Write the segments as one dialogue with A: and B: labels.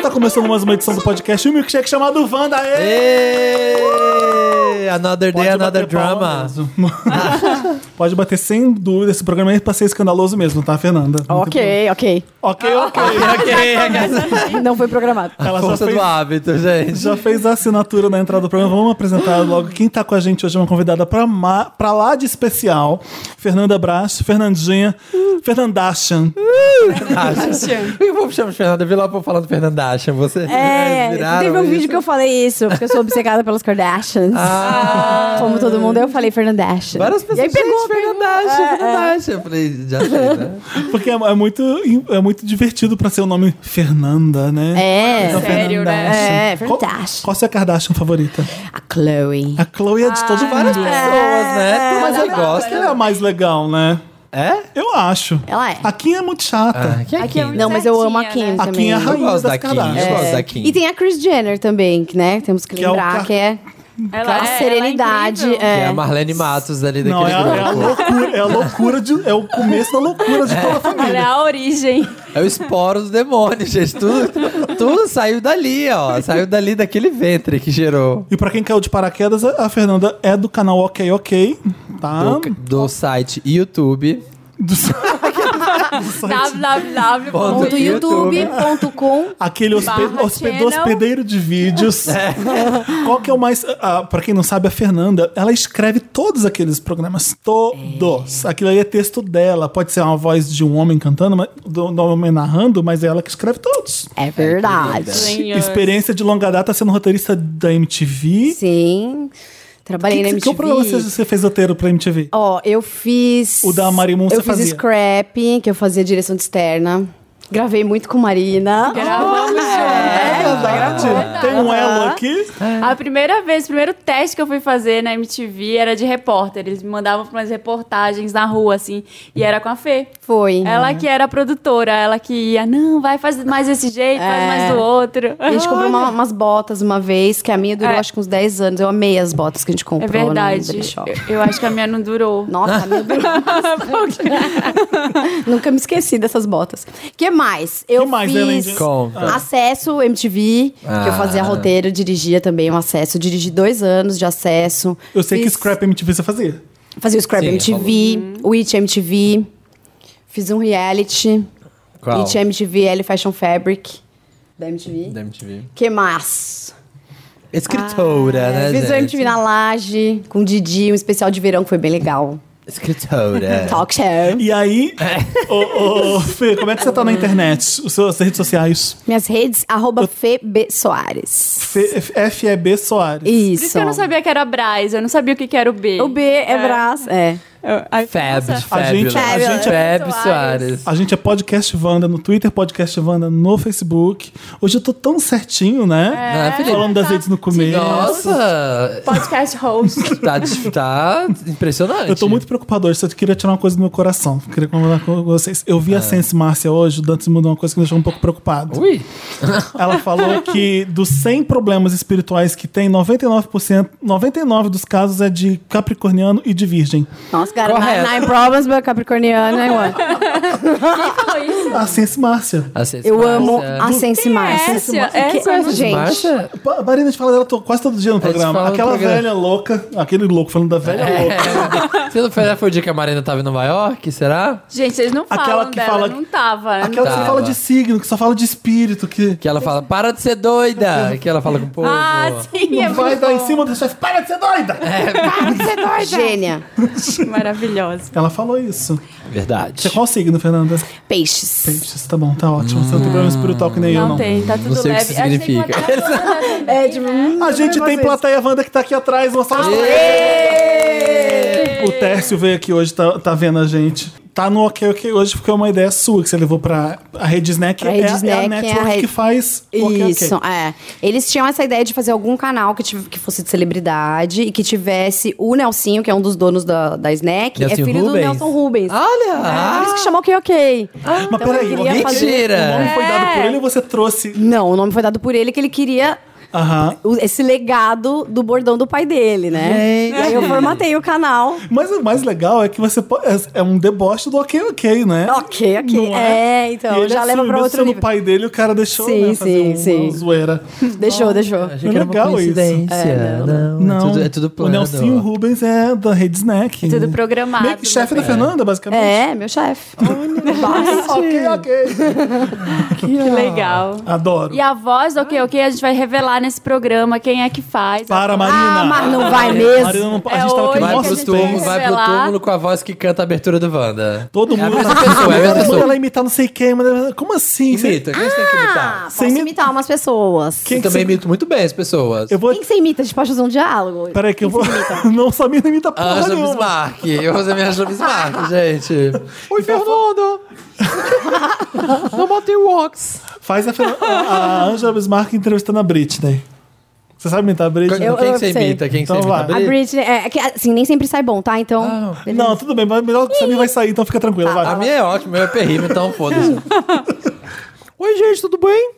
A: Tá começando mais uma edição do podcast um milkshake chamado Wanda.
B: Ê! Another
A: Pode
B: day, é another
A: bater palma
B: drama.
A: mesmo. Pode bater sem dúvida. Esse programa é pra ser escandaloso mesmo, tá, Fernanda?
C: Ok, ok.
A: Ok, ok.
C: É, Não foi programado.
A: Ela só
B: Força
A: fez,
B: do hábito, gente.
A: já fez a assinatura na entrada do programa. Vamos apresentar logo quem tá com a gente hoje. É uma convidada pra, ma- pra lá de especial. Fernanda Brás, Fernandinha, Fernandachan.
B: Eu vou chamar de Fernanda Vila pra falar do Fernandasha. Você
C: É, teve um vídeo que eu falei isso, porque eu sou obcecada pelas Kardashians.
B: Ah.
C: Como todo mundo, eu falei Fernandasha.
B: Várias pessoas.
C: E aí pegou, É,
B: gente, Fernandasha, Fernandasha. Eu falei, já sei, né?
A: Porque é, é muito, é muito divertido pra ser o nome Fernanda, né?
C: É.
A: Então,
D: sério, né?
A: Fernandachan.
C: É,
A: Qual,
C: Fernandachan.
A: qual a sua Kardashian favorita?
C: A Chloe.
A: A Chloe é de todo
B: Várias
A: mundo.
B: pessoas,
C: é,
B: né? Mas
A: Mas
B: eu
A: eu gosto.
B: gosto.
A: Ela é a mais legal, né?
B: É?
A: Eu acho.
C: Ela é.
A: A Kim é muito chata.
B: Aqui é
D: Aqui é
B: Kim,
D: um
B: né?
C: Não, mas eu amo a
D: Certinha,
C: Kim
D: né?
A: a Kim
C: também.
A: é a rainha
B: Eu gosto
A: das
B: da Kim, eu
A: Kardashians.
B: gosto
C: É.
B: da Kim.
C: E tem a Kris Jenner também, que, né? Temos que
A: Que é o
C: lembrar
A: ca-
C: que é
D: Ela
C: a
D: é-
C: serenidade.
D: ela é incrível.
B: Que é a
C: é.
B: Marlene Matos ali daquele
A: Não, é a, é a
B: grupo.
A: loucura, é a loucura de, é o começo da loucura de toda a família.
D: Ela é a origem.
B: É o esporo do demônio, gente. Tudo, tudo saiu dali, ó. Saiu dali daquele ventre que gerou.
A: E pra quem caiu de paraquedas, a Fernanda é do canal OK OK, tá?
B: Do, do site YouTube.
A: Do site-
B: Ponto
C: Ponto
B: YouTube.
C: youtube.com
A: Aquele hospe-
D: Barra
A: hospe-
D: Channel.
A: hospedeiro de vídeos. Qual que é o mais. ah, pra quem não sabe, a Fernanda, ela escreve todos aqueles programas. Todos. Aquilo aí é texto dela. Pode ser uma voz de um homem cantando, mas- do, do homem narrando, mas é ela que escreve todos.
C: É verdade.
D: Senhor.
A: Experiência de longa data sendo roteirista da MTV.
C: Sim. Trabalhei
A: Que-
C: na
A: que-
C: MTV.
A: Que programa você, você fez roteiro pra MTV?
C: Ó, eu fiz.
A: O da Marimun você
C: Eu fiz
A: fazia?
C: Scrap, que eu fazia direção de externa. Gravei muito com Marina.
D: Gravamos
A: é
D: juntos.
A: verdade. Tem um elo aqui.
D: A primeira vez, o primeiro teste que eu fui fazer na MTV era de repórter. Eles me mandavam pra umas reportagens na rua, assim. E era com a Fê.
C: Foi.
D: Ela que era a produtora, ela que ia, não, vai fazer mais desse jeito, faz
C: É.
D: mais do outro.
C: A gente comprou uma- umas botas uma vez, que a minha durou
D: É.
C: acho que uns 10 anos. Eu amei as botas que a gente
D: É
C: comprou no
D: verdade.
C: Baby Shop.
D: Eu, eu acho que a minha não durou.
C: Nossa, a minha durou bastante. Nunca me esqueci dessas botas. O que mais? Eu
A: Que mais, né, além
C: fiz
A: disso?
B: Conta.
C: Acesso MTV, que eu fazia
B: Ah.
C: roteiro, dirigia também o acesso. Dirigi dois anos de acesso.
A: Eu sei que
C: Fiz-
A: Scrap MTV você fazia.
C: Fazia o Scrap
B: Sim,
D: Uhum.
C: MTV, o It MTV. Fiz um reality.
B: Qual?
C: It MTV L Fashion Fabric. Da MTV.
B: Da MTV.
C: Que mais?
B: Escritora, né,
C: Ah, é. Fiz o
B: gente?
C: MTV na Laje, com o Didi, um especial de verão que foi bem legal.
B: Escritora.
C: Talk show.
A: E aí, ô, ô, Fê, como é que você tá na internet? Os seus- As suas redes sociais?
C: Minhas redes, arroba FB Soares.
A: Fê- F- FEB Soares.
D: Por isso
C: Isso.
D: que eu não sabia que era Braz, eu não sabia o que, que era o B.
C: O B é, braço. É.
D: Eu- ai,
B: Fab,
D: nossa.
A: A gente-
B: Fab,
A: a
B: Fab
A: gente-
D: Soares.
B: Soares.
A: A gente é Podcast Wanda no Twitter, Podcast Wanda no Facebook. Hoje eu tô tão certinho, né?
B: Ah, Felipe.
A: Falando das redes no começo.
B: Nossa,
D: Podcast host.
B: tá, de- tá impressionante.
A: Eu tô muito preocupado hoje, só queria tirar uma coisa do meu coração. Queria conversar com vocês. Eu vi a Sense Márcia hoje, o Dantes mudou uma coisa que me deixou um pouco preocupado.
B: É. Ui,
A: Ela falou que dos 100 problemas espirituais que tem, 99%, 99 dos casos é de capricorniano e de virgem.
C: Nossa, cara,
B: Correto.
C: nine, nine problems, but Capricorniano, né, mano?
A: A Sense Márcia.
B: a Ceci
C: Eu amo
B: Márcia.
C: a Sense Márcia.
D: Essa, essa é eu não
C: gente,
B: Márcia?
A: Pa- A Marina, a gente fala dela to- quase todo dia no
B: gente
A: programa.
B: fala no
A: Aquela
B: programa.
A: velha louca, aquele louco falando da velha louca.
B: É. Você não foi, foi o dia que a Marina tava em Nova York, será?
D: Gente, vocês não
A: Aquela
D: falam
A: que
D: dela,
A: fala-
D: não tava. né?
A: Aquela que só
B: Tava.
A: fala de signo, que só fala de espírito, que.
B: Que ela fala, para de ser doida. Que ela fala com o povo.
D: Ah, sim, é
A: Não vai
D: muito
A: dar em
D: bom.
A: cima do chefe, para de ser doida!
B: É.
C: gênia.
D: Maravilhosa.
A: Ela falou isso. é
B: Verdade.
A: Qual signo, Fernanda?
C: Peixes.
A: Peixes, tá bom, tá ótimo. Você não tem problema espiritual que nem eu,
D: Não,
A: não.
D: tem, tá tudo
B: Não sei o que
D: leve.
B: significa.
D: Acho que tem uma data toda
C: É,
D: bem,
C: tipo,
D: né?
A: A gente tem plateia Wanda que tá aqui atrás, uma salva de O Tércio veio aqui hoje, tá, tá vendo a gente. Tá no Ok Ok hoje porque é uma ideia sua que você levou pra a Rede Snack.
C: Pra
A: é,
C: Rede
A: é
C: Snack,
A: a
C: é a
A: network
C: Rede-
A: que faz o Ok Ok.
C: Isso, é. Eles tinham essa ideia de fazer algum canal que, tive- que fosse de celebridade e que tivesse o Nelsinho, que é um dos donos da, da Snack,
B: Nelsinho
C: é filho do
B: Rubens?
C: Nelson Rubens. É, Por
B: Olha! ah,
C: isso que chamou OK OK.
A: Mas peraí,
C: eu
A: alguém
C: queria É.
B: fazer-
D: É.
A: o nome foi dado por ele ou você trouxe?
C: Não, o nome foi dado por ele que ele queria
A: Aham.
C: o- esse legado do bordão do pai dele, né?
E: Gente.
C: E aí eu formatei o canal.
A: Mas o mais legal é que você po- é- é um deboche do ok, ok, né?
C: Ok, ok.
A: Não é?
C: É? então,
A: E ele
C: já leva
A: assume,
C: pra
A: mesmo
C: outro
A: sendo
C: nível.
A: pai dele, o cara deixou
C: Sim,
A: né, fazer
C: sim,
A: uma
C: sim.
A: zoeira.
C: Deixou, deixou.
E: Achei que era uma
A: Legal isso.
E: coincidência.
C: É, não,
E: não, É, tudo, é tudo plano.
A: O Nelsinho Rubens é da Rede Snack.
D: Tudo programado.
A: Meio que chefe da
D: né?
A: Fernanda, basicamente.
C: É, meu chefe.
E: Ah,
A: ok, ok.
D: Que legal.
A: Adoro.
D: E a voz do Ok Ok, a gente vai revelar nesse programa quem é que faz.
A: Para, Marina.
C: Ah, mas não vai mesmo.
A: Marina, não- a
D: É
A: gente tava aqui
E: Vai
A: no
D: hoje que a
E: pro,
D: gente
A: nosso
D: tem
E: túmulo,
D: que
A: tempo.
E: vai pro
D: revelar.
E: túmulo com a voz que canta a abertura do Wanda.
A: Todo mundo.
E: É a mesma pessoa, é a mesma
A: Todo mundo
E: pessoa.
A: ela imitar não sei quem, mas como assim? Você-
E: Imita, quem você tem que imitar?
C: Ah,
A: Você
C: posso
A: imita-
C: imitar umas pessoas.
A: Quem
E: eu
A: que
E: também
A: você-
E: imito muito bem as pessoas.
A: Eu vou.
C: Quem que você imita? A gente pode fazer um diálogo.
A: Peraí, que eu vou. Não, só me imita porra
E: Angela
A: nenhuma.
E: Ah, Bismarck. Eu vou fazer minha Angela Bismarck, gente. Então Oi, Fernando. Não botei o Ox.
A: Faz a, Fer- a Angela Bismarck entrevistando a Britney. Você sabe imitar a Britney?
C: Eu-
E: quem
C: eu
E: que você
C: sei.
E: imita? Quem que
A: Então
E: você
A: vai.
E: imita?
C: A
E: Bri-
C: Britney, é, que, assim, nem sempre sai bom, tá? Então.
E: Ah,
C: beleza.
A: Não, tudo bem, mas melhor que o Samir vai sair, então fica tranquilo.
D: Tá.
E: A
A: Vai.
E: minha é ótima, eu é perrível, então foda-se. Oi, gente, tudo bem?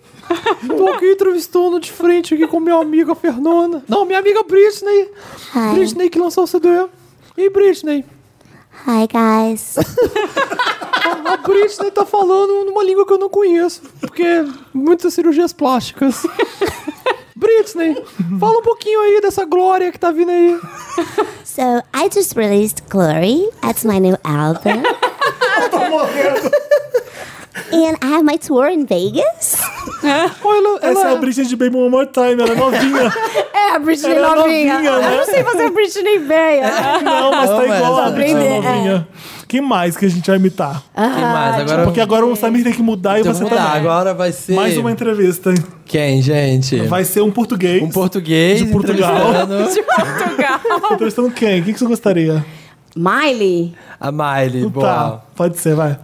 E: Tô aqui entrevistando de frente aqui com minha amiga Fernanda. Não, minha amiga Britney. Britney que lançou o CD. E Britney?
F: Hi guys.
E: A Britney tá falando numa língua que eu não conheço, porque muitas cirurgias plásticas. Britney, fala um pouquinho aí dessa glória que tá vindo aí.
F: So I just released Glory. That's my new album.
E: Tá
F: and I have my tour in Vegas.
E: Olha, ela,
A: Essa é a
E: ela,
A: Britney de Baby One More Time, ela é novinha.
C: É, a Britney
A: Ela é
C: novinha.
A: novinha, né?
C: Eu não sei fazer a Britney velha.
E: É.
A: Não, mas tá
E: Não,
A: igual
E: mas-
A: a Britney
C: Aprender, é.
A: novinha. Quem mais que a gente vai imitar?
E: Quem mais? Agora,
A: Ah, tipo, Porque agora o Samir tem que mudar e
E: Então
A: você
E: vamos lá,
A: também.
E: agora vai ser...
A: Mais uma entrevista. hein?
E: Quem, gente?
A: Vai ser um português.
E: É. Um português
A: De Portugal. Tipo,
E: entrevistando
A: Entrevistando quem? O que que você gostaria?
C: Miley?
E: a Miley.
A: Tá,
E: Boa.
A: pode ser, vai.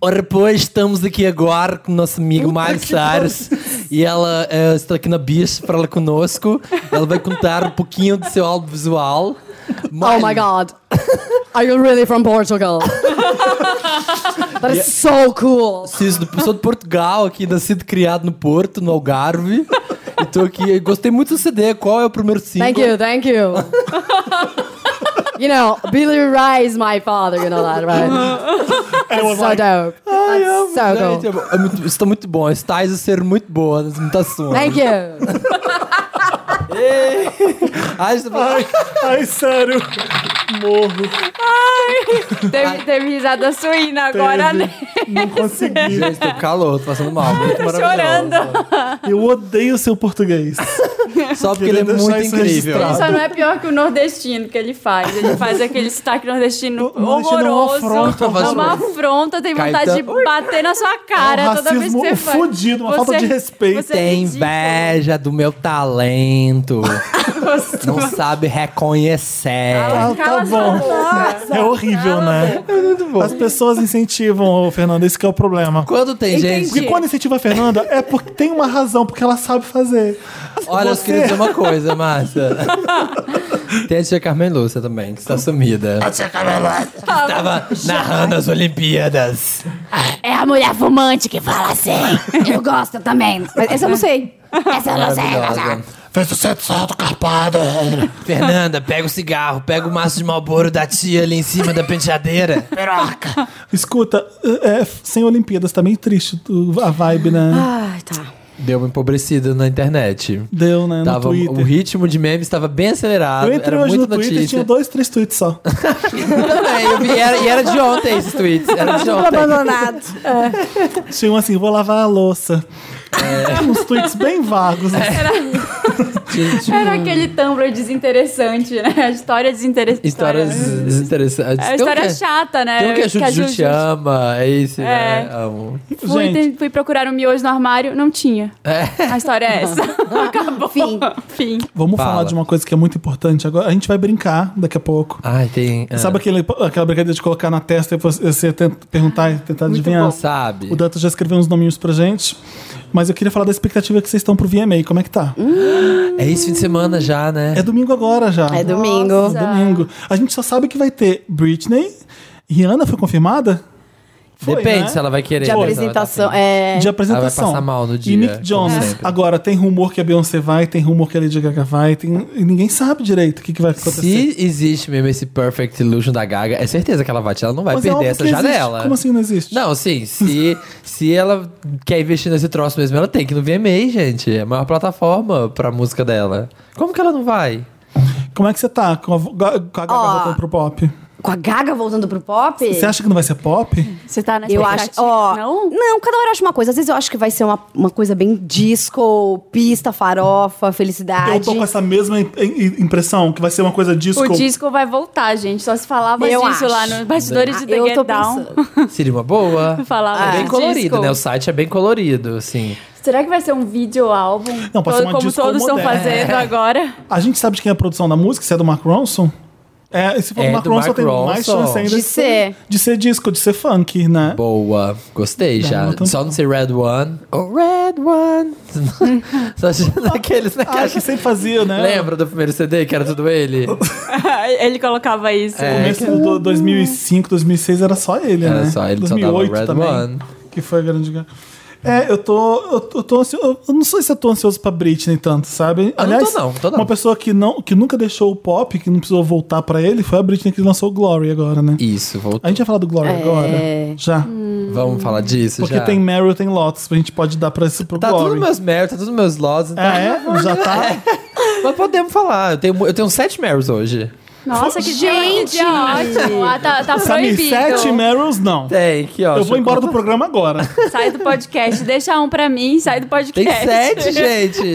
E: Ora, pois, estamos aqui agora com o nosso amigo
A: Puta
E: Miley
A: que
E: Cyrus. E ela eh, está aqui na Bias para falar conosco. Ela vai contar um pouquinho do seu álbum visual.
C: Oh
E: Miley,
C: my god. Are you really from Portugal? That is so cool.
E: Sim, sou do- sou de Portugal, aqui nascido e criado no Porto, no Algarve. E tô aqui. Gostei muito do CD. Qual é o primeiro single?
C: Thank you, thank you. you know, Billy Ray is my father, you know that, right?
E: Oh
C: That's so dope. That's so cool.
E: Gente, é bom. É muito- está muito bom. Estáis a ser muito boa nas imitações.
C: Thank you.
E: Ai, está-
A: Ai, ai, sério. Morro.
D: Teve, teve risada suína agora,
A: Teve.
D: né? Tá
A: Não consegui.
E: Gente, tô com calor, tô passando mal.
D: É
E: Muito maravilhoso.
D: Chorando.
A: Eu odeio seu português.
E: Só porque
A: Queria
E: ele é
A: deixar
E: muito
A: isso
E: incrível.
A: registrado.
D: Ele só não é pior que o nordestino que ele faz. Ele faz aquele sotaque nordestino
A: O nordestino é uma
D: horroroso.
A: afronta,
D: É
E: faz
D: uma afronta, tem vontade
E: Caetano-
D: de bater na sua cara
A: É um
D: toda vez que você
A: racismo
D: faz.
A: fudido, uma falta de respeito.
D: você é
E: Tem
D: ridículo.
E: inveja do meu talento. não sabe reconhecer.
A: Ah,
D: Cala
A: tá
D: essa
A: bom.
D: boca.
A: É horrível, né? É muito bom. As pessoas incentivam, ô, Fernanda, esse que é o problema.
E: Quando tem
D: Entendi.
E: gente
A: Porque quando incentiva a Fernanda, é porque tem uma razão, porque ela sabe fazer.
E: Olha, eu queria dizer uma coisa, Márcia. Tem a tia Carmen Lúcia também, que está sumida. A tia Carmen Lúcia.
D: Ah,
E: Que estava narrando as Olimpíadas.
F: É a mulher fumante que fala assim. Eu gosto também.
C: Mas essa eu não sei.
F: Essa eu não sei.
E: Maravilhosa.
G: Fez o centro salto carpado.
E: Fernanda, pega o cigarro, pega o maço de malboro da tia ali em cima da penteadeira.
G: Piroca.
A: Escuta, é, é, sem Olimpíadas, tá meio triste o- a vibe, né?
C: Ai, tá.
E: Deu uma empobrecida na internet.
A: Deu, né? No
E: Tava, um- o
A: Twitter.
E: ritmo de memes estava bem acelerado.
A: Eu entrei
E: era
A: hoje no
E: muito
A: Twitter e
E: notícia.
A: tinha um dois, três tweets só.
E: Também, eu vi, era, e era de ontem esses tweets. Era
A: um
E: de ontem.
C: Abandonado.
A: Tinha um assim, vou lavar a louça.
E: É.
A: Uns tweets bem vagos. assim.
D: Era aquele Tumblr desinteressante, né? A história desinteressante.
E: Histórias desinteressantes.
D: É a
E: Tem um
D: história
E: que é-
D: chata, né?
E: Tem um que a Juju, te
D: Juju-
E: ama, é isso, né?
D: É.
E: Amo.
D: Fui,
A: Gente.
D: tem- fui procurar um miojo no armário, não tinha.
E: É.
D: A história é essa. Acabou.
C: Fim.
D: Fim.
A: Vamos
E: Fala.
A: falar de uma coisa que é muito importante agora. A gente vai brincar daqui a pouco.
E: Ai, tem... ah,
A: Sabe aquele, aquela brincadeira de colocar na testa e você tenta, perguntar e tentar adivinhar?
E: Sabe?
A: O Dantas já escreveu uns nominhos pra gente. Mas eu queria falar da expectativa que vocês estão pro VMA. Como é que tá?
C: Hum.
E: É esse fim de semana já, né?
A: É domingo agora já.
C: É domingo.
A: É domingo. A gente só sabe que vai ter Britney. Rihanna foi confirmada? Foi,
E: Depende
A: né?
E: se ela vai querer.
C: De
E: se ela vai
C: apresentação.
E: tá afim.
C: É.
A: De apresentação.
E: Ela vai passar mal no dia,
A: E Nick
E: como
A: Jonas.
E: sempre.
A: Agora, tem rumor que a Beyoncé vai, tem rumor que a Lady Gaga vai, tem... e ninguém sabe direito o que, que vai acontecer.
E: Se existe mesmo esse Perfect Illusion da Gaga, é certeza que ela vai tirar. Ela não vai
A: Mas é
E: perder
A: óbvio
E: essa
A: que existe.
E: janela.
A: Como assim não existe?
E: Não, sim. Se, se ela quer investir nesse troço mesmo, ela tem que ir no VMA, gente. É a maior plataforma pra música dela. Como que ela não vai?
A: Como é que você tá com a, com a Gaga
C: Ó.
A: voltando pro pop?
C: Com a Gaga voltando pro pop?
A: Você acha que não vai ser pop?
D: Você tá na
C: Eu acho.
D: expectativa,
C: Ó,
D: não?
C: cada hora eu acho uma coisa. Às vezes eu acho que vai ser uma, uma coisa bem disco, pista, farofa, felicidade.
A: Eu tô com essa mesma im- im- impressão, que vai ser uma coisa disco.
D: O disco vai voltar, gente. Só se falava
C: Eu
D: disso lá
C: acho.
D: nos bastidores de The
C: eu
D: Get
C: tô
D: Down.
C: pensando.
E: Seria uma boa.
D: Falava
E: é bem
D: de
E: colorido,
D: disco.
E: né? O site é bem colorido, assim.
D: Será que vai ser um vídeo álbum?
A: Não, pode ser uma
D: como
A: disco
D: todos estão
A: moderna.
D: fazendo agora.
A: A gente sabe de quem é a produção da música, se é do Mark Ronson? É, se for
E: É
A: do Mark
E: do
A: Ronson,
E: Mark
A: tem mais
E: Ronson.
A: chance ainda
C: De ser.
A: de ser disco, de ser funk, né?
E: Boa. Gostei já.
A: uma tampa-
E: Só não ser Red One. Oh, Red One. Só daqueles, né? que
A: Ah,
E: acha-
A: que sempre fazia, né?
E: Lembra do primeiro CD que era tudo ele?
D: Ele colocava isso.
A: No
E: É,
A: começo do 2005, 2006 era só ele,
E: Era
A: né?
E: só ele, só dava
A: 2008
E: Red
A: também,
E: One.
A: que foi a grande... ga- É, eu tô, eu, tô- eu tô ansioso, eu não sei se eu tô ansioso pra Britney tanto, sabe?
E: Ah, não tô não, tô não.
A: uma pessoa que, não, que nunca deixou o pop, que não precisou voltar pra ele, foi a Britney que lançou o Glory agora, né?
E: Isso, voltou.
A: A gente vai falar do Glory agora? Já.
E: Vamos falar disso
A: Porque
E: já.
A: tem Meryl, tem Lotus, a gente pode dar pra esse pro
E: Tá
A: Glory.
E: tudo meus méritos, tá tudo meus laws. então-
A: Ah, é? Já tá?
E: Mas podemos falar. Eu tenho, eu tenho sete Marys hoje.
D: Nossa, que dia, que dia ótimo. Ah, tá, tá
A: Samir,
D: proibido.
A: sete né? Meryls, não.
E: Tem, Tá, que ó.
A: Eu vou embora do programa agora.
D: Sai do podcast. Deixa um pra mim, sai do
E: Tem
D: podcast.
E: sete, gente.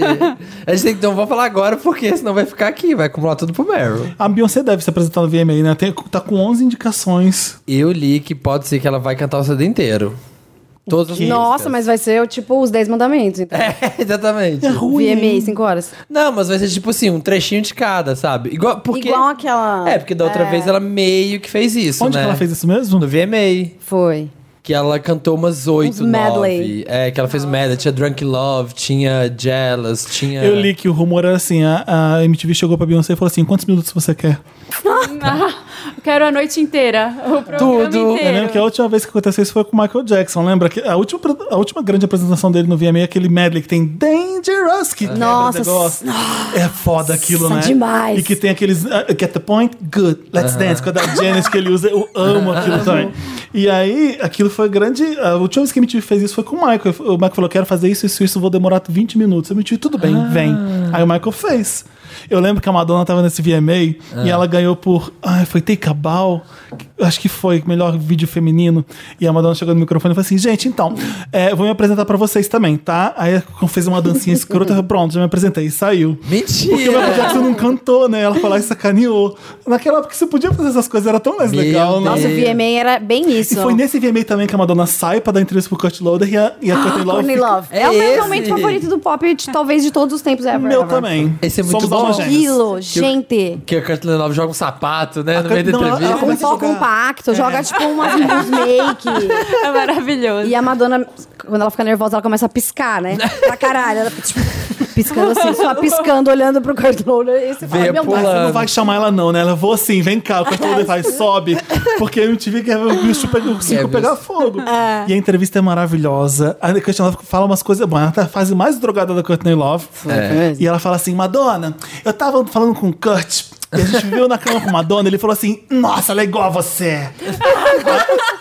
E: A gente tem que. Então vou falar agora, porque senão vai ficar aqui, vai acumular tudo pro Meryl.
A: A Beyoncé deve se apresentar no VMA, né? Tem, tá com 11 indicações.
E: Eu li que pode ser que ela vai cantar o CD inteiro. Todos os
C: Nossa, mas vai ser tipo os 10 mandamentos, então.
E: É, exatamente.
C: VMA, 5 horas.
E: Não, mas vai ser tipo assim, um trechinho de cada, sabe? Igual, porque...
C: Igual aquela.
E: É, porque da outra vez ela meio que fez isso,
A: Onde
E: né?
A: que ela fez isso mesmo?
E: No VMA.
C: Foi.
E: Que ela cantou umas oito,
C: medley.
E: nove. É, que ela fez medley. Tinha Drunk Love, tinha Jealous, tinha...
A: Eu li que o rumor era assim, a, a MTV chegou pra Beyoncé e falou assim, quantos minutos você quer?
D: Ah, eu quero a noite inteira. O programa
E: Tudo.
A: Eu lembro É que a
D: inteiro.
A: última vez que aconteceu isso foi com o Michael Jackson, lembra? Que a, última, a última grande apresentação dele no VMA é aquele medley que tem Dangerous, que quebra o
C: Nossa,
A: negócio. é foda aquilo, né?
C: demais.
A: E que tem aqueles ah, Get the Point, Good, Let's Dance, com a da Janet que ele usa, eu amo aquilo também. E aí, aquilo foi grande. A última vez que a MTV fez isso foi com o Michael. O Michael falou: quero fazer isso, isso, isso, vou demorar 20 minutos. Eu MTV, tudo bem, vem. Aí o Michael fez. Eu lembro que a Madonna tava nesse VMA e ela ganhou por. Ai, foi Take a Bow? Acho que foi melhor vídeo feminino. E a Madonna chegou no microfone e falou assim: gente, então, é, eu vou me apresentar pra vocês também, tá? Aí ela fez uma dancinha escrota, eu falei, pronto, já me apresentei. E saiu. Porque o Michael
E: Mentira!
C: É.
A: Jackson não cantou, né? Ela falou e sacaneou. Naquela época você podia fazer essas coisas, era tão mais
E: Meu
A: legal, né?
E: Deus.
C: Nossa, o VMA era bem
A: E
C: isso.
A: foi nesse VMA também que a Madonna sai pra dar entrevista pro Kurt Loader e a, e a Courtney Love.
C: Ah, Courtney
A: fica-
C: Love.
E: É
C: É, o meu
E: esse.
C: momento favorito do pop, de- talvez de todos os tempos ever.
A: Meu
C: ever.
A: também.
E: Esse é muito
A: Somos
E: bom.
A: almas gêmeas.
C: Aquilo, gente.
E: que a Kathleen Love joga um sapato, né? No meio da
A: Não, ela-
E: entrevista.
A: ela
C: Um
A: começa a
C: pó
A: jogar.
C: compacto, joga tipo umas, uns make.
D: É maravilhoso.
C: E a Madonna, quando ela fica nervosa, ela começa a piscar, né? Pra caralho. Ela, tipo, piscando assim, só piscando, olhando pro cartão. né? E você fala,
E: Vê,
C: meu
A: Mas
E: pula.
A: você
C: Deus.
A: não
E: Fulano.
A: vai chamar ela, não, né? Ela vou assim, vem cá, o Kurt Loader vai, sobe. Porque eu tive que ver o bicho pegar, o
E: Quer
A: circo
E: ver
A: pegar
E: isso?
A: fogo. E a entrevista é maravilhosa. A Courtney Love fala umas coisas. Bom, ela tá a fase mais drogada da Courtney Love.
E: É.
A: E ela fala assim: Madonna, eu tava falando com o Kurt. E a gente viu na cama com Madonna, ele falou assim: Nossa, ela é igual a você.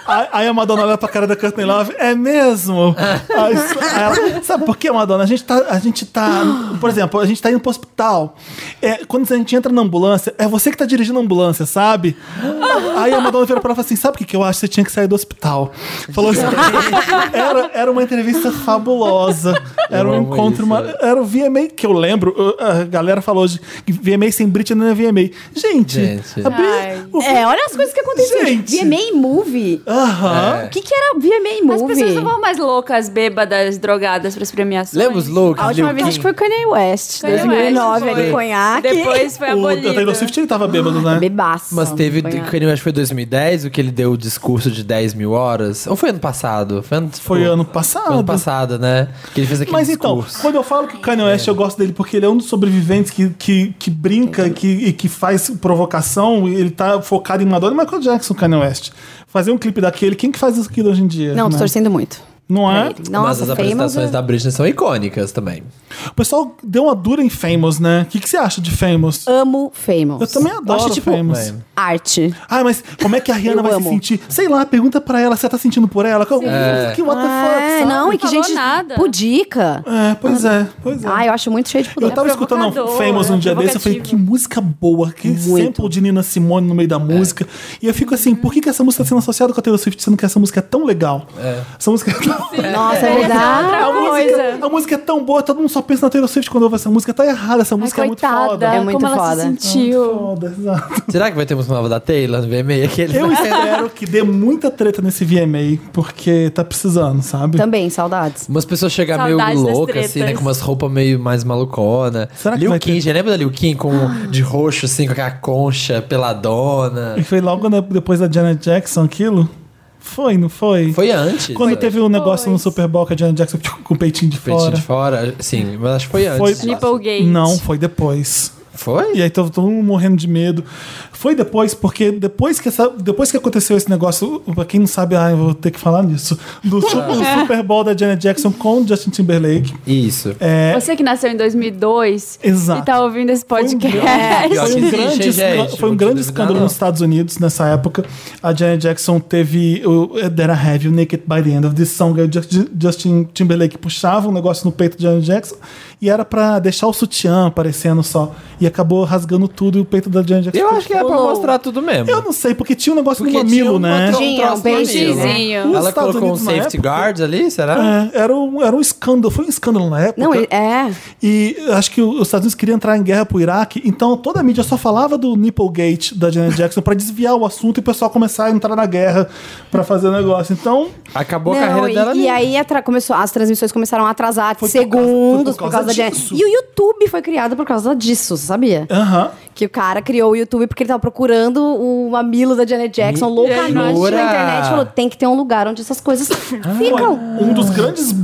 A: aí, aí a Madonna olha pra cara da Courtney Love, é mesmo? Aí, aí ela, sabe por quê, Madonna? A gente tá. A gente tá. Por exemplo, a gente tá indo pro hospital. É, quando a gente entra na ambulância, é você que tá dirigindo a ambulância, sabe? Aí a Madonna virou pra ela e falou assim: sabe o que, que eu acho? Você tinha que sair do hospital. Falou assim. era, era uma entrevista fabulosa. Era
E: Eu
A: um
E: amo
A: encontro.
E: isso.
A: ma- era o VMA que eu lembro. eu- A galera falou hoje que VMA sem Britney não é VMA. Gente,
E: Gente.
A: a Bri-
D: Ai.
A: o-
C: É, olha as coisas que aconteceram.
A: Gente.
C: VMA Movie.
E: É.
A: Aham.
C: O que que era VMA Movie?
D: As pessoas não vão mais loucas, bêbadas, drogadas pras premiações.
E: Lembra os looks?
C: A última
E: Lil
C: vez
E: Kim?
C: acho que foi Kanye West,
D: Kanye West,
C: 2009,
D: foi.
C: ali em Conhaque.
D: Depois foi
A: O
D: abolido.
A: da Taylor Swift ele tava bêbado,
H: Ah,
A: né?
C: Bebaço.
E: Ah, Mas teve,
C: Foi
E: Kanye West foi 2010, o que ele deu o discurso de 10 mil horas. Ou foi ano passado? Foi ano, tipo,
A: Foi ano
E: foi ano
A: passado.
E: passado, né? Que ele fez aquele
A: Mas então,
E: discurso.
A: quando eu falo que o Kanye West, eu gosto dele porque ele é um dos sobreviventes que, que, que brinca e que, e que faz provocação. e Ele tá focado em Madonna e Michael Jackson, o Kanye West. Fazer um clipe da daquele. Quem que faz isso aquilo hoje em dia?
H: Não, tô
A: né?
H: torcendo muito.
A: Não é?
H: Nossa,
E: Mas as
H: Famous.
C: é-
E: apresentações da Britney são icônicas também.
A: O pessoal deu uma dura em Famous, né? O que, que você acha de Famous?
H: Amo Famous.
A: Eu também adoro
H: acho, tipo,
A: Famous.
E: velho.
H: Arte.
A: Ah, mas como é que a Rihanna
H: Eu
A: vai se
H: amo.
A: sentir? Sei lá, pergunta pra ela se ela tá sentindo por ela. Que, que what
E: Ah,
A: the fuck,
H: É,
A: sabe?
H: não, e que
D: falou
H: gente
D: nada.
H: pudica.
A: É, pois é, pois é.
H: Ah, eu acho muito cheio de poder.
A: Eu tava escutando um
D: provocador,
A: Famous um dia
D: é
A: desse, eu falei, que
D: provocativo.
A: música boa, que sample de Nina Simone no meio da música. E eu fico assim, por que, que essa música tá sendo associada com a Taylor Swift, sendo que essa música é tão legal? Essa música é tão...
H: Nossa, é verdade.
A: A
D: outra coisa.
A: música, a música é tão boa, todo mundo só pensa na Taylor Swift quando ouve essa música. Tá errada, essa música é muito
D: coitada,
A: foda. Hum.
H: É muito
D: como ela
H: foda.
D: se sentiu.
A: Foda, exato.
E: Será que vai ter música nova da Taylor no VMA? Aquele...
A: Eu espero que dê muita treta nesse VMA, porque tá precisando, sabe?
H: Também, saudades.
E: Umas pessoas chegam meio
D: Saudades das
E: loucas, assim, né?
D: tretas.
E: Com umas roupas meio mais malucona.
A: Será que
E: Liu
A: vai
E: Kim,
A: ter-
E: já lembra da Liu Kim com, de roxo, assim, com aquela concha peladona?
A: E foi logo né, depois da Janet Jackson aquilo? Foi, não foi?
E: Foi antes.
A: Quando
E: né?
A: teve o negócio no Super Bowl que a Janet Jackson com o peitinho de
E: Peitinho
A: fora.
E: de fora, sim, mas acho que foi
A: Foi-
E: antes.
D: Nipplegate.
A: Não, foi depois.
E: Foi?
A: E aí tava todo mundo morrendo de medo. Foi depois, porque depois que, essa, depois que aconteceu esse negócio, pra quem não sabe, ah, eu vou ter que falar nisso. Do, su- do Super Bowl da Janet Jackson com o Justin Timberlake.
E: Isso.
A: É.
D: Você que nasceu em 2002
A: Exato.
D: e tá ouvindo esse podcast.
E: Pior
A: Foi
E: que
A: um,
E: existe,
A: grande,
E: hein,
A: escândalo-
E: gente?
A: foi um
E: Não
A: grande
E: duvido
A: escândalo
E: nada,
A: nos
E: não.
A: Estados Unidos nessa época. A Janet Jackson teve o That I Have You Naked by the End of This Song. Aí o Just- Justin Timberlake puxava um negócio no peito de Janet Jackson e era pra deixar o sutiã aparecendo só. E acabou rasgando tudo e o peito da Janet Jackson.
E: Eu acho que é pra
H: Rolou.
E: mostrar tudo mesmo.
A: Eu não sei, porque tinha um negócio
E: Porque
A: no mamilo,
E: tinha
A: né?
E: uma tro-
H: Tinha
E: troço
H: um beijinho.
E: no mamilo.
D: Beijinho.
A: Os
E: Ela
A: Estados
E: colocou um
A: Unidos, na
E: safety
A: época-
E: guard ali, será?
A: É, era, um, era um escândalo, foi um escândalo na época.
H: Não, é.
A: E acho que os Estados Unidos queriam entrar em guerra pro Iraque, então toda a mídia só falava do Nipplegate da Janet Jackson pra desviar o assunto e o pessoal começar a entrar na guerra pra fazer o negócio. Então,
E: Acabou a
H: Não,
E: carreira
H: e,
E: dela
H: e
E: ali.
H: aí atra- começou, as transmissões começaram a atrasar
A: Foi por causa-
H: segundos
A: foi
H: por causa, da
A: disso.
H: Janet. E o YouTube foi criado por causa disso, você sabia?
A: aham.
H: Que o cara criou o YouTube porque ele tava procurando o mamilo da Janet Jackson loucamente
E: Jura?
H: na internet. Falou, tem que ter um lugar onde essas coisas ficam.
A: Um dos grandes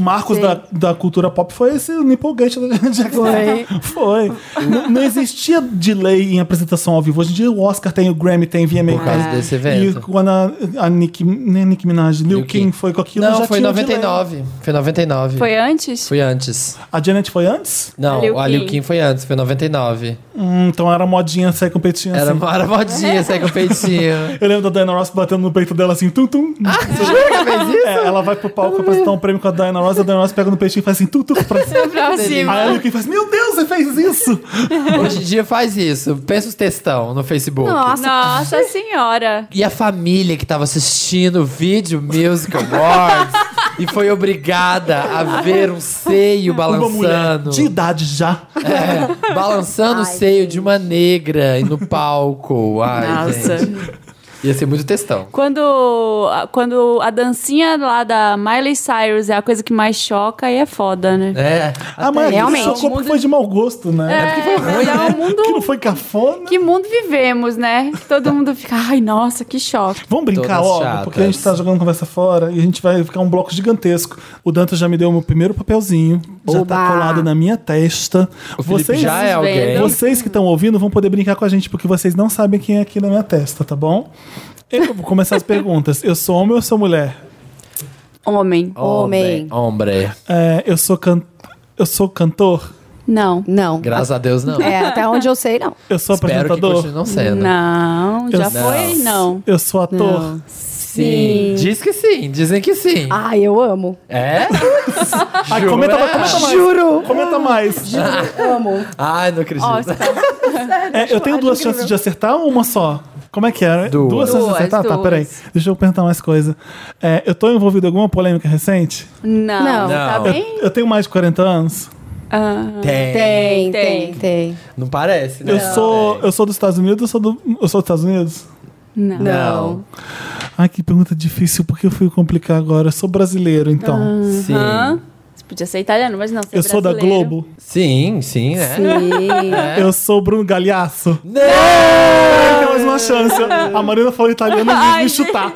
A: marcos da, da cultura pop foi esse Nipplegate da Janet Jackson. Foi. N- Não existia delay em apresentação ao vivo. Hoje em dia o Oscar tem, o Grammy tem, VMA
E: Por causa
A: tem.
E: desse evento.
A: E quando a, a Nick, nem a Nick Minaj, Lil
E: Lil
A: Kim
E: Kim.
A: foi com aquilo,
E: Não,
A: já
E: foi em
A: tinha
E: 99. Foi em 99.
D: Foi antes?
E: Foi antes.
A: delay. A Janet foi antes?
E: Não,
D: A Lil
E: a Liu
D: Kim.
E: Kim foi antes, foi em 99.
A: Hum, então era modinha sair com peitinho
E: Era
A: assim.
E: uma era modinha, sai com o peitinho.
A: Eu lembro da Diana Ross batendo no peito dela assim, tum tum.
E: Ah,
A: É, ela vai pro palco apresentar um prêmio com a Diana Ross, a Diana Ross pega no peitinho e faz assim, tum tum pra cima.
D: Pra cima.
A: Aí a Liu Kim faz, meu Deus, você fez isso!
E: Hoje em dia faz isso. Pensa os textão no Facebook.
H: Nossa,
D: Nossa senhora.
E: E a família que tava assistindo o vídeo Music Awards e foi obrigada a ver um seio
A: Uma mulher
E: balançando.
A: de idade já.
E: É, balançando o seio de uma negra e no palco. Ai,
D: Nossa.
E: gente. Ia ser muito textão.
D: Quando, a- quando a dancinha lá da Miley Cyrus é a coisa que mais choca, aí é foda, né?
E: É.
A: Ah, mas
H: realmente.
A: só culpa foi de mau gosto, né?
D: É, mas é um mundo.
A: Que não foi cafona.
D: Que mundo vivemos, né? Que todo mundo fica, ai, nossa, que choque.
A: Vamos brincar
E: Todas
A: logo,
E: chatas.
A: porque a gente tá jogando conversa fora e a gente vai ficar um bloco gigantesco. O Dantas já me deu o meu primeiro papelzinho, já tá
H: Oba!
A: colado na minha testa.
E: O Felipe já é
D: vendo.
E: alguém.
A: Vocês que estão ouvindo vão poder brincar com a gente, porque vocês não sabem quem é aqui na minha testa, tá bom? Eu vou começar as perguntas. Eu sou homem ou sou mulher?
D: Um Homem.
H: Homem.
E: Hombre.
A: É, eu, sou can... eu sou cantor?
D: Não.
H: Não.
E: Graças a Deus, não.
H: É, até onde eu sei, não.
A: Eu sou
E: Espero que
A: apresentador?
E: continue não sendo.
D: Não, já
A: Eu-
D: foi? Não.
A: Eu sou ator?
E: Sim. Diz que sim. Dizem que sim.
C: Ah.
H: Ai, eu amo.
E: É?
A: Ai,
E: Jura?
A: comenta, mais, comenta mais.
H: Juro.
A: Comenta mais.
H: Amo.
E: Ai, não acredito.
D: Ó, você tá-
A: É, eu tenho duas chances de acertar ou uma só? Como é que era?
E: Duas.
A: chances de
D: Duas,
A: acertar? Tá,
D: duas.
A: peraí. Deixa eu perguntar mais coisa. É, eu tô envolvido em alguma polêmica recente?
D: Não,
H: Não.
D: tá
E: Não.
D: bem?
A: Eu tenho mais de 40 anos?
D: Ah,
E: Tem.
H: Tem,
D: Tem.
H: tem, tem.
E: Não parece, né?
A: Eu sou, eu sou dos Estados Unidos ou sou do, eu sou dos Estados Unidos?
D: não.
E: Não.
A: Ai, que pergunta difícil, porque eu fui complicar agora. Eu sou brasileiro, então.
E: Sim.
D: Hã? Você podia ser italiano, mas não. Ah, Você é
A: eu sou da
D: brasileiro. É?
A: Globo.
E: Sim, sim, né?
H: Sim.
A: Eu sou o Bruno Galhaço.
E: Não!
A: Tem mais uma chance. A Marina falou italiano e me
D: Ai,
A: chutar.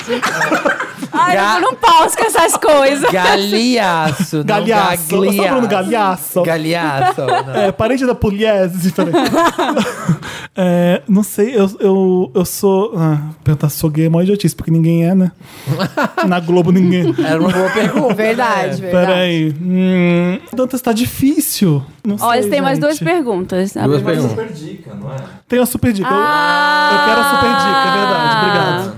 D: Ai,
E: Ga-
D: eu não posso com essas coisas.
E: Galiaço. não
A: Galhaço. Você tá falando galhaço?
E: Galhaço. não.
A: É, parente da Pugliese. peraí. É, não sei, eu, eu, eu sou. Ah, perguntar se sou gay é uma idiotice, porque ninguém é, né? Na Globo ninguém.
E: Era É uma boa pergunta. né? É,
I: Verdade, verdade.
A: Peraí. Hum, Dantas tá difícil. Não
D: Olha,
A: sei,
D: tem mais
A: gente.
D: duas perguntas.
E: É, Duas perguntas.
A: Tem a super dica. Eu-
D: Ah,
A: Eu, quero a super dica, é verdade. Obrigado.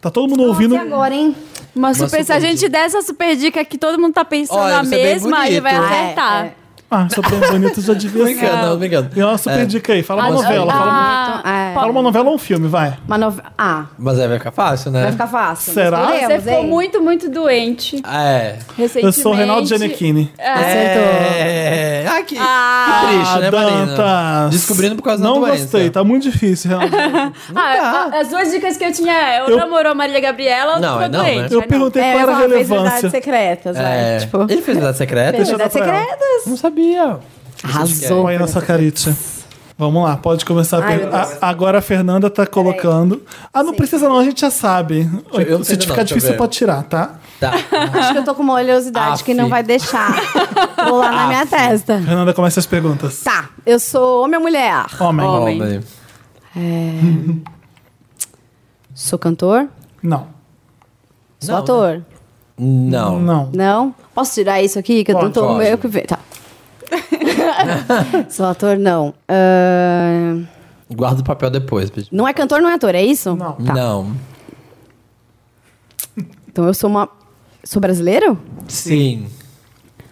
A: Tá todo mundo ouvindo.
C: E agora, hein?
D: Uma super, se a
E: super
D: gente der essa super dica que todo mundo tá pensando
E: Olha,
D: a
E: isso é bem
D: mesma, ele vai
E: bonito.
D: acertar. tá
C: É, é.
A: Ah, sobre o bonito já devia ser.
E: Brincando, não, brincando. É,
A: Tem uma super dica aí. Fala uma
E: Mas-
A: novela. Fala, uma-
D: Ah,
H: Então,
C: É.
A: fala uma novela ou um filme, vai.
C: Uma novela. Ah,
E: Mas é, vai ficar fácil, né?
C: vai ficar fácil.
A: Será?
C: Mas
D: Você
C: podemos,
D: ficou
C: Ah, hein?
D: muito, muito doente
E: É.
A: Eu
D: recentemente.
A: sou o Reinaldo Giannichini.
E: É. Aqui.
C: Ah,
E: que É. triste, né, Marina?
A: Ah, Dantas.
E: Descobrindo por causa
A: Não
E: da doença.
A: gostei, tá muito difícil, Reinaldo.
D: Ah, a- as duas dicas que eu tinha é, ou
A: Eu-
D: namorou a Maria Gabriela ou
E: Não,
D: ficou
E: é não, né?
D: doente.
A: Eu
D: mas não.
A: perguntei
C: É,
A: qual
C: eu
A: era a
C: falo, fez verdades
A: relevance.
C: secretas,
E: É.
C: vai. Tipo,
E: Ele fez idade secreta?
A: Deixa eu dar
C: verdades
A: pra ela.
C: secretas.
E: Não sabia.
A: Põe
C: Arrasou.
A: aí na sua carita. Vamos lá, pode começar. a
C: Ai,
A: per-
C: meu Deus.
A: a- agora a Fernanda tá colocando. Ah, não precisa não, a gente já sabe.
E: eu- eu não
A: Se
E: sei
A: te
E: não,
A: ficar
E: deixa eu
A: difícil,
E: ver.
A: pode tirar, tá?
E: Tá.
C: Acho que eu tô com uma oleosidade que não
E: Aff.
C: vai deixar rolar na minha testa.
A: Fernanda, começa as perguntas.
C: Tá, eu sou homem ou mulher?
A: Homem.
D: Homem.
E: Homem.
C: Sou cantor?
A: Não.
C: Sou ator?
A: né?
E: Não.
A: Não.
C: Não? Posso tirar isso aqui? Que eu não
A: Pode,
C: tô no
E: pode.
C: meio que ver. Tá. sou ator, não. Ahn,
E: Guarda o papel depois, bicho.
C: não é cantor, não é ator, é isso?
A: Não.
C: Tá.
E: Não.
C: Então eu sou uma. Sou brasileiro?
E: Sim.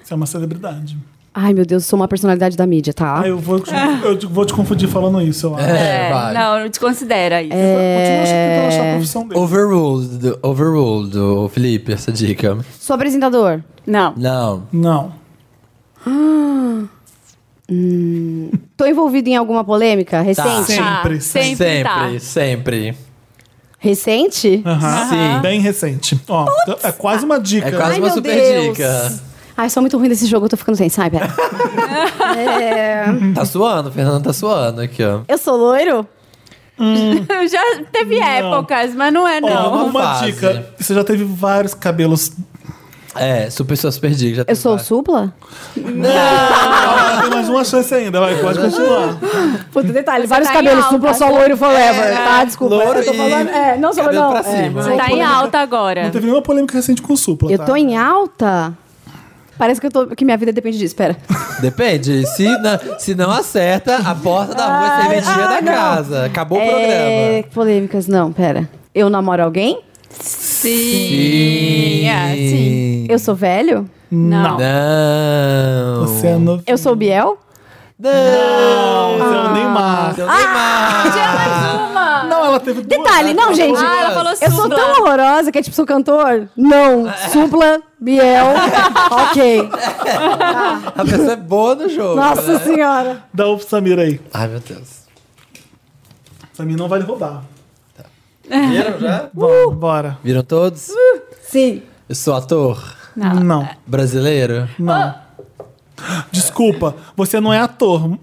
A: Você é uma celebridade.
C: Ai, meu Deus, eu sou uma personalidade da mídia, tá?
A: Ah, eu vou, te- eu te- vou te confundir falando isso, eu acho.
E: É,
D: É,
E: vai.
D: não, não desconsidera isso.
C: É.
A: Continua achando- tentando achar a profissão dele.
E: Overruled, overruled, ô, Felipe, essa dica.
C: Sou apresentador?
D: Não.
E: Não.
A: Não.
C: Tô envolvido em alguma polêmica recente?
A: Sempre,
D: Ah,
A: sempre.
D: sempre tá.
E: sempre. sempre.
C: Recente?
A: Aham.
E: Sim.
A: Bem recente. Ó, é quase uma dica.
E: É quase
C: Ai,
E: uma
C: meu
E: super
C: Deus.
E: dica.
C: Ai, sou muito ruim desse jogo, eu tô ficando sem, sai, pera. É.
E: Tá suando, Fernando tá suando aqui, ó.
C: Eu sou loiro?
D: Já teve épocas, mas não é
A: Ó,
D: não.
E: uma
A: uma
E: fase.
A: dica. Você já teve vários cabelos.
E: É, super sua super dica. Já
C: Eu
E: tem
C: sou
E: várias.
C: supla?
A: Ah, tem mais uma chance ainda, vai, pode continuar.
C: Puta, detalhe, vários
D: tá em
C: cabelos,
D: alta.
C: supla, só loiro forever,
A: É,
C: tá? Desculpa,
E: Loiro
C: eu tô
E: e
C: falando... É, não, sou
E: cabelo
C: não.
E: pra
C: é.
E: cima.
D: Você tá em alta agora.
A: Não teve nenhuma polêmica recente com o Supla.
C: Eu
A: tá?
C: tô em alta? Parece que, eu tô, que minha vida depende disso, pera.
E: Depende. Se, na- se não acerta, a porta da rua é serventia da casa. Acabou o
C: É,
E: programa.
C: polêmicas, não, pera. Eu namoro alguém?
D: Sim. é, sim.
C: Eu sou velho?
D: Não.
E: Não.
A: Você é novo.
C: Eu sou Biel?
A: Não, você é o Neymar.
C: Ah,
E: Seu Neymar.
A: Não, ela teve duas. né?
C: Detalhe, não, gente.
D: Ah, ela falou
C: Eu sou
D: supla.
C: tão horrorosa que é tipo, sou cantor? Não. Supla, Biel. ok.
E: A pessoa é boa no jogo.
C: Nossa
E: né?
C: senhora.
A: Dá o pro Samir aí.
E: Ai, meu Deus.
A: Samir não vai lhe roubar.
E: Viram já?
A: Bom, bora.
E: Viram todos?
C: Sim.
E: Eu sou ator
A: Não,
E: brasileiro.
A: não. Desculpa, você não é ator. Hum.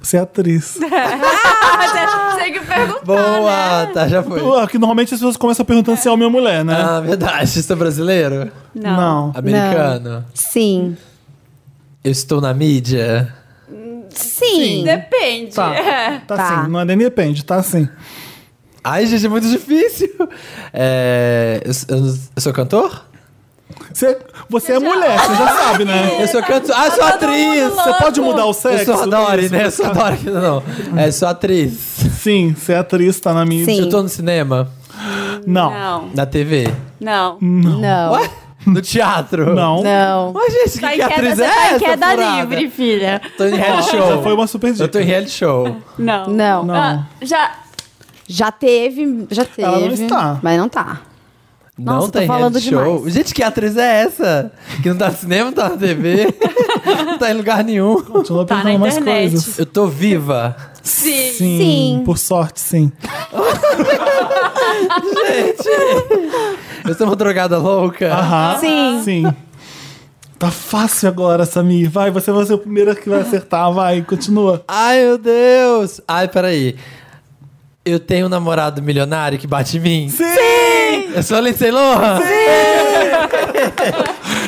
A: Você é atriz.
D: Ah, Sei é, que perguntou. né?
E: Boa, tá, já foi.
A: Ué, Que normalmente as pessoas começam perguntando se é homem ou mulher, né?
E: Ah, verdade. Sou brasileiro?
D: Não.
E: Ah.
A: Não.
E: Americano?
C: Sim.
E: Eu estou na mídia?
C: Sim.
D: Depende. É.
A: Tá,
C: Tá.
A: sim, não é nem depende, tá sim.
E: Ai, gente, é muito difícil. É, eu, eu- eu sou cantor?
A: Você, você é mulher, você já sabe, né?
E: Eu sou cantor. Ah, eu sou atriz!
A: Você pode mudar o
E: Eu
A: sexo?
E: sou a Dory, né? Eu sou a Dory. Não, não. É, sou atriz.
A: Sim, você é atriz, tá na mídia.
C: Sim.
E: Eu tô no cinema,
A: Não.
D: Não.
E: na TV,
D: Não.
C: Não.
E: Ué? no teatro.
A: Não.
C: Não.
E: Ué, gente,
D: Tá
E: que,
D: em
E: que
D: queda,
E: atriz
D: você
E: é
D: tá em
E: essa?
D: queda
E: furada?
D: livre, filha.
E: Tô em reality
A: É, Já
E: show.
A: foi uma super dica.
E: Eu tô em reality show.
D: Não.
C: Não.
A: Não.
D: Ah, já.
C: Já teve, já teve.
A: Ela não está.
C: Mas não tá.
E: não
C: Nossa,
A: tá
E: tem
C: tô falando
E: reality show.
C: demais.
E: Gente, que atriz é essa? Que não tá no cinema, não tá na TV, não tá em lugar nenhum.
A: Continua
D: Tá na
A: perguntando mais
D: internet.
A: coisas.
E: Eu tô viva.
D: Sim.
A: Sim,
C: Sim.
A: Por sorte, sim.
E: Eu sou uma drogada louca.
A: Aham.
C: Sim.
A: Sim. Tá fácil agora, Samir. Vai, você vai ser o primeiro que vai acertar. Vai, continua.
E: Ai, meu Deus! Ai, peraí. Eu tenho um namorado milionário que bate em mim?
A: Sim!
E: Eu sou a Lindsay Lohan!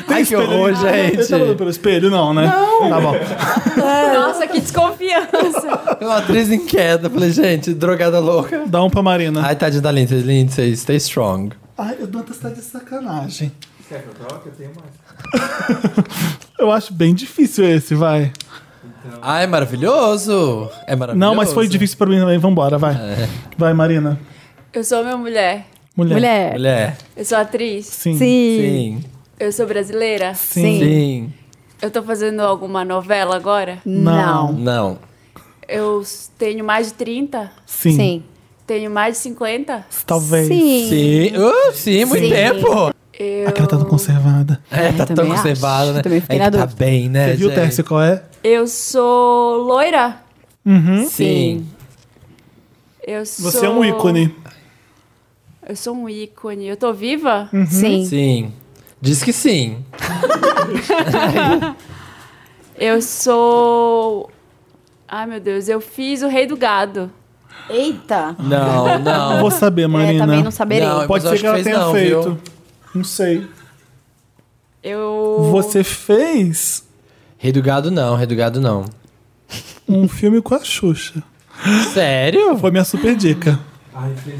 E: Ai, que horror,
A: Ele tá olhando
E: gente!
A: pelo espelho? Não, né? Não. Tá bom.
D: Nossa, que desconfiança.
E: Uma atriz em queda. Falei, gente, drogada louca.
A: Dá um pra Marina.
E: Ai, tadinha da Lindsay. Lindsay, stay strong.
A: Ai, o Dantas tá de sacanagem. Eu acho bem difícil esse, vai.
E: Ai, Ah, é maravilhoso! É maravilhoso.
A: Não, mas foi difícil pra mim também. Vambora, vai. Vai, Marina.
D: Eu sou uma mulher.
A: Mulher.
H: Mulher.
E: Mulher.
D: Eu sou atriz.
H: Sim.
A: Sim.
E: Sim.
D: Eu sou brasileira.
A: Sim.
E: Sim.
D: Eu tô fazendo alguma novela agora.
A: Não.
E: Não.
D: Eu s- tenho mais de 30.
A: Sim.
H: Sim.
D: Tenho mais de 50.
A: Talvez.
H: Sim.
E: Sim. Uh, sim, muito
H: Sim.
E: tempo!
D: Eu,
A: Aquela tá tão conservada.
E: É, tá tão
H: também
E: conservado,
H: acho.
E: né?
H: Também fiquei
E: É
H: na
E: que tá
H: dúvida.
E: bem, né?
A: Você viu,
E: gente?
A: Tércio, qual é? Uhum.
D: eu sou loira.
E: Sim.
D: Eu
A: Você
D: sou...
A: é um ícone.
D: Eu sou um ícone. Eu tô viva?
A: Hum.
H: Sim.
E: Sim. Diz que sim.
D: Eu sou... Ai, meu Deus. Eu fiz o Rei do Gado.
C: Eita.
E: Não, não.
A: Vou saber,
H: É,
A: Marina.
H: também não saberei.
E: Não,
A: Pode
E: Mas
A: ser
E: acho
A: que ela
E: que fez
A: tenha
E: não,
A: feito.
E: viu?
A: Não sei.
D: Eu...
A: Você fez
E: Rei do gado não, rei do gado não.
A: um filme com a Xuxa.
E: Sério?
A: Foi minha super dica.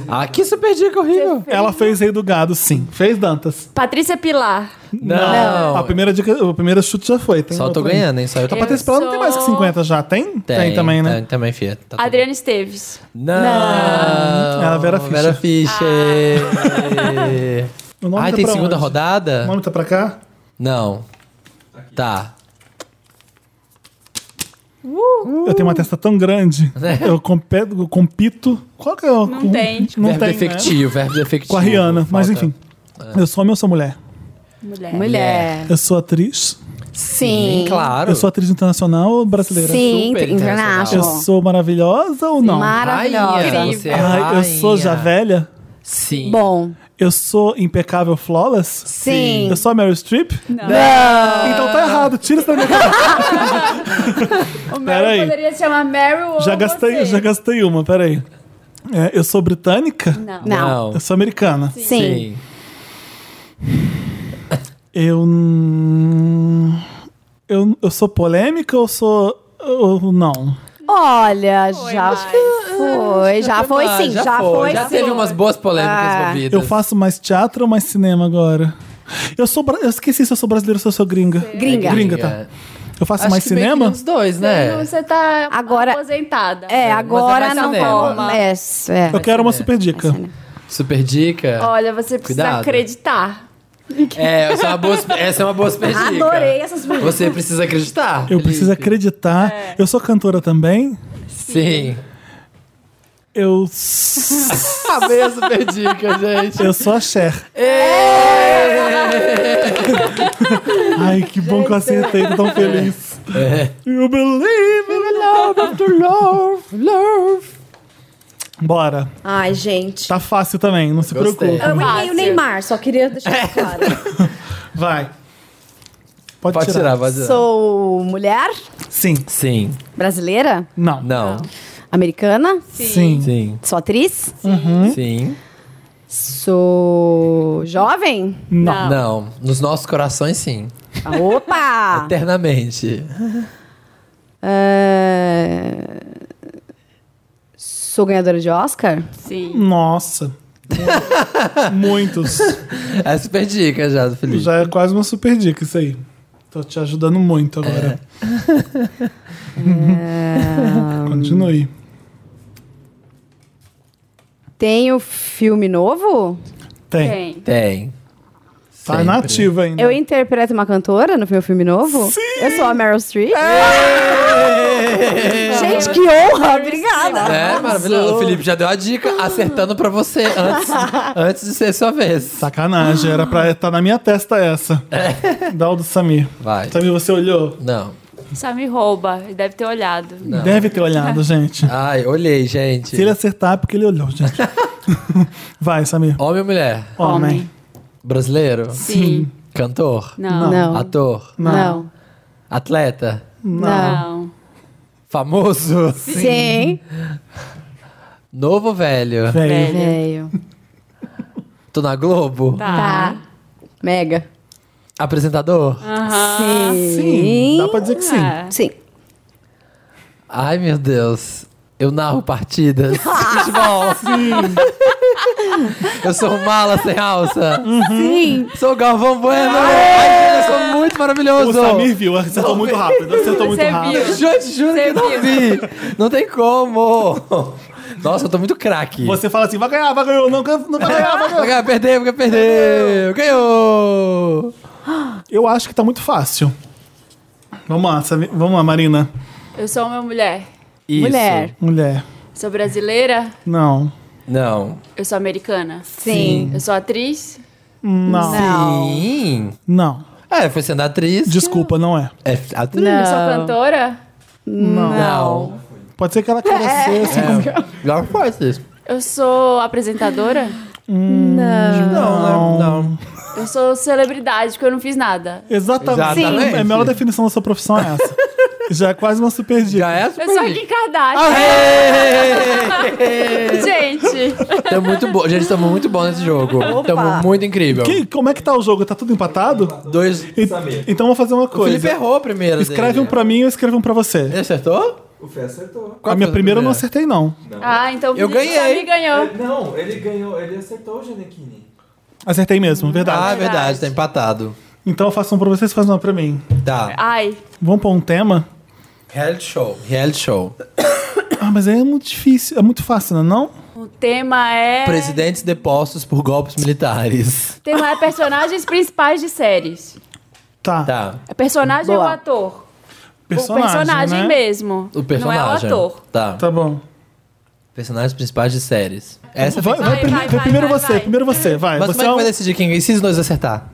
E: Ah, que super dica horrível.
A: Ela fez Rei do Gado, sim. Fez Dantas.
D: Patrícia Pilar.
E: Não. é.
A: A primeira dica, o primeiro chute já foi. Tem
E: Só eu tô
A: outro aí.
E: ganhando, hein? Só eu tô
A: A Patrícia Pilar não tem mais que 50 já, tem? Tem, também, né?
E: Tem também, Fia. Tá tudo-
D: Adriana Esteves.
E: Não.
A: Ela é Vera Fischer.
E: Vera Fischer.
A: O nome
E: Ai,
A: tá
E: tem
A: pra
E: segunda
A: onde?
E: rodada?
A: O nome tá pra cá?
E: Não. Tá.
A: Eu tenho uma testa tão grande.
E: É.
A: Eu, compe- eu compito. Qual que é o. Não
D: tem.
A: Não
E: verbo
A: tem. né?
E: defectivo, verbo defectivo.
A: Com a Rihanna. Mas
E: Falta- É.
A: enfim. Eu sou homem ou sou mulher?
D: Mulher.
H: Mulher.
A: Eu sou atriz.
H: Sim.
E: Claro.
A: Eu sou atriz internacional ou brasileira?
H: Sim,
E: Super
A: Eu
H: internacional.
E: internacional.
A: sou maravilhosa ou não?
H: Maravilhosa.
E: Rainha, você é
A: Ai, eu sou já
E: rainha.
A: velha?
E: Sim.
H: Bom.
A: Eu sou impecável flawless?
H: Sim.
A: Eu sou a Meryl Streep?
D: Não.
A: Então tá errado, tira isso da minha cara.
D: O
A: Pera aí.
D: Meryl poderia se chamar Meryl ou
A: Já gastei,
D: você.
A: já gastei uma, peraí. É, eu sou britânica?
D: Não.
H: Não.
A: Eu sou americana.
H: Sim.
E: Sim.
A: Eu, hum, eu. Eu sou polêmica ou sou. Ou não?
H: Olha, já
D: mais.
H: foi. Já foi sim. Já foi
E: Ah, Já
H: sim.
E: teve umas boas polêmicas
H: Ah.
E: envolvidas.
A: Eu faço mais teatro ou mais cinema agora? Eu sou. bra- Eu esqueci se eu sou brasileira ou se eu sou gringa.
H: Gringa.
A: Gringa, tá. Eu faço mais
E: meio é. que
A: cinema?
E: Os dois,
D: Então
E: né?
D: Você tá
H: Agora-
D: aposentada.
H: É, agora
E: vai
H: não
E: cinema.
H: rola. É, é.
A: Eu quero
E: cinema.
A: uma super dica.
E: Super dica.
D: Olha, você precisa
E: Cuidado.
D: acreditar.
E: É, essa é uma boa, essa é uma boa super dica.
H: Adorei essas perguntas.
E: Você precisa acreditar.
A: Eu
E: Felipe. É.
A: preciso acreditar. Eu sou cantora também?
E: Sim.
A: Eu. s-
E: Amei a super dica, gente.
A: eu sou a Cher.
E: É.
A: Ai, que bom que eu acertei, tô tão
E: é.
A: feliz. You believe in love after love, love. Bora.
C: Ai, gente.
A: Tá fácil também, não se
E: Gostei.
A: preocupe.
C: Eu amei
D: Fácil.
C: o Neymar, só queria deixar isso claro.
A: Vai. Pode,
E: Pode
A: tirar.
E: tirar, pode tirar.
H: Sou mulher,
A: Sim.
E: Sim.
H: brasileira,
A: Não.
E: Não.
H: americana,
A: Sim.
E: Sim.
H: sou atriz,
E: Sim.
H: sou jovem.
D: Não.
E: Não. Nos nossos corações, sim.
H: Ah,
C: Tá.
H: Opa!
E: Eternamente.
H: É, Sou ganhadora de Oscar?
D: Sim.
A: Nossa. Muitos.
E: É a super dica já do Felipe.
A: Já é quase uma super dica isso aí. Tô te ajudando muito agora.
D: É.
A: Continue.
H: Tenho filme novo?
A: Tem.
D: Tem.
E: Tem.
A: Tá
E: Sempre.
A: na ativa ainda.
H: Eu interpreto uma cantora no meu filme novo? Sim! Eu sou a Meryl Streep? Gente, que honra! Obrigada!
E: É, maravilhoso. O Felipe já deu a dica, acertando pra você antes, antes de ser sua
A: Tá.
E: vez.
A: Sacanagem, era pra estar na minha testa essa. Dá o do Samir.
E: É. Vai.
A: Samir, você olhou?
E: Não.
D: Só me rouba. Ele deve ter olhado.
A: Deve ter
D: Ah.
A: olhado, gente.
E: Ai, olhei, gente.
A: Se ele acertar, é porque ele olhou, gente. Vai, Samir.
E: Homem ou mulher?
A: Homem.
E: Brasileiro?
D: Sim.
E: Cantor?
D: Não.
H: Não,
E: Ator?
H: não,
E: Atleta?
H: não.
D: Não.
E: Famoso?
H: Sim,
E: Novo ou velho?
A: Velho.
D: É. Velho.
H: veio.
E: Tô na Globo?
D: Tá.
C: Mega.
E: Apresentador?
A: Sim, dá pra dizer que sim.
D: Ah.
H: Sim.
E: Ai, meu Deus. Eu narro partidas de futebol. Eu sou um mala sem alça.
H: Sim.
E: Sou o Galvão Bueno. Ai, gente, eu sou muito
A: O
E: maravilhoso.
A: Samir viu, acertou muito rápido. Acertou muito
D: Você
A: rápido.
D: viu?
E: Gente, juro que eu não vi. Não tem como. Nossa, eu tô muito craque.
A: Você fala assim, vai ganhar, vai ganhar, não, não vai ganhar, vai
E: Vai
A: ganhar.
E: ganhar, perdeu, vai perder. Ganhou.
A: Eu acho que tá muito fácil. Vamos lá, Samir- vamos lá, Marina.
D: Eu sou uma mulher.
E: Isso.
C: Mulher.
A: Mulher.
D: Sou brasileira.
A: Não.
E: Não.
D: Eu sou americana.
H: Sim.
D: Eu sou atriz.
A: Não.
H: Não.
E: Sim.
A: Não.
E: É, foi sendo atriz.
A: Desculpa, não é.
E: É atriz.
D: Eu sou cantora.
E: Não.
A: Pode ser que ela queira ser assim como.
E: Não faz isso.
D: Eu sou apresentadora.
E: Não, não, não.
D: Eu sou celebridade, porque eu não fiz nada.
A: Exatamente.
E: Exatamente.
A: É A melhor definição da sua profissão é essa. Já é quase uma super dica.
E: Já é super
D: Eu sou a
E: rico.
D: Kim
E: Ah, é?
D: Kardashian.
E: Aê!
D: Gente,
E: Tamo muito bom. Gente, estamos muito bom nesse jogo. Estamos muito incrível.
A: Que- como é que tá o jogo? Tá tudo empatado?
E: Dois.
A: E- então vou fazer uma
E: O Felipe
A: coisa.
E: errou a primeira.
A: Escreve
E: dele.
A: um pra mim e eu escrevo um pra você.
E: Ele acertou?
J: O Fê acertou.
E: Qual
A: a minha
E: foi
A: primeira eu não acertei, não.
D: ah, então
E: Eu
D: Felipe
E: ganhei.
D: Samir ganhou.
J: Não, ele ganhou, ele acertou o Janequine.
A: Acertei mesmo,
E: Ah, é
A: verdade.
E: verdade, tá empatado.
A: Então eu faço um pra você, você faz uma pra mim.
E: Tá.
D: Ai,
A: Vamos pôr um tema?
E: Reality show. Reality show.
A: Ah, mas aí é muito difícil, é muito fácil, não é não?
D: o tema é.
E: Presidentes depostos por golpes militares.
D: O tema é personagens principais de séries.
A: Tá.
E: Tá.
D: É personagem ou
H: Boa.
D: ator?
A: Personagem,
D: o personagem
A: né?
D: mesmo.
E: O personagem.
D: Não é o ator.
E: Tá.
A: Tá bom.
E: Personagens principais de séries. Essa
A: Vai,
E: tem-
A: vai,
D: Vai,
A: prim-
D: vai,
A: vai,
D: vai,
A: Então, primeiro
D: vai,
A: você,
D: vai.
A: primeiro você, vai.
E: Mas
A: você
E: como é que vai
A: é um-
E: decidir quem se os dois acertar?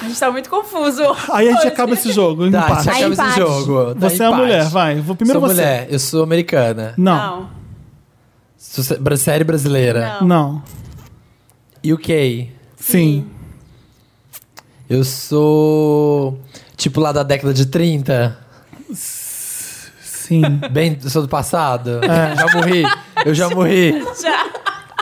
D: A gente tá muito confuso.
A: Aí a gente acaba esse jogo,
E: Tá,
A: Um empate.
E: já acaba esse
H: empate.
E: jogo. Tá,
A: Você é a
E: empate.
A: mulher, vai. Vou- Primeiro
E: sou
A: você.
E: mulher, eu sou americana.
A: Não,
D: Não.
E: Sou bra- série brasileira.
A: não,
E: UK.
A: Sim.
E: Eu sou. Tipo lá da década de 30.
A: Sim.
E: Bem, eu sou do passado.
A: É.
E: Já morri. Eu já morri.
D: Já.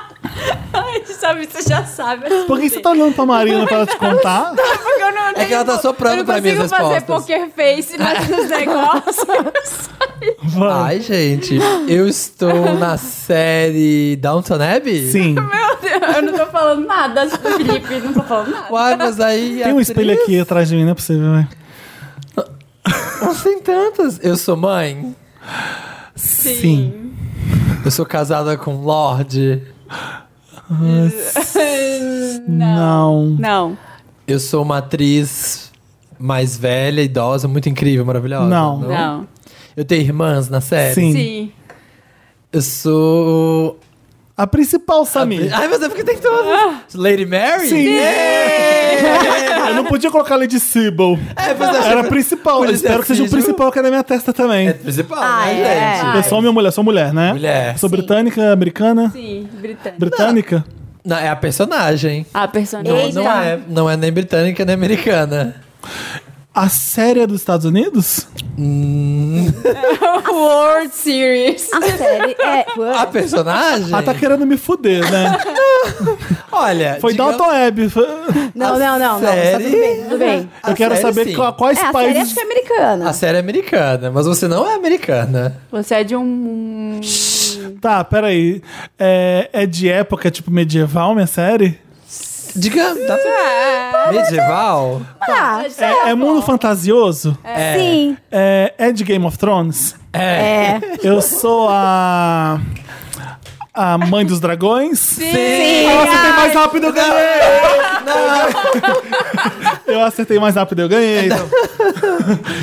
D: Ai, sabe, você já sabe.
A: Por que você tá olhando pra Marina pra ela te contar?
D: Porque eu não
E: É que ela tá soprando
D: eu não
E: pra mim as
D: consigo fazer
E: respostas.
D: poker face nos negócios.
A: Vai.
E: Ai, gente. Eu estou na série Downton Abbey?
A: Sim.
D: Eu não tô falando nada, Felipe. Não tô falando nada.
E: Uai, mas aí.
A: Tem um
E: atriz-
A: espelho aqui atrás de mim, não é possível, né?
E: Nossa, tem tantas. Eu sou mãe.
A: Sim.
E: Eu sou casada com um Lorde.
A: Não.
D: Não.
E: Eu sou uma atriz mais velha, idosa, muito incrível, maravilhosa.
A: Não.
D: Não.
E: Eu tenho irmãs na série?
A: Sim.
D: Sim.
E: Eu sou.
A: A principal, Samir.
E: Ai, meu Deus, porque tem todas. Lady Mary?
A: Sim. Eu não podia colocar Lady Sybil.
E: É, pois é.
A: Era a principal.
E: Pois
A: Eu
E: é,
A: espero que seja o
E: Cid.
A: principal que é na minha testa também.
E: É principal,
H: Ah,
E: né,
H: é.
E: gente?
A: Eu sou minha mulher, sou mulher, né?
E: Mulher.
A: Sou britânica, americana?
D: Sim, britânico.
A: Britânica?
E: Não, é a personagem.
D: A personagem.
E: Não é, não é nem britânica, nem americana.
A: A série é dos Estados Unidos?
D: World Series.
H: A série é.
E: A personagem?
A: Ah, tá querendo me fuder, né?
E: Olha.
A: Foi
E: digamos-
A: Dalton Web. Foi-
H: Não, não, não, não. Tá
E: série?
H: tudo bem, tudo bem.
E: A
A: Eu quero
E: série,
A: saber
E: sim.
A: qual- quais
H: É, a série
A: países.
H: acho que é americana.
E: A série é americana, mas você não é americana.
D: Você é de um.
A: Tá, peraí. É, é de época, tipo, medieval, minha série?
E: Diga. dá pra- Medieval?
H: Ah,
A: É, é mundo fantasioso?
H: sim.
A: É, é de Game of Thrones?
E: É.
A: Eu sou a. A mãe dos dragões? Sim! Eu acertei mais rápido, eu ganhei! Eu acertei mais rápido, eu ganhei. então.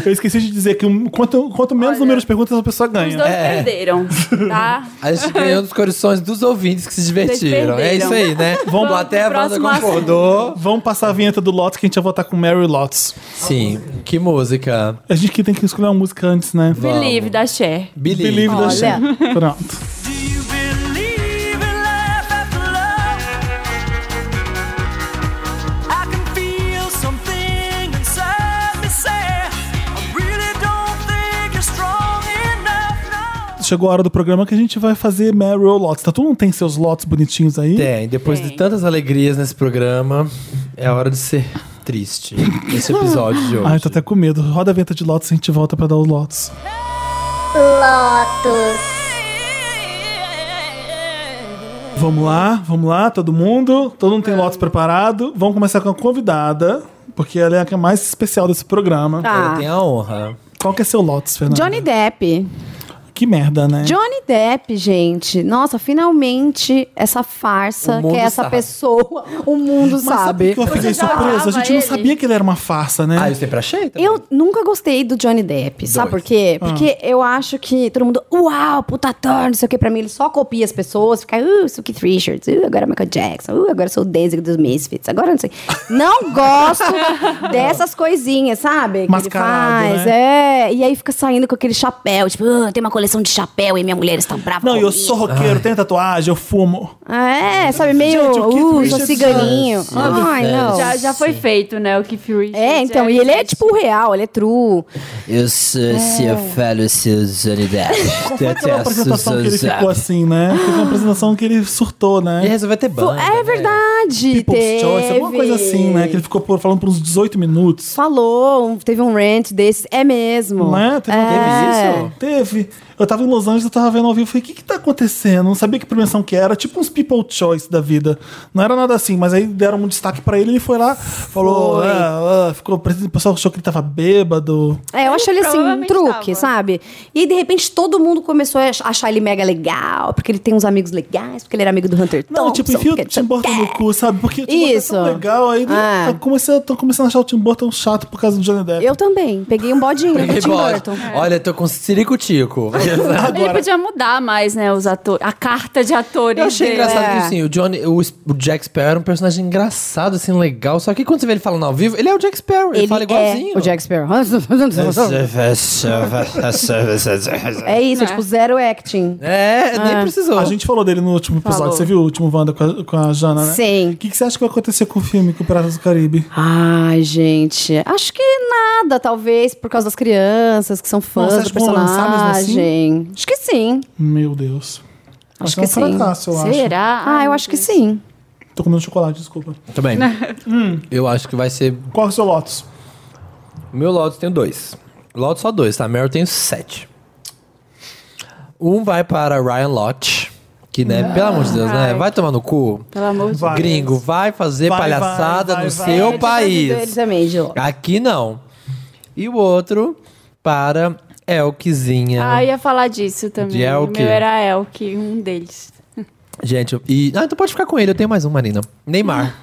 A: Eu esqueci de dizer que um- quanto, quanto menos número de perguntas a pessoa
D: Os
A: ganha.
D: dois perderam, tá?
E: A gente ganhou dos corações dos ouvintes que se divertiram.
D: perderam.
E: É isso aí, né? Vamos até a Wanda
D: próximo assunto.
E: concordou.
A: Vamos passar a vinheta do Lotus que a gente vai votar com Mary Lotus.
E: Sim, que música.
A: A gente que tem que escolher uma música antes, né?
D: Believe da Cher.
E: Believe.
A: Believe da
H: Olha.
A: Cher. Pronto. chegou a hora do programa que a gente vai fazer Meryl Lots. Tá, todo mundo tem seus lotes bonitinhos aí?
E: Tem, É, depois de tantas alegrias nesse programa, é a hora de ser triste. Esse episódio de hoje.
A: Ai, tô até com medo. Roda a venta de Lotus e a gente volta pra dar os Lotus.
F: Lotus.
A: Vamos lá, vamos lá, todo mundo. Todo mundo tem Lotus preparado. Vamos começar com a convidada, porque ela é a que é mais especial desse programa.
E: Ela
C: Tá.
E: tem a honra.
A: Qual que é seu Lotus, Fernanda?
C: Johnny Depp.
A: Que merda, né?
C: Johnny Depp, gente. Nossa, finalmente essa farsa
E: O mundo
C: que é essa
E: sabe.
C: pessoa, o mundo
A: Mas sabe
C: sabe.
A: que eu fiquei
D: Você já
A: surpresa? A gente
D: amava
A: não
D: ele?
A: sabia que ele era uma farsa, né?
E: Ah, eu sempre achei também.
C: Eu nunca gostei do Johnny Depp, sabe por quê?
A: Ah.
C: Porque eu acho que todo mundo, uau, puta ator, não sei o que, pra mim ele só copia as pessoas, fica, uh, sou Keith Richards, uh, agora é Michael Jackson, uh, agora sou o Daisy dos Misfits, agora não sei. Não gosto dessas coisinhas, sabe? Que
A: Mascarado, né?
C: ele faz, é. E aí fica saindo com aquele chapéu, tipo, "Ah, tem uma coleção de chapéu e minha mulher está brava.
A: Não, eu
C: comigo."
A: sou roqueiro, tenho tatuagem, eu fumo.
C: É, sabe, meio,
A: Gente, o Keith
C: uh, sou
A: Richards- é
C: ciganinho. Ai,
E: Deus.
C: não.
D: Já, já foi feito, né? O que Fury.
C: É, então, e ele é tipo real, ele é true.
E: Eu sou
C: É.
E: seu falo, seu Zonidade.
A: Foi aquela apresentação que ele ficou assim, né? Teve uma apresentação que ele surtou,
E: Ele
A: né?
E: resolveu ter banda. né?
C: É verdade,
A: People's
C: teve.
A: Choice, alguma coisa assim, né? Que ele ficou por- falando por uns 18 minutos.
C: Falou, um- teve um rant desse, é mesmo.
A: Né? Teve,
C: É.
A: teve isso? Teve. Eu tava em Los Angeles, eu tava vendo ao vivo. Eu falei, o que que tá acontecendo? Não sabia que premiação que era. Tipo uns People Choice da vida. Não era nada assim, mas aí deram um destaque pra ele. Ele foi lá, falou... "Ah, ah", ficou, o pessoal achou que ele tava bêbado.
C: É, eu acho ele assim, um
D: Provavelmente
C: truque,
D: tava.
C: sabe? E de repente todo mundo começou a ach- achar ele mega legal, porque ele tem uns amigos legais, porque ele era amigo do Hunter
A: Não,
C: Thompson.
A: tipo, enfia
C: porque é.
A: o Tim Burton no cu, sabe? Porque o Tim
C: Isso.
A: Burton é tão legal. Aí
C: Ah.
A: eu comecei, eu tô começando a achar o Tim Burton chato por causa do Johnny Depp.
C: Eu também, peguei um bodinho do
E: Peguei
C: Tim
E: bode.
C: Burton.
E: Olha, eu tô com ciricutico.
D: Ele podia mudar mais, né? Os atores. A carta de atores.
E: Eu achei
D: dele.
E: engraçado
C: É.
E: que assim, o Johnny, o, o Jack Sparrow é um personagem engraçado, assim, legal. Só que quando você vê ele falando ao vivo, ele é o Jack Sparrow, ele, fala igualzinho.
C: É o Jack Sparrow.
E: É,
C: É isso,
A: né?
C: tipo, zero acting.
A: É,
E: nem precisou.
A: A gente falou dele no último episódio.
D: Falou.
A: Você viu o último Wanda com a, com a Jana, né?
C: Sim.
A: O que, que você acha que vai acontecer com o filme, com o Piratas do Caribe?
C: Ai, gente. Acho que nada, talvez, por causa das crianças que são fãs
A: Não, você acha
C: do
A: que vão lançar mesmo assim?
C: personagem. Acho que sim.
A: Meu Deus.
C: Acho
A: é um
C: que sim.
A: fracasso, eu acho.
D: Será?
C: Ah, eu acho que sim.
A: Tô comendo chocolate, desculpa.
E: Muito bem. Hum. Eu acho que vai ser.
A: Qual é o seu Lotus?
E: O meu Lotus tem dois. Lotus só dois, tá? Meryl tem sete. Um vai para Ryan Lott, que, né, pelo amor de Deus, né? Vai tomar no cu.
D: Pelo amor de Deus.
A: Vai.
E: Gringo, vai fazer
A: Vai,
E: palhaçada
A: vai,
E: no
A: vai,
E: seu
A: vai.
C: Ele
E: país.
C: também, de logo.
E: Aqui não. E o outro para Elkzinha.
D: Ah, eu ia falar disso também.
E: De
D: o
E: Elke.
D: meu era Elke, um deles.
E: Gente, eu- e. Ah, então pode ficar com ele, eu tenho mais um, Marina. Neymar.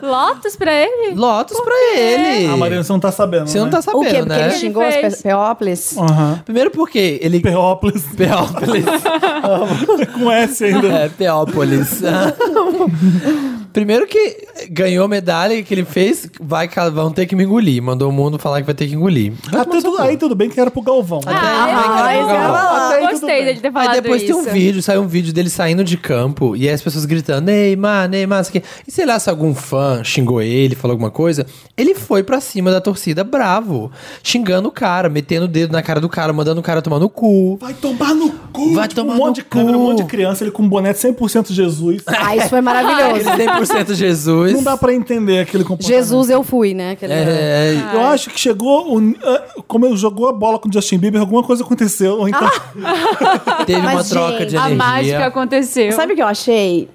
D: Lotus pra ele?
E: Lotus pra ele.
A: Ah, Mariana, você não tá sabendo.
E: Você não tá
C: O quê?
E: sabendo,
C: Porque
E: né?
C: ele xingou
D: Ele
C: as
D: fez.
C: pe- Peópolis?
A: Aham.
E: Primeiro porque ele.
A: Perrópolis.
E: Peópolis.
A: Com S ainda.
E: é, Peópolis. Primeiro que ganhou medalha que ele fez, vai, ca- vão ter que me engolir. Mandou o mundo falar que vai ter que engolir.
A: Ah, tudo- aí tudo bem que era pro Galvão. né?
E: Ah. Até aí,
D: Ah, eu ia
E: legal.
D: falar.
A: Até aí tudo
D: Gostei
A: bem.
D: dele ter falado
E: Aí depois
D: isso.
E: tem um vídeo, saiu um vídeo dele saindo de campo e aí as pessoas gritando, Neymar, Neymar, isso aqui. E sei lá se algum fã xingou ele, falou alguma coisa. Ele foi pra cima da torcida bravo, xingando o cara, metendo o dedo na cara do cara, mandando o cara tomar no cu.
A: Vai tomar no cu.
E: Vai
A: Tipo,
E: tomar
A: um monte
E: no
A: de câmera, um
E: cu.
A: monte de criança, ele com um boné de 100% Jesus.
C: Ah, isso foi
E: Ele
C: maravilhoso.
E: 100% Jesus.
A: Não dá pra entender aquele comportamento.
C: Jesus, eu fui, né? Aquele-
E: É,
A: Eu acho que chegou. o- ah, como ele jogou a bola com o Justin Bieber, alguma coisa aconteceu. Ou
E: Ah,
A: então,
E: é, teve uma
C: Mas,
E: troca de
C: gente,
D: A mágica é
E: energia.
D: aconteceu.
C: Sabe o que eu achei?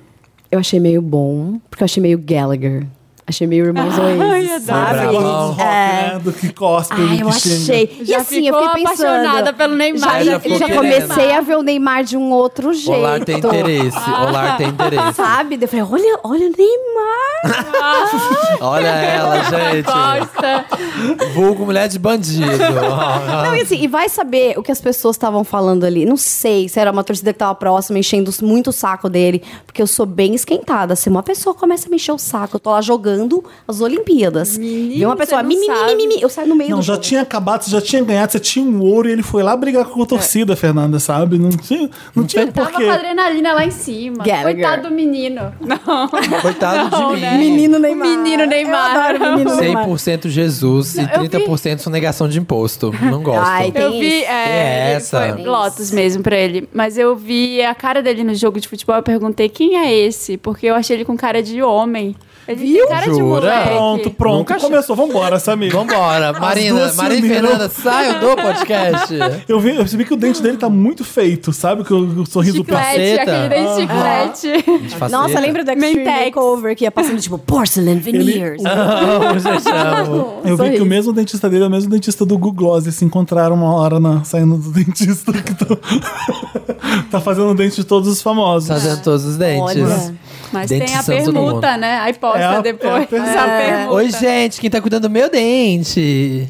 C: Eu achei meio bom, porque eu achei meio Gallagher. Achei meio Irmãos
D: Ai,
C: Oasis,
D: adoro.
A: eu
C: sabe?
A: gosto dos rock,
C: É.
A: né? Do que
E: Ah,
A: cospe, do
C: Ai,
A: que
C: Ah, eu
A: xinga.
C: achei. E
D: Já
C: assim, eu
D: ficou
C: fiquei pensando.
D: apaixonada pelo Neymar.
C: Já,
E: Já
C: já,
E: ficou querendo.
C: comecei a ver o Neymar de um outro jeito.
E: Olar tem interesse, Olar tem interesse.
C: Sabe? Daí Eu falei, olha, olha o Neymar.
E: Olha ela, gente.
D: Gosta.
E: Vulgo mulher de bandido. Ah.
C: Não, e assim, e vai saber o que as pessoas estavam falando ali. Não sei se era uma torcida que tava próxima, enchendo muito o saco dele. Porque eu sou bem esquentada. Se uma pessoa começa a me encher o saco, eu tô lá jogando acabando as Olimpíadas. e uma
D: você
C: pessoa,
D: não
C: mimimi,
D: sabe."
C: mimimi, eu saio no meio
A: Não,
C: do
A: já
C: jogo.
A: tinha acabado, você já tinha ganhado, você tinha um ouro e ele foi lá brigar com a torcida, Fernanda, sabe? Não tinha, não tinha
D: Tava
A: porquê.
D: com a adrenalina lá em cima.
C: Gallagher.
D: Coitado do menino. Não.
E: Coitado de mim.
C: Menino Neymar.
D: menino Neymar.
C: Eu adoro o menino Neymar.
E: 100% Jesus e 30% sonegação de imposto. Não gosto.
C: Ai, tem
D: Eu vi.
C: isso.
D: É,
E: É
D: ele foi
E: essa.
D: Lotus mesmo pra ele. Mas eu vi a cara dele no jogo de futebol. Eu perguntei quem é esse, porque eu achei ele com cara de homem. Ele tem cara de
E: Jura?
D: moleque.
A: Pronto, pronto.
E: Nunca achei.
A: Começou, vambora, Samir.
E: Vambora, Marina,
A: duas
E: Marina e
A: sumiram.
E: Fernanda, saiam do podcast.
A: Eu, vi, eu percebi que o dente dele tá muito feito, sabe? Que o, o sorriso passa.
D: Chiclete,
E: Faceta.
D: aquele dente chiclete.
C: Nossa, lembra do Extreme
D: Mentex.
C: Makeover que ia passando tipo porcelain veneers.
A: Eu vi que o mesmo dentista dele é o mesmo dentista do Google Gloss. Eles se encontraram uma hora na- saindo do dentista que tá, tá fazendo o dente de todos os famosos.
E: Tá Fazendo todos os dentes.
D: Mas
E: Dente
D: tem a
E: são todo
D: permuta,
E: mundo.
D: né? Aí posta
A: É a- é a
D: depois.
A: permuta.
D: a permuta.
E: Oi, gente, quem tá cuidando do meu dente?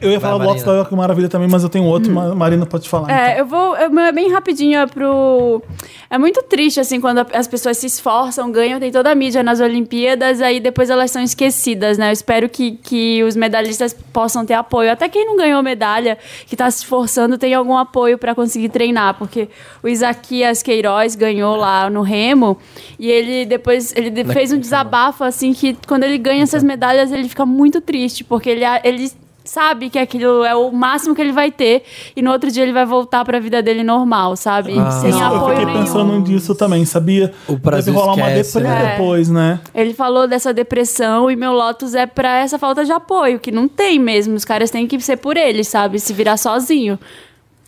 A: Eu ia falar
E: Vai,
A: Lotus da
E: Marina.
A: York Maravilha também, mas eu tenho outro, Ma- Marina pode falar. então.
D: É, eu vou. eu- É bem rapidinho é pro. É muito triste, assim, quando a- as pessoas se esforçam, ganham, tem toda a mídia nas Olimpíadas, aí depois elas são esquecidas, né? Eu espero que, que os medalhistas possam ter apoio. Até quem não ganhou medalha, que tá se esforçando, tem algum apoio pra conseguir treinar, porque o Isaquias Queiroz ganhou lá no Remo e ele depois ele de- fez um desabafo, assim, que quando ele ganha essas medalhas, ele fica muito triste, porque ele. a- ele sabe que aquilo é o máximo que ele vai ter e no outro dia ele vai voltar pra vida dele normal, sabe? Sem
A: Ah, Isso, então. eu
D: apoio
A: fiquei
D: nenhum.
A: pensando nisso também, sabia?
E: O Brasil
A: Deve rolar
E: esquece,
A: uma deprê
D: né?
A: depois, né?
D: Ele falou dessa depressão e meu Lotus é pra essa falta de apoio, que não tem mesmo. Os caras têm que ser por eles, sabe? Se virar sozinho.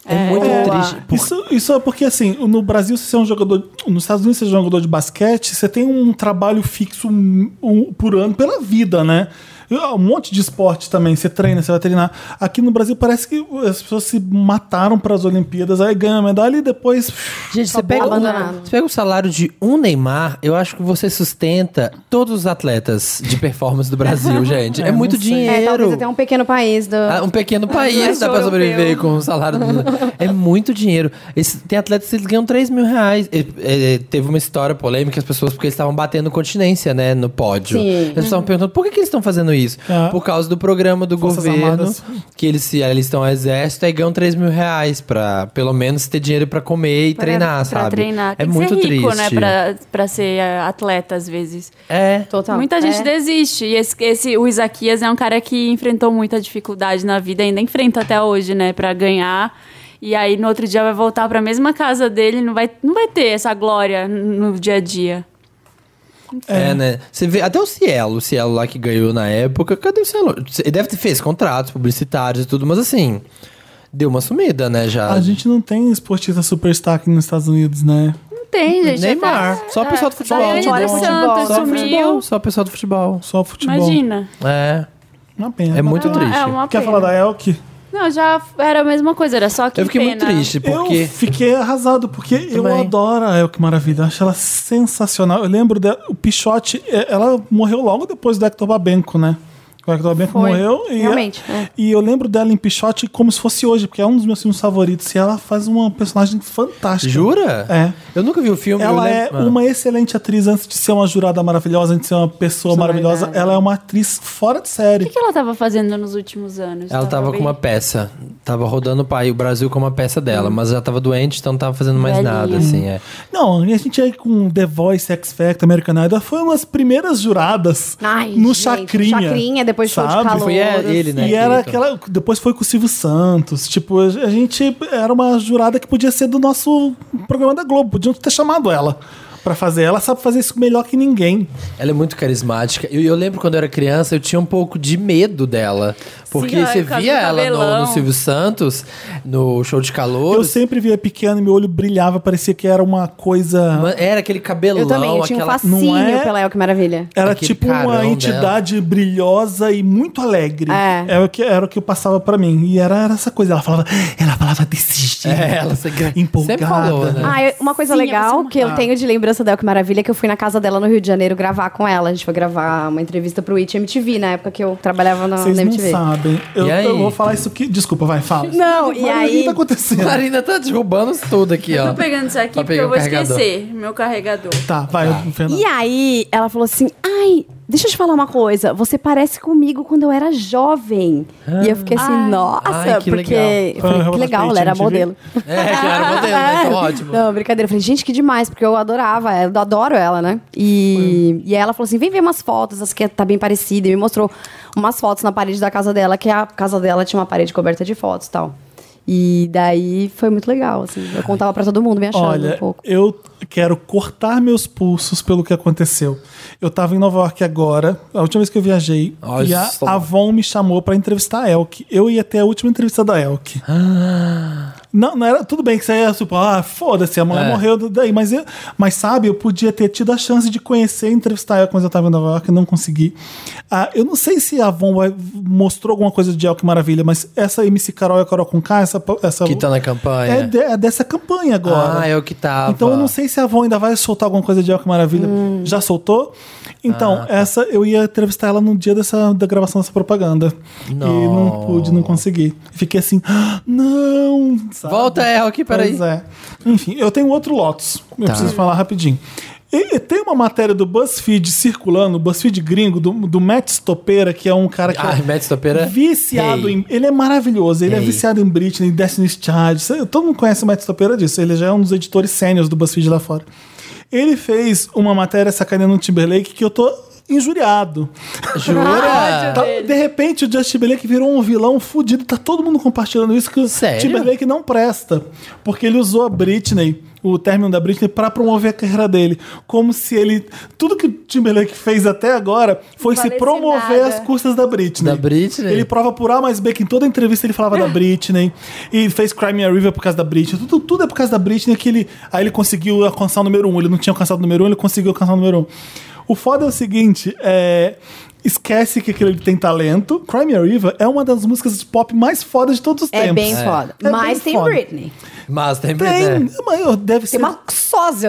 E: É, muito triste.
A: Isso, isso é porque, assim, no Brasil, se você é um jogador. Nos Estados Unidos, se você é um jogador de basquete, você tem um trabalho fixo um- um por ano pela vida, né? E, ó, Um monte de esporte também, você treina, você vai treinar. Aqui no Brasil parece que as pessoas se mataram para as Olimpíadas, aí ganha a medalha e depois.
E: Gente,
C: Tá
E: você pega,
C: né?
E: um, você pega o salário de um Neymar, eu acho que você sustenta todos os atletas de performance do Brasil, gente. É, muito
C: É, talvez
E: dinheiro.
C: até um pequeno país do.
E: Ah, Um pequeno país dá pra sobreviver com o salário. do- É muito dinheiro. Esse- tem atletas que eles ganham 3 mil reais. E, é, teve uma história polêmica, as pessoas, porque eles estavam batendo continência, né, no pódio.
C: Sim.
E: Eles
D: Uhum.
E: estavam perguntando por que, que eles estão fazendo isso?
A: Ah.
E: Por causa do programa do
A: Forças
E: governo,
A: Armadas.
E: que eles se alistam ao exército e ganham 3 mil reais pra, pelo menos, ter dinheiro pra comer e treinar,
D: pra
E: sabe?
D: treinar.
E: É
D: Tem que
E: muito
D: ser rico,
E: triste.
D: né? Pra, pra ser é, atleta, às vezes.
E: É.
C: Total.
D: Muita gente
C: É.
D: desiste. E esse, esse- o Isaquias é um cara que enfrentou muita dificuldade na vida, ainda enfrenta até hoje, né? Pra ganhar. E aí no outro dia vai voltar pra mesma casa dele, não vai, não vai ter essa glória no no dia a dia.
E: É, né? Você vê até o Cielo, o Cielo lá que ganhou na época. Cadê o Cielo? Ele deve ter fez contratos publicitários e tudo, mas assim, deu uma sumida, né? Já.
A: A gente não tem esportista superstar aqui nos Estados Unidos, né?
D: Não tem, gente. é
E: Neymar. Só o pessoal do futebol.
D: Daiane
E: Só
D: dos
E: o
D: Santos
E: futebol,
D: sumiu.
E: Só o pessoal do futebol.
A: Só futebol.
D: Imagina.
E: É.
A: Uma pena.
E: É muito
D: É uma-
E: triste.
D: é uma
A: Quer
D: pena.
A: falar da Elk?
D: Não, já era a mesma coisa, era só que
E: Eu fiquei muito
D: pena.
E: triste,
A: Eu
E: porque.
A: fiquei arrasado, porque eu
E: Também.
A: adoro a El, que maravilha. Eu Acho ela sensacional. Eu lembro dela, o Pichote, é, ela morreu logo depois do Hector Babenco, né? O Hector Babenco morreu e,
C: Realmente, é.
A: e eu lembro dela em Pichote como se fosse hoje, porque é um dos meus filmes favoritos. E ela faz uma personagem fantástica.
E: Jura?
A: É.
E: Eu nunca vi o filme. eu
A: Ela é
E: lembro- Ah.
A: uma excelente atriz antes de ser uma jurada maravilhosa, antes de ser uma pessoa maravilhosa. Ela é uma atriz fora de série.
D: O que ela tava fazendo nos últimos anos?
E: Ela tava com
D: bem-
E: uma peça. Tava rodando o país, o Brasil com uma peça dela, mas já tava doente, então não tava fazendo mais
D: Hum. Velhinha.
E: nada, assim, é.
A: Não, a gente aí com The Voice, X Factor, American Idol, foi umas primeiras juradas
C: Ai,
A: no
C: gente,
A: Chacrinha.
C: Chacrinha, depois show de
A: sabe?
C: calor.
E: Foi ele, né?
A: E
E: que-
A: era aquela. Depois foi com o Silvio Santos. Tipo, a gente era uma jurada que podia ser do nosso programa da Globo. Podiam ter chamado ela pra fazer. Ela sabe fazer isso melhor que ninguém.
E: Ela é muito carismática. E eu, eu lembro quando eu era criança, eu tinha um pouco de medo dela. Porque
D: Sim,
E: você
D: por causa
E: via
D: do
E: ela no,
D: cabelão.
E: no Silvio Santos, no show de
A: Eu
E: calor.
A: sempre via pequeno e meu olho brilhava, parecia que era uma coisa.
E: Era aquele cabelão,
C: Eu também, eu tinha um
E: aquela.
C: fascínio
A: Não é-
C: pela El, que maravilha.
A: Era
E: Aquele
A: tipo uma
E: carão
A: entidade brilhosa e muito alegre.
C: É.
A: Era o que, era o que passava pra mim. E era, era essa coisa. Ela falava, ela falava desse jeito.
E: É, ela se-
A: empolgada.
E: sempre falou, né?
C: Ah, eu- uma coisa
D: Sim, é
C: legal
D: você
C: que eu tenho de lembrança da El, que maravilha é que eu fui na casa dela no Rio de Janeiro gravar com ela. A gente foi gravar uma entrevista pro It MTV na época que eu trabalhava na,
A: Vocês
C: na
A: não
C: MTV.
A: sabem. Eu,
E: E aí?
A: eu vou falar isso que. Desculpa, vai, fala.
C: Não, e
A: Mas O que
C: aí.
A: tá acontecendo?
E: Marina tá derrubando tudo aqui, ó.
D: Tô pegando isso aqui
E: Tá
D: porque
E: pegando
D: eu vou
E: carregador. Tá.
D: esquecer meu carregador.
A: Tá, vai, Fernando.
C: E aí, ela falou assim: ai, Deixa eu te falar uma coisa. Você parece comigo quando eu era jovem. E eu fiquei assim, nossa,
E: Ai, que
C: porque.
E: legal.
C: Eu falei,
A: Ah, eu
C: que
A: vou
C: legal,
A: na
C: ela era
A: frente,
C: modelo.
E: É, claro, modelo, né? Então, ótimo.
C: Não, brincadeira. Eu falei, gente, que demais, porque eu adorava ela, eu adoro ela, né? E, e ela falou assim: vem ver umas fotos, essa que tá bem parecida. E me mostrou umas fotos na parede da casa dela, que a casa dela tinha uma parede coberta de fotos e tal. E daí foi muito legal, assim. Eu contava pra todo mundo, me achando
A: Olha,
C: um pouco.
A: eu quero cortar meus pulsos pelo que aconteceu. Eu tava em Nova York agora, a última vez que eu viajei,
E: Olha
A: e a
E: só.
A: Avon me chamou pra entrevistar a Elk. Eu ia ter a última entrevista da Elk. Não, não era. Tudo bem que você ia supor, ah, foda-se, a mulher
E: Ah. É.
A: morreu daí. Mas, eu, mas sabe, eu podia ter tido a chance de conhecer e entrevistar ela quando eu tava em Nova York e não consegui. Ah, eu não sei se a Avon vai- mostrou alguma coisa de Elk Maravilha, mas essa MC Carol e a Carol com K, essa. essa
E: Que tá na campanha.
A: É, de- é dessa campanha agora.
E: Ah, é o que tava.
A: Então eu não sei se a Avon ainda vai soltar alguma coisa de Elk Maravilha. Já soltou?
E: Ah,
A: Então,
E: tá.
A: essa eu ia entrevistar ela no dia dessa, da gravação dessa propaganda. E não
E: Não.
A: pude, não consegui. Fiquei assim, "Ah, não! sabe?
E: Volta, El, aqui, peraí. Tá.
A: Pois é. Enfim, eu tenho outro Lotus. Eu preciso falar rapidinho. E, e tem uma matéria do BuzzFeed circulando, BuzzFeed gringo, do, do Matt Stopera, que é um cara que.
E: Ai,
A: é
E: Matt Stopera,
A: Viciado
E: rei.
A: em. Ele é maravilhoso. Ele é
E: Rei.
A: viciado em Britney, Destiny's Child. Isso aí, Todo mundo conhece o Matt Stopera disso. Ele já é um dos editores sênios do BuzzFeed lá fora. Ele fez uma matéria sacaneando o Timberlake que eu tô injuriado.
E: Jura?
A: Tá- de repente o Justin Timberlake virou um vilão fudido, tá todo mundo compartilhando isso que o
E: Sério?
A: Timberlake não presta, porque ele usou a Britney, o término da Britney pra promover a carreira dele, como se ele tudo que o Timberlake fez até agora foi se
D: valesse
A: promover
D: nada.
A: às custas da Britney.
E: Da Britney?
A: Ele prova por A mais B que em toda entrevista ele falava
C: É.
A: da Britney e fez Cry Me a River por causa da Britney. Tudo, tudo é por causa da Britney que ele aí ele conseguiu alcançar o número um. Ele não tinha alcançado o número um, ele conseguiu alcançar o número um. O foda é o seguinte, é, esquece que aquele ele tem talento. Cry Me a River é uma das músicas de pop mais fodas de todos os
C: É
A: tempos.
C: bem foda.
A: É
C: Mas
A: bem
C: tem
A: foda.
C: Britney.
E: Mas tem,
A: Tem,
E: né?
A: mas deve ser.
C: Tem uma sósia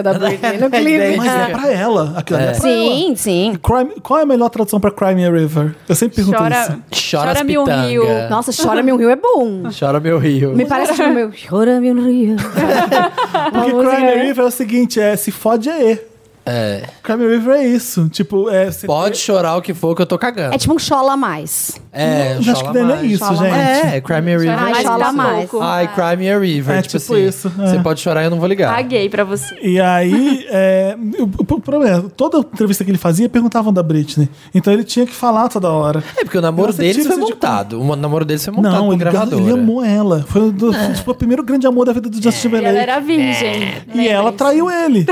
A: É
C: da Britney no clipe.
A: Mas é pra ela. Aquilo ali é, pra ela.
C: Sim, sim.
A: Crime- qual é a melhor tradução pra Cry Me a River? Eu sempre pergunto isso.
D: Chora,
E: Chora, as
D: mil
E: pitanga.
D: rio.
C: Nossa, Chora Meu Rio é bom.
E: Chora meu rio.
C: Me parece tipo meu Chora Meu Rio.
A: Porque
C: música,
A: Crime
C: né?
A: River é o seguinte, é se fode é E.
E: É.
A: Crime River é isso. Tipo, é. Você
E: Pode chorar o que for que eu tô cagando.
C: É tipo um Chola a mais.
E: É,
A: Acho que daí não é isso, gente.
E: É, Cry Me a River.
C: Ai,
D: Mas
C: fala
D: tá
C: mais.
D: pouco.
E: Ai, Cry Me a River.
A: É,
E: tipo,
A: tipo
E: assim,
A: isso, é.
E: Você pode chorar e eu não vou ligar.
D: Paguei pra você.
A: E aí, é, o, o- o problema é, toda entrevista que ele fazia perguntavam da Britney. Então ele tinha que falar toda hora.
E: É, porque o namoro
A: Nossa,
E: deles
A: tira
E: foi
A: isso de-
E: montado. O namoro deles foi montado
A: Não,
E: com
A: ele,
E: gravadora.
A: ele amou ela. Foi o do- tipo, o primeiro grande amor da vida do Justin
D: É. E ela
A: Timberlake.
D: era virgem.
A: E ela traiu ele.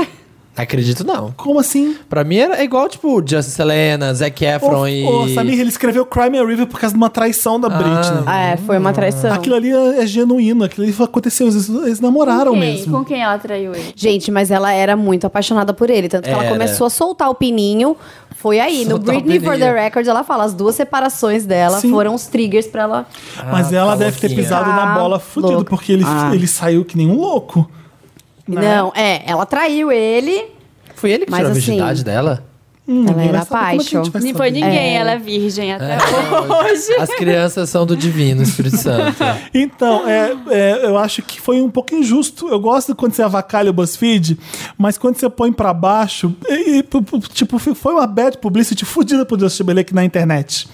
E: Acredito não.
A: Como assim?
E: Pra mim era é igual, tipo, Justin Selena, Zac Efron
A: Ô,
E: e...
A: ô, Samir, ele escreveu Crime a River por causa de uma traição da
E: Ah.
D: Ah,
A: Britney.
C: É, foi uma
D: então.
C: traição.
A: Aquilo ali é, é genuíno, aquilo ali aconteceu, eles, eles namoraram
D: Com quem?
A: mesmo.
D: Com quem ela traiu ele?
C: Gente, mas ela era muito apaixonada por ele. Tanto que ela
E: Era.
C: começou a soltar o pininho. Foi aí. no
E: Soltar o
C: Britney for the
E: pininho.
C: Record, ela fala. As duas separações dela
A: Sim.
C: foram os triggers pra ela.
A: Mas ela
E: tá
A: deve ter
E: louquinha.
A: pisado na
C: Tá
A: bola fudido,
C: louca.
A: porque ele,
C: Ah.
A: ele saiu que nem um louco.
C: Não, é. Ela traiu ele.
E: Foi ele que
C: Mas
E: tirou
C: assim-
E: a virgindade dela?
A: Hum,
C: Ela
A: ninguém
C: era
A: vai saber como é que a gente vai
D: Nem
A: saber.
D: foi ninguém, ela é virgem até hoje.
E: As crianças são do divino, Espírito Santo.
A: Então, é, é, eu acho que foi um pouco injusto. Eu gosto quando você avacalha o BuzzFeed, mas quando você põe pra baixo, e- e, pu- pu- tipo, fi- foi uma bad publicity fudida pro Justin Timberlake na internet.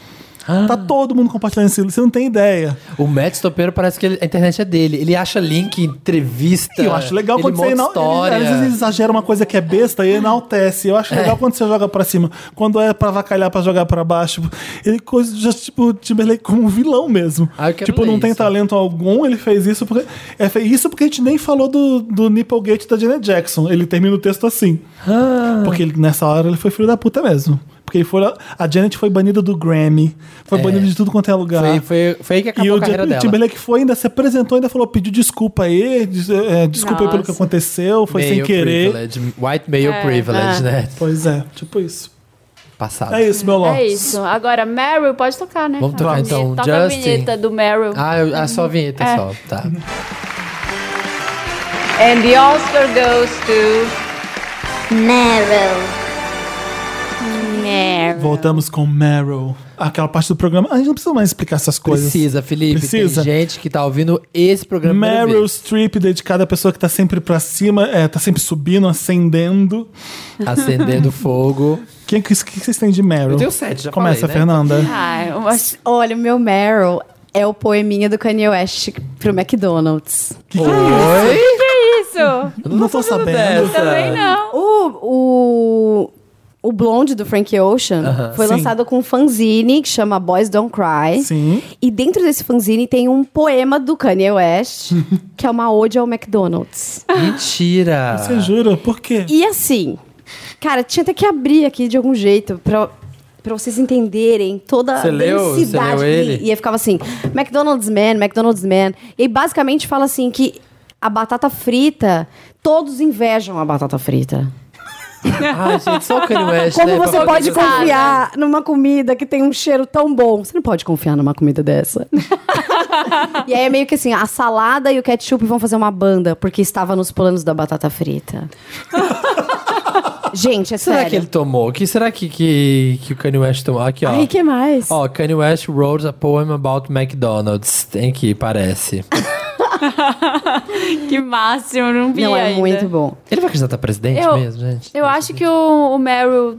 D: Ah.
A: Tá todo mundo compartilhando isso, você não tem ideia.
E: O Matt Stopero parece que ele- a internet é dele. Ele acha link, entrevista.
A: E eu acho legal
E: ele
A: quando você
E: monta
A: enal-
E: história. É.
A: ele- Às vezes exagera uma coisa que é besta e enaltece. Eu acho legal quando você joga pra cima. Quando é pra avacalhar, pra jogar pra baixo. Ele coisa já, tipo, o Timberlake como um vilão mesmo.
E: Ah, eu quero
A: tipo,
E: ler
A: não tem
E: isso.
A: talento algum, ele fez isso porque. É, fez isso porque a gente nem falou do, do Nipplegate da Janet Jackson. Ele termina o texto assim.
E: Ah.
A: Porque ele- nessa hora ele foi filho da puta mesmo. Porque ele foi. lá- A Janet foi banida do Grammy. Foi
E: É.
A: banida de tudo quanto é lugar.
E: Foi, foi, foi aí que
A: E
E: acabou
A: o
E: a carreira
A: Justin
E: dela.
A: Timberlake foi, ainda se apresentou, ainda falou, pediu desculpa aí, des- é, desculpa aí pelo que
D: Nossa.
A: aconteceu, foi sem
E: Male
A: querer.
E: privilege, White male
C: É. Ah.
E: privilege, né?
A: Pois é, tipo isso.
E: Passado.
A: É isso, meu Lotus.
D: É isso. Agora, Meryl, pode tocar, né?
E: Vamos tocar,
D: Toca a
E: então.
D: vinheta. Toca
E: Justin.
D: a vinheta do Meryl.
E: Ah, eu, ah, só a vinheta
C: É.
E: só. Tá.
K: And the Oscar goes to
F: Meryl.
L: Meryl.
A: Voltamos com Meryl. Aquela parte do programa. A gente não precisa mais explicar essas coisas.
E: Precisa, né? Felipe.
A: Precisa.
E: Tem gente que tá ouvindo esse programa. pela
A: Meryl
E: vez.
A: Streep, dedicada à pessoa que tá sempre pra cima, é, tá sempre subindo, ascendendo.
E: Acendendo fogo.
A: Quem é que, que vocês têm de Meryl?
E: Eu tenho sete, já
A: Começa,
E: falei, né?
A: Fernanda.
D: Ai, eu acho-
C: Olha, o meu Meryl é o poeminha do Kanye West pro McDonald's.
A: é
E: Oi?
D: isso.
E: Eu
A: Não tô
E: sabendo
A: sabendo.
E: dessa.
D: Também não.
C: O, o, o Blonde do Frank Ocean foi
A: Sim.
C: lançado com um fanzine que chama Boys Don't Cry.
A: Sim.
C: E dentro desse fanzine tem um poema do Kanye West, que é uma ode ao McDonald's.
E: Mentira.
A: Você jura? Por quê?
C: E assim, cara, tinha até que abrir aqui de algum jeito pra, pra vocês entenderem toda
E: Você
C: a
E: leu? Você
C: densidade.
E: leu
C: que-
E: ele?
C: E aí ficava assim, McDonald's Man, McDonald's Man. E aí basicamente fala assim que a batata frita, todos invejam a batata frita.
E: Ai, Ah, gente, só o Kanye West,
C: Como
E: né,
C: você
E: pra
C: pode
E: fazer essa-
C: confiar numa comida que tem um cheiro tão bom? Você não pode confiar numa comida dessa. e aí é meio que assim, a salada e o ketchup vão fazer uma banda, porque estava nos planos da batata frita. Gente, é
E: Será
C: sério.
E: que ele tomou? Que será que, que, que o Kanye West tomou? Aqui, ó.
C: Ai, que mais?
E: Ó, Kanye West wrote a poem about McDonald's. Tem aqui, parece.
D: Que máximo, não vi
C: não, é
D: ainda.
C: muito bom.
E: Ele vai candidatar presidente
D: Eu-
E: mesmo, gente?
D: Eu acho que o, o Meryl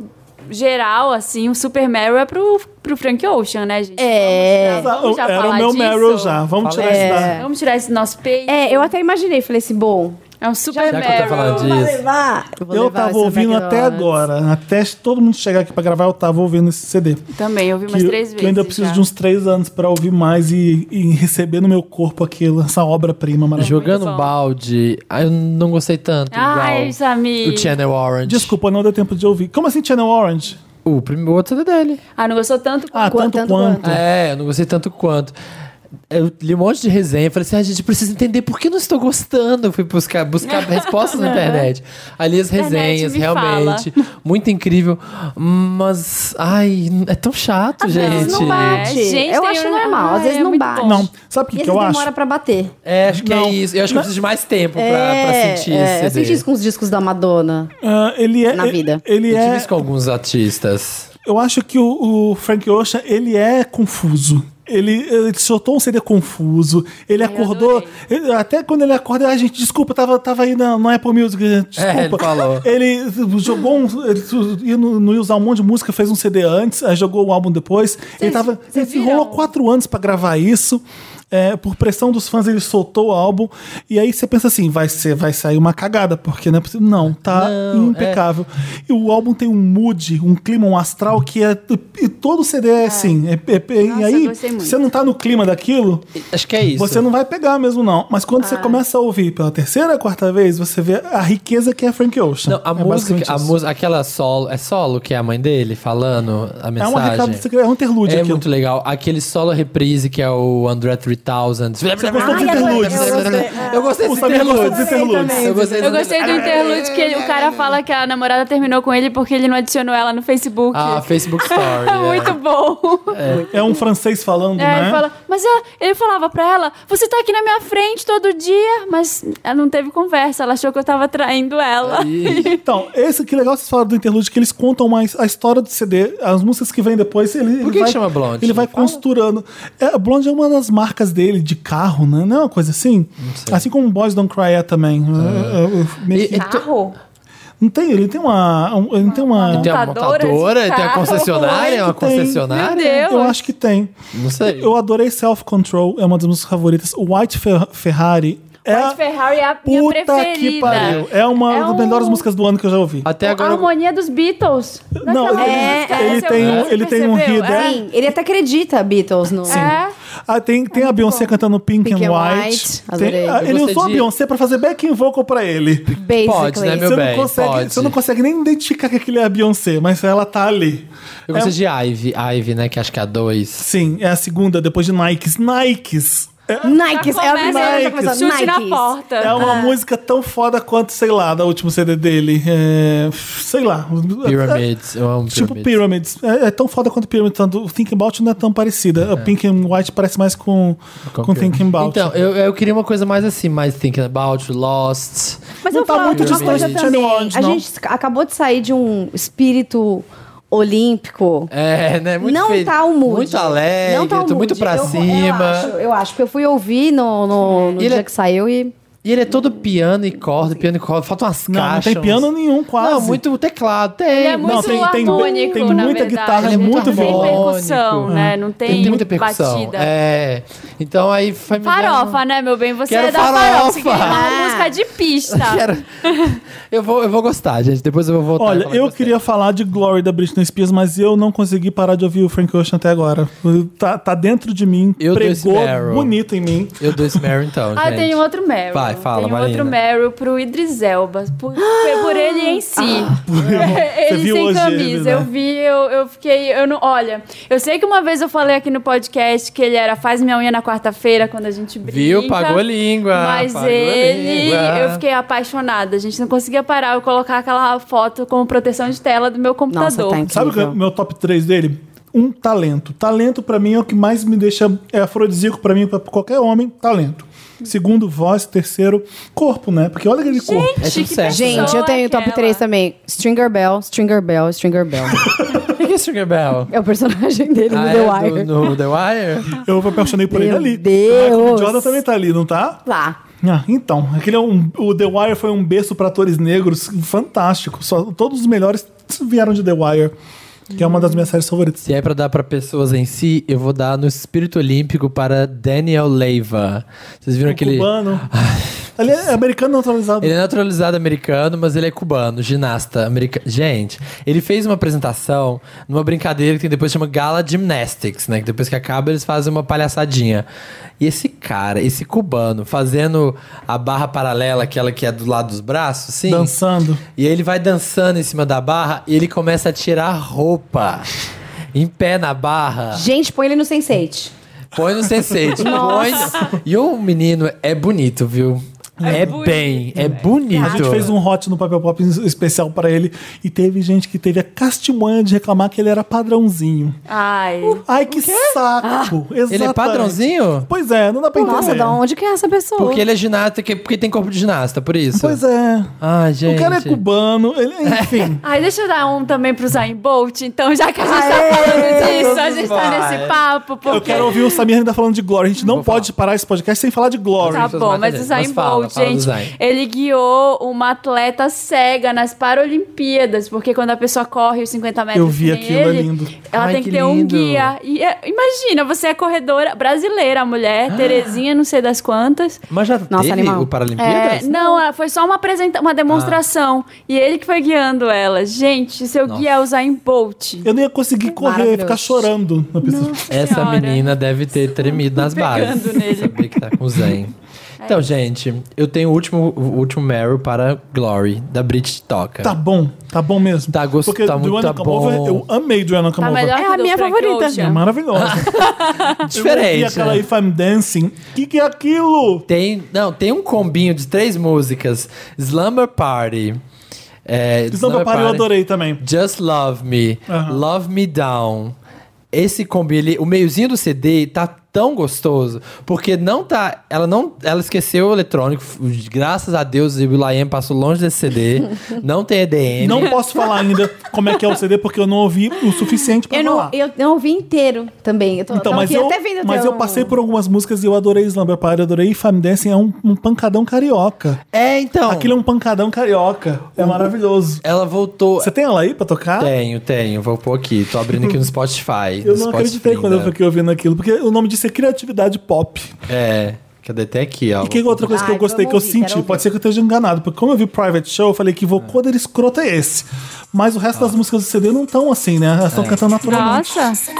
D: geral, assim, o Super Meryl é pro, pro Frank Ocean, né, gente?
C: É.
D: Vamos já
A: Era o
D: falar
A: meu
D: disso?
A: Meryl já. Vamos
E: Fala
A: tirar
E: aí.
A: isso da.
D: Vamos tirar esse nosso peito.
C: É, eu até imaginei, falei assim, bom,
D: É um Super
E: Já que eu tô falando
D: Meryl.
E: disso.
C: levar. vou
A: Eu
C: levar
A: tava
C: esse
A: ouvindo até
C: McDonald's.
A: agora. Até todo mundo chegar aqui pra gravar, eu tava ouvindo esse CD.
D: Também, eu vi umas
A: que,
D: três
A: que
D: vezes.
A: eu ainda preciso
D: já.
A: de um uns três anos pra ouvir mais e, e receber no meu corpo aquilo, essa obra-prima maravilhosa.
E: Jogando
D: Muito
E: um
D: bom.
E: balde, ah, eu não gostei tanto.
C: Ah,
D: Ai,
E: igual o é
D: Samir.
E: Channel Orange.
A: Desculpa, não deu tempo de ouvir. Como assim, Channel Orange?
E: O primeiro outro CD dele.
D: Ah, não gostou tanto
A: Ah,
D: quanto-
A: tanto, quanto.
E: É, eu não gostei tanto quanto. Eu li um monte de resenha, falei assim, a gente precisa entender por que eu não estou gostando. Eu Fui buscar, buscar respostas na internet. Ali as
D: Internet
E: resenhas,
D: me
E: realmente. Muito incrível. Mas, ai, é tão chato, gente.
C: Não bate.
D: É, gente,
C: eu
D: tem-
C: acho normal,
D: Ai,
C: às vezes
D: é
C: não
D: muito
C: bate.
D: bom.
A: Não, sabe o
C: E
A: que,
C: às
A: que eu
C: vezes
A: acho?
C: demora pra bater.
E: É, acho que
A: Não.
E: é isso. Eu acho que eu preciso de mais tempo pra, pra
C: É,
E: sentir
C: é, eu
E: esse
C: senti
E: CD.
C: isso com os discos da Madonna.
A: Ah, ele é.
C: Na vida.
A: Ele
E: Eu tive
A: é.
E: isso com alguns artistas.
A: Eu acho que o, o Frank Ocean, ele é confuso. Ele, ele soltou um CD confuso. Ele acordou. ele- até quando ele acorda, ah, gente, desculpa, tava, tava aí na, no Apple Music. Desculpa.
E: É, ele falou.
A: Ele jogou um. Ele su- ia no, no ia usar um monte de música, fez um CD antes, aí jogou o álbum depois. ele tava. Ele se enrolou quatro anos pra gravar isso. É, por pressão dos fãs, ele soltou o álbum. E aí você pensa assim: vai, ser, vai sair uma cagada, porque não é possível. Não, tá impecável. E o álbum tem um mood, um clima, um astral que é. E todo CD é, assim. É, é- é- e aí,
D: gostei muito.
A: você não tá no clima daquilo,
E: Acho que é isso.
A: você não vai pegar mesmo, não. Mas quando
D: Ah.
A: você começa a ouvir pela terceira, quarta vez, você vê a riqueza que é Frank Ocean.
E: Não, a
A: É basicamente
E: música, a
A: isso.
E: música, aquela solo, é solo que é a mãe dele falando a
A: É
E: mensagem.
A: um recado secreto, é um interlude
E: É
A: aquilo.
E: muito legal. Aquele solo reprise que é o André 3000. Você
A: gostou do interlude?
E: Eu gostei desse
A: Você também gostou
E: interlude.
A: dos interludes.
E: Eu gostei
D: Eu gostei do interlude que ele- o cara fala que a namorada terminou com ele porque ele não adicionou ela no Facebook.
E: Ah, Facebook Story. é.
D: Muito bom.
A: É um francês falando,
D: É,
A: né?
D: ele fala, mas ela- ele falava pra ela, você tá aqui na minha frente todo dia, mas ela não teve conversa, ela achou que eu tava traindo ela.
A: Então, esse que legal vocês falaram do interlude, que eles contam mais a história do CD, as músicas que vêm depois. Ele,
E: Por
A: ele
E: que
A: vai,
E: chama Blonde?
A: Ele vai
E: Fala.
A: costurando. É, a Blonde é uma das marcas dele de carro, né? Não é uma coisa assim? Assim como Boys Don't Cry é também. É, é, é, meio
E: E-
A: que-
E: e tu-
A: Não tem, ele tem uma. um- Ele tem uma.
E: tem uma
D: Montadora de
E: montadora, tem uma
D: carro.
E: concessionária, É uma
A: Tem.
E: concessionária.
D: Meu
A: Eu
D: Deus.
A: acho que tem.
E: Não sei.
A: Eu adorei Self Control, é uma das minhas favoritas. White Fer- Ferrari. é
D: Ford Ferrari é a minha
A: Puta
D: preferida.
A: que pariu. É uma
D: É
A: das
D: um-
A: melhores músicas do ano que eu já ouvi.
E: Até
D: A
E: agora. eu-
D: harmonia dos Beatles.
A: Não,
D: Naquela
A: ele,
D: música,
A: ele
D: é, essa eu
A: tem
D: vi,
A: um,
D: você
A: ele tem um
D: percebeu?
A: hit.
D: É.
C: Sim, ele até acredita Beatles no... Sim.
D: É.
A: Ah, tem, tem a Beyoncé cantando Pink,
C: Pink
A: and
C: and
A: White.
C: White,
A: Tem-
C: adorei.
A: ah,
E: Eu
A: ele
E: gostei
A: usou a
E: de-
A: Beyoncé pra fazer backing vocal pra ele.
C: Basically.
E: Pode, né, meu
A: Você não,
E: bem,
A: consegue,
E: pode.
A: você não consegue nem identificar que aquilo é a Beyoncé, mas ela tá ali.
E: Eu gostei
A: É
E: de Ivy, Ivy, né? Que acho que é a 2.
A: Sim, é a segunda, depois de Nikes. Nikes! É,
C: Nikes, é a primeira
A: Nikes.
C: já começou.
D: Chute na
C: Nikes.
D: porta.
A: é uma música tão foda quanto, sei lá, da última CD dele. É, sei lá.
E: Pyramids. Eu amo
A: Tipo
E: Pyramids.
A: Pyramids. É, é tão foda quanto Pyramids. Tanto, o Think About não é tão parecida. O Pink and White parece mais com, com, Think About.
E: Então, eu, eu queria uma coisa mais assim, mais Thinking About, Lost.
C: Mas
A: Não
C: eu
A: tá
C: falo
A: muito
C: de uma
A: distante
C: coisa
A: de Channel
C: também.
A: Orange,
C: a
A: não.
C: gente acabou de sair de um espírito
H: olímpico.
E: É, né? Muito
H: não
E: feliz,
H: tá o mood.
E: Muito alegre,
H: Não tá o
E: tô muito
H: mood.
E: pra
H: Eu-
E: cima.
H: Eu acho, eu acho, porque eu fui ouvir no, no, no
E: E ele
H: dia
E: é-
H: que saiu e.
E: E ele é todo piano e corda, piano e corda. Faltam umas
A: Não, não
E: caixas.
A: tem piano nenhum, quase.
E: Não, muito teclado. Tem.
D: Ele é muito
A: Não, tem- tem-
D: harmônico,
A: tem
D: na
A: muita
D: verdade.
A: guitarra,
E: ele é
D: Não
E: muito
D: tem
E: harmônico.
D: percussão, né? Não tem,
E: Ele É. tem muita percussão.
D: batida.
E: É. Então aí foi me dar
D: Farofa, né, meu bem? Você
E: Quero
D: é da farofa. Você quer
E: farofa.
D: uma
H: Ah.
D: música de pista.
E: um- Quero- eu, vou, eu vou gostar, gente. Depois eu vou voltar. e
A: Olha,
E: falar que
A: eu
E: gostei.
A: queria falar de Glory da Britney Spears, mas eu não consegui parar de ouvir o Frank Ocean até agora. Tá, tá dentro de mim,
E: Eu dou esse
A: pregou
E: Meryl.
A: bonito em mim.
E: Eu dou esse Mary então.
D: Ah,
E: gente.
D: tem um outro Meryl.
E: Vai, fala,
D: Tem um
E: Marina.
D: outro Meryl pro Idris Elba. Por, por ele em si.
E: Ah.
D: ele
A: viu
D: sem
A: hoje
D: camisa.
A: ele, né?
D: Eu vi, eu, eu fiquei. Eu não, olha, eu sei que uma vez eu falei aqui no podcast que ele era faz minha unha na quarta-feira quando a gente brinca.
E: Viu? Pagou a língua.
D: Mas
E: pagou a
D: ele,
E: língua.
D: eu fiquei apaixonada. A gente não conseguia parar eu colocar aquela foto como proteção de tela do meu
H: Nossa,
D: computador.
H: tá incrível.
A: Sabe o que é o meu top 3 dele? Um talento. Talento pra mim é o que mais me deixa é afrodisíaco pra mim, pra qualquer homem, talento. Segundo, voz, terceiro, corpo, né? Porque olha aquele corpo.
E: É tudo
D: que
E: certo.
H: Gente,
D: Só
H: eu tenho top
D: aquela.
H: 3 também. Stringer Bell, Stringer Bell, Stringer Bell.
E: O que é Sugar Bell?
H: é o personagem dele no
E: Ah,
H: The
E: é
H: Wire.
E: do- no The Wire?
A: Eu me apaixonei por
H: Meu
A: ele ali.
H: Deus.
A: O Michael B. Jordan também tá ali, não tá?
H: Lá.
A: Ah, então, aquele é um, o The Wire foi um berço pra atores negros fantástico. Só, todos os melhores vieram de The Wire, que é uma das minhas séries favoritas.
E: Se é pra dar pra pessoas em si, eu vou dar no espírito olímpico para Daniel Leiva. Vocês viram aquele...
A: Um Cubano. Ele é americano naturalizado.
E: Ele é naturalizado americano, mas ele é cubano, ginasta americano. Gente, ele fez uma apresentação numa brincadeira que tem depois chama Gala Gymnastics, né? Que depois que acaba eles fazem uma palhaçadinha. E esse cara, esse cubano, fazendo a barra paralela, aquela que é do lado dos braços, sim.
A: Dançando.
E: E aí ele vai dançando em cima da barra e ele começa a tirar roupa. Em pé na barra.
H: Gente, põe ele no Sense8.
E: Põe no sensei. põe... E o menino é bonito, viu? É, bem, é bonito.
A: A gente fez um hot no Papel Pop especial pra ele e teve gente que teve a castimanha de reclamar que ele era padrãozinho.
D: Ai.
H: Uh.
A: Ai, que saco! Exatamente.
E: Ele é padrãozinho?
A: Pois é, não dá pra entender.
H: Nossa,
C: um
H: da onde que é essa pessoa?
E: Porque ele é ginasta, que- porque tem corpo de ginasta, por isso.
A: Pois é.
E: Ai, gente.
A: O cara é cubano, ele, enfim.
D: Ai, deixa eu dar um também pro Zayn Bolt, então, já que a gente tá falando disso, a gente tá
E: vai.
D: nesse papo, porque...
A: Eu quero ouvir o Samir ainda falando de Glory. A gente não pode parar esse podcast sem falar de Glory.
D: Tá
E: Suas
D: bom,
E: marcas
D: mas o
E: dele.
D: Zayn
E: Mas fala,
D: Bolt,
E: fala do
D: gente,
E: Zayn.
D: ele guiou uma atleta cega nas Paralimpíadas, porque quando a pessoa corre os 50 metros
A: Eu vi
D: que nem
A: aquilo, é
D: ele,
A: lindo.
D: ela
E: Ai,
D: tem
E: que
D: que ter um
E: lindo.
D: guia. E é- imagina, você é corredora brasileira, a mulher,
E: Ah.
D: Terezinha, não sei das quantas.
E: Mas já
H: Nossa,
E: teve
H: animal.
E: o
D: É,
E: Paralimpíadas?
D: não, ela- foi só uma, apresenta uma demonstração.
E: Ah.
D: E ele que foi guiando ela. Gente, seu guia é o Zayn Bolt.
A: Eu nem ia conseguir correr, ia
H: Maravilhoso.
A: ficar chorando. na pista.
E: Essa
D: Senhora.
E: menina deve ter tremido nas bases.
D: pegando nele. É.
E: Saber que tá com o Zen. Então, gente, eu tenho o último, o último Meryl para Glory, da Brit Toca.
A: Tá bom, tá bom mesmo.
E: Tá gostoso,
A: Porque
E: tá muito
A: Joanna
E: bom.
A: Come Over, eu amei Joanna Come
D: Tá
A: Over.
D: melhor
H: É
D: que
H: a
D: do
H: minha
D: Frank
H: favorita.
A: É
D: Ocean.
A: maravilhosa.
E: Diferente,
A: E aquela
E: né?
A: If I'm Dancing. Que que é aquilo?
E: Tem, não, tem um combinho de três músicas. Slumber Party. É,
A: Samba Party eu adorei também.
E: Just Love Me,
A: Aham.
E: Love Me Down. Esse combi, ele, o meiozinho do CD tá tão gostoso, porque não tá, ela não, ela esqueceu o eletrônico, f- graças a Deus, e o Will.i.am passou longe desse CD, não tem EDM.
A: Não posso falar ainda como é que é o CD, porque eu não ouvi o suficiente pra
H: Eu
A: falar.
H: não, eu não ouvi inteiro também. Eu tô,
A: Então,
H: tava
A: mas
H: aqui
A: eu,
H: até vendo
A: mas
H: teu-
A: eu passei por algumas músicas e eu adorei Slumber Party, eu adorei Fame Dancing, é um, um pancadão carioca.
E: É, então.
A: Aquilo é um pancadão carioca. É maravilhoso.
E: Ela voltou.
A: Você tem ela aí pra tocar?
E: Tenho, tenho, vou pôr aqui, tô abrindo aqui no Spotify.
A: Eu
E: no Spotify né?
A: não acreditei quando eu
E: ainda.
A: fiquei ouvindo aquilo, porque o nome disso é criatividade pop.
E: É, cadê até aqui, ó.
A: E que outra coisa que eu
H: Ai,
A: gostei, que eu
H: vamos ouvir,
A: senti,
H: quero
A: pode ser que eu esteja enganado, porque como eu vi Private Show, eu falei que vocoder escroto é esse. Mas o resto das músicas do CD não estão assim, né? Elas estão cantando naturalmente.
D: Nossa.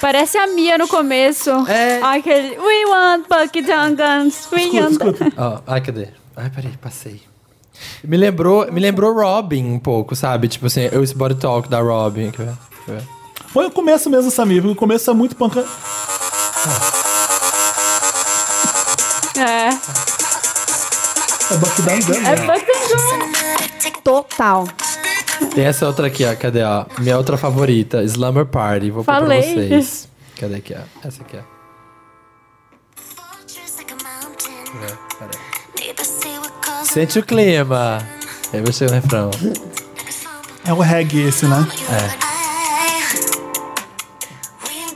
D: Parece a Mia no começo.
E: É.
D: Aquele We want Bucky Guns, we
A: Escuta,
D: want...
A: escuta.
E: Ó, ai, cadê? Ai, peraí, passei. Me lembrou, me lembrou Robin um pouco, sabe? Tipo assim, eu esse body talk da Robin. Quer ver? Quer ver?
A: Põe o começo mesmo, Samir, porque o começo é muito panca.
D: É.
A: É Buck Down Gun,
D: É
A: né?
D: Bucky Guns.
H: Total.
E: Tem essa outra aqui, ó. Cadê, ó? Minha outra favorita, Slumber Party. Vou pôr pra
D: Falei.
E: vocês. Cadê aqui, ó? Essa aqui, ó. Quer ver? Peraí. Sente o clima. Aí você o refrão.
A: É o reggae esse, né?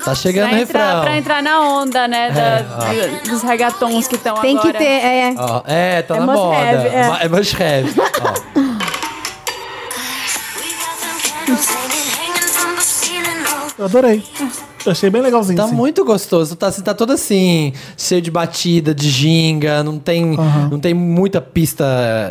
E: Tá chegando
D: Pra
E: o
D: entrar,
E: refrão. É.
D: pra entrar na onda, né? da- do- dos regatons que estão agora.
C: Tem que ter, é.
E: Ó, é, tá
D: É
E: na
D: must
E: moda.
D: have, é.
E: Ma- É must have. Ó,
A: Eu adorei.
H: É.
A: Eu achei bem legalzinho.
E: tá
A: assim.
E: muito gostoso. Tá, assim, tá todo assim, cheio de batida, de ginga. Não tem, não tem muita pista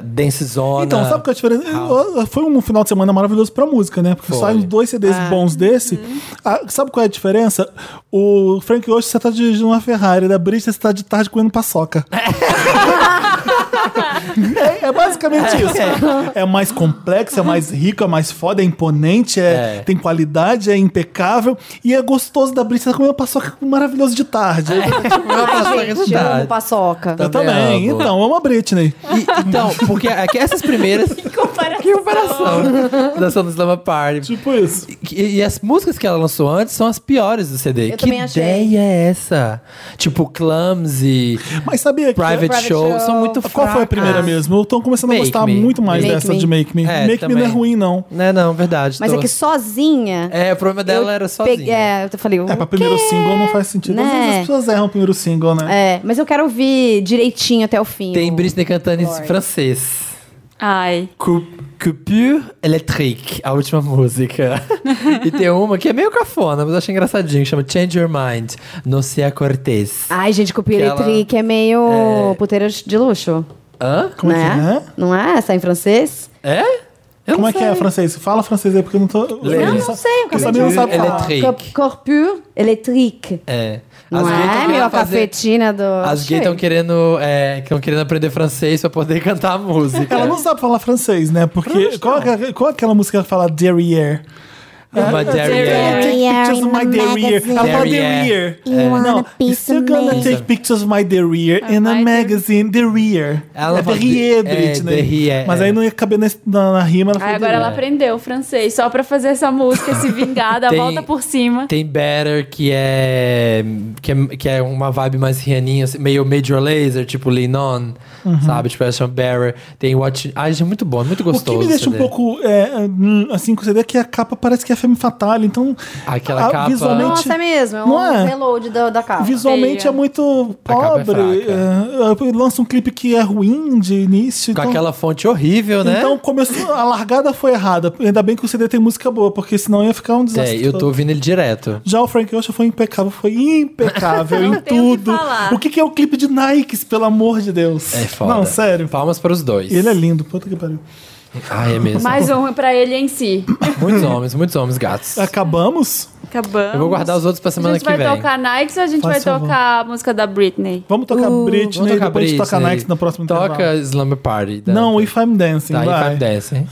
E: dance zona.
A: Então, sabe qual é a diferença? Eu- eu- Foi um final de semana maravilhoso pra música, né? Porque
E: Foi.
A: saem dois CDs bons desse. Ah, sabe qual é a diferença? O Frank Ocean, você tá dirigindo uma Ferrari, da Britney, você tá de tarde comendo paçoca. é, é basicamente isso. É mais complexo, é mais rico, é mais foda, é imponente, é,
E: É.
A: tem qualidade, é impecável. E é gostoso da Britney, você tá comendo paçoca maravilhoso de tarde.
E: Ai,
C: Gente, eu
E: Tá.
C: amo paçoca.
A: Eu É. também.
E: amo.
A: Então, amo a Britney.
E: E- então, porque aqui, essas primeiras. Que comparação! Que comparação! Da São do Slama Party.
A: Tipo isso.
E: E, e as músicas que ela lançou antes são as piores do CD.
C: Eu
E: que
C: também achei.
E: ideia é essa? Tipo, Clumsy,
A: Mas sabia que... é? Ah,
E: Private,
C: Private
E: Show,
C: Show.
E: são muito fracas.
A: Qual foi a primeira mesmo? Eu tô começando
E: Make
A: a gostar
E: Me.
A: muito mais
C: Make
A: dessa
C: Me.
A: de Make Me.
E: É,
A: make Me
E: também.
A: não é ruim, não.
E: Né, não, verdade.
C: Mas
E: tô-
C: é que sozinha.
E: É, o problema dela
C: eu
E: era sozinha.
C: peguei- é, eu falei, o
A: É, pra primeiro
C: quê?
A: single não faz sentido. Às
C: Né?
A: vezes as pessoas erram o primeiro single, né?
C: É, mas eu quero ouvir direitinho até o fim.
E: Tem
C: o-
E: Britney cantando em
C: Lorde.
E: francês.
D: Ai.
E: Coup- Coupure Electrique, a última música. e tem uma que é meio cafona, mas eu achei engraçadinho, que chama Change Your Mind, No Sea Cortez.
C: Ai, gente, copia
E: Que ela-
C: que é meio puteira de luxo.
E: Hã?
A: Como
C: né?
A: é que é?
C: Não é essa em francês?
E: É? Eu
A: Como
E: não
A: é que é francês? Fala francês aí, porque eu não tô...
E: Lê.
A: Eu
E: Não,
A: sa-
C: não sei, eu
A: Eu
C: acabei
A: também
C: de
A: não sabe
E: ler.
A: falar.
E: Electric.
C: Corp- Corpure électrique.
E: É.
C: Não
E: gays tão
C: é,
E: querendo
C: meu, a
E: fazer-
C: cafetina do...
E: As gays estão querendo, é, tão querendo aprender francês pra poder cantar a música.
A: Ela não sabe falar francês, né? Porque... Qual, é- qual é aquela música que ela fala derrière? É,
E: Uma Derriere.
A: Take pictures of my É derriere. Ela fala
E: Derriere.
A: derriere.
M: You
A: É. Não,
M: wanna piece
A: you're
M: of
A: gonna
M: me.
A: take pictures of my derriere in a
D: my
A: magazine, derriere.
E: Ela
A: É
E: fala
A: derriere,
E: de- é,
A: Britney.
E: derriere,
A: Mas
E: é.
A: aí não ia caber nesse- na, na rima, ela
D: Ai,
A: falou
D: agora ela aprendeu o francês só pra fazer essa música, se vingar, dar a
E: Tem-
D: volta por cima.
E: Tem Better, que é, que é. que é uma vibe mais rianinha, assim, meio Major Laser, tipo Lean On, sabe? Tipo, ela chama Better. Tem Watch. Ai, gente, é muito bom, é muito gostoso.
A: Uhum. O que me deixa
E: esse
A: um
E: CD.
A: pouco é, hum, assim com o CD é que a capa parece que é Femme Fatale, então
E: Aquela
A: a-
E: capa-
A: visualmente
C: Nossa, é mesmo, é
A: Não
C: um
A: é?
C: reload da, da capa.
A: visualmente
D: Ah, feia.
A: é muito
E: capa é
A: pobre.
E: fraca.
A: é, é, lança um clipe que é ruim de início.
E: Com
A: então,
E: aquela fonte horrível, né?
A: então começou a largada foi errada. Ainda bem que o CD tem música boa, porque senão ia ficar um
E: é,
A: desastre.
E: eu tô
A: todo.
E: ouvindo ele direto.
A: Já o Frank Ocean foi impecável, foi impecável
D: Não
A: em
D: tem o que
A: tudo.
D: falar.
A: O que, que é o clipe de Nikes, pelo amor de Deus?
E: É foda.
A: Não, sério.
E: Palmas para os dois.
A: Ele é lindo, puta que pariu.
E: Ai, é mesmo.
D: Mais um pra ele em si.
E: Muitos homens, muitos homens gatos.
A: Acabamos?
D: Acabamos.
E: Eu vou guardar os outros pra
D: A
E: semana
D: gente
E: que
D: vai
E: vem.
D: tocar Nikes ou a gente
A: Faz
D: vai
A: favor.
D: tocar a música da Britney?
A: Vamos tocar Britney,
E: Uh, Vamos tocar
A: depois a gente toca
E: Britney.
A: Nikes na próxima
E: Toca
A: intervalo.
E: Slumber Party. da-
A: Não, If I'm Dancing,
E: Tá,
A: vai.
E: If I'm Dancing.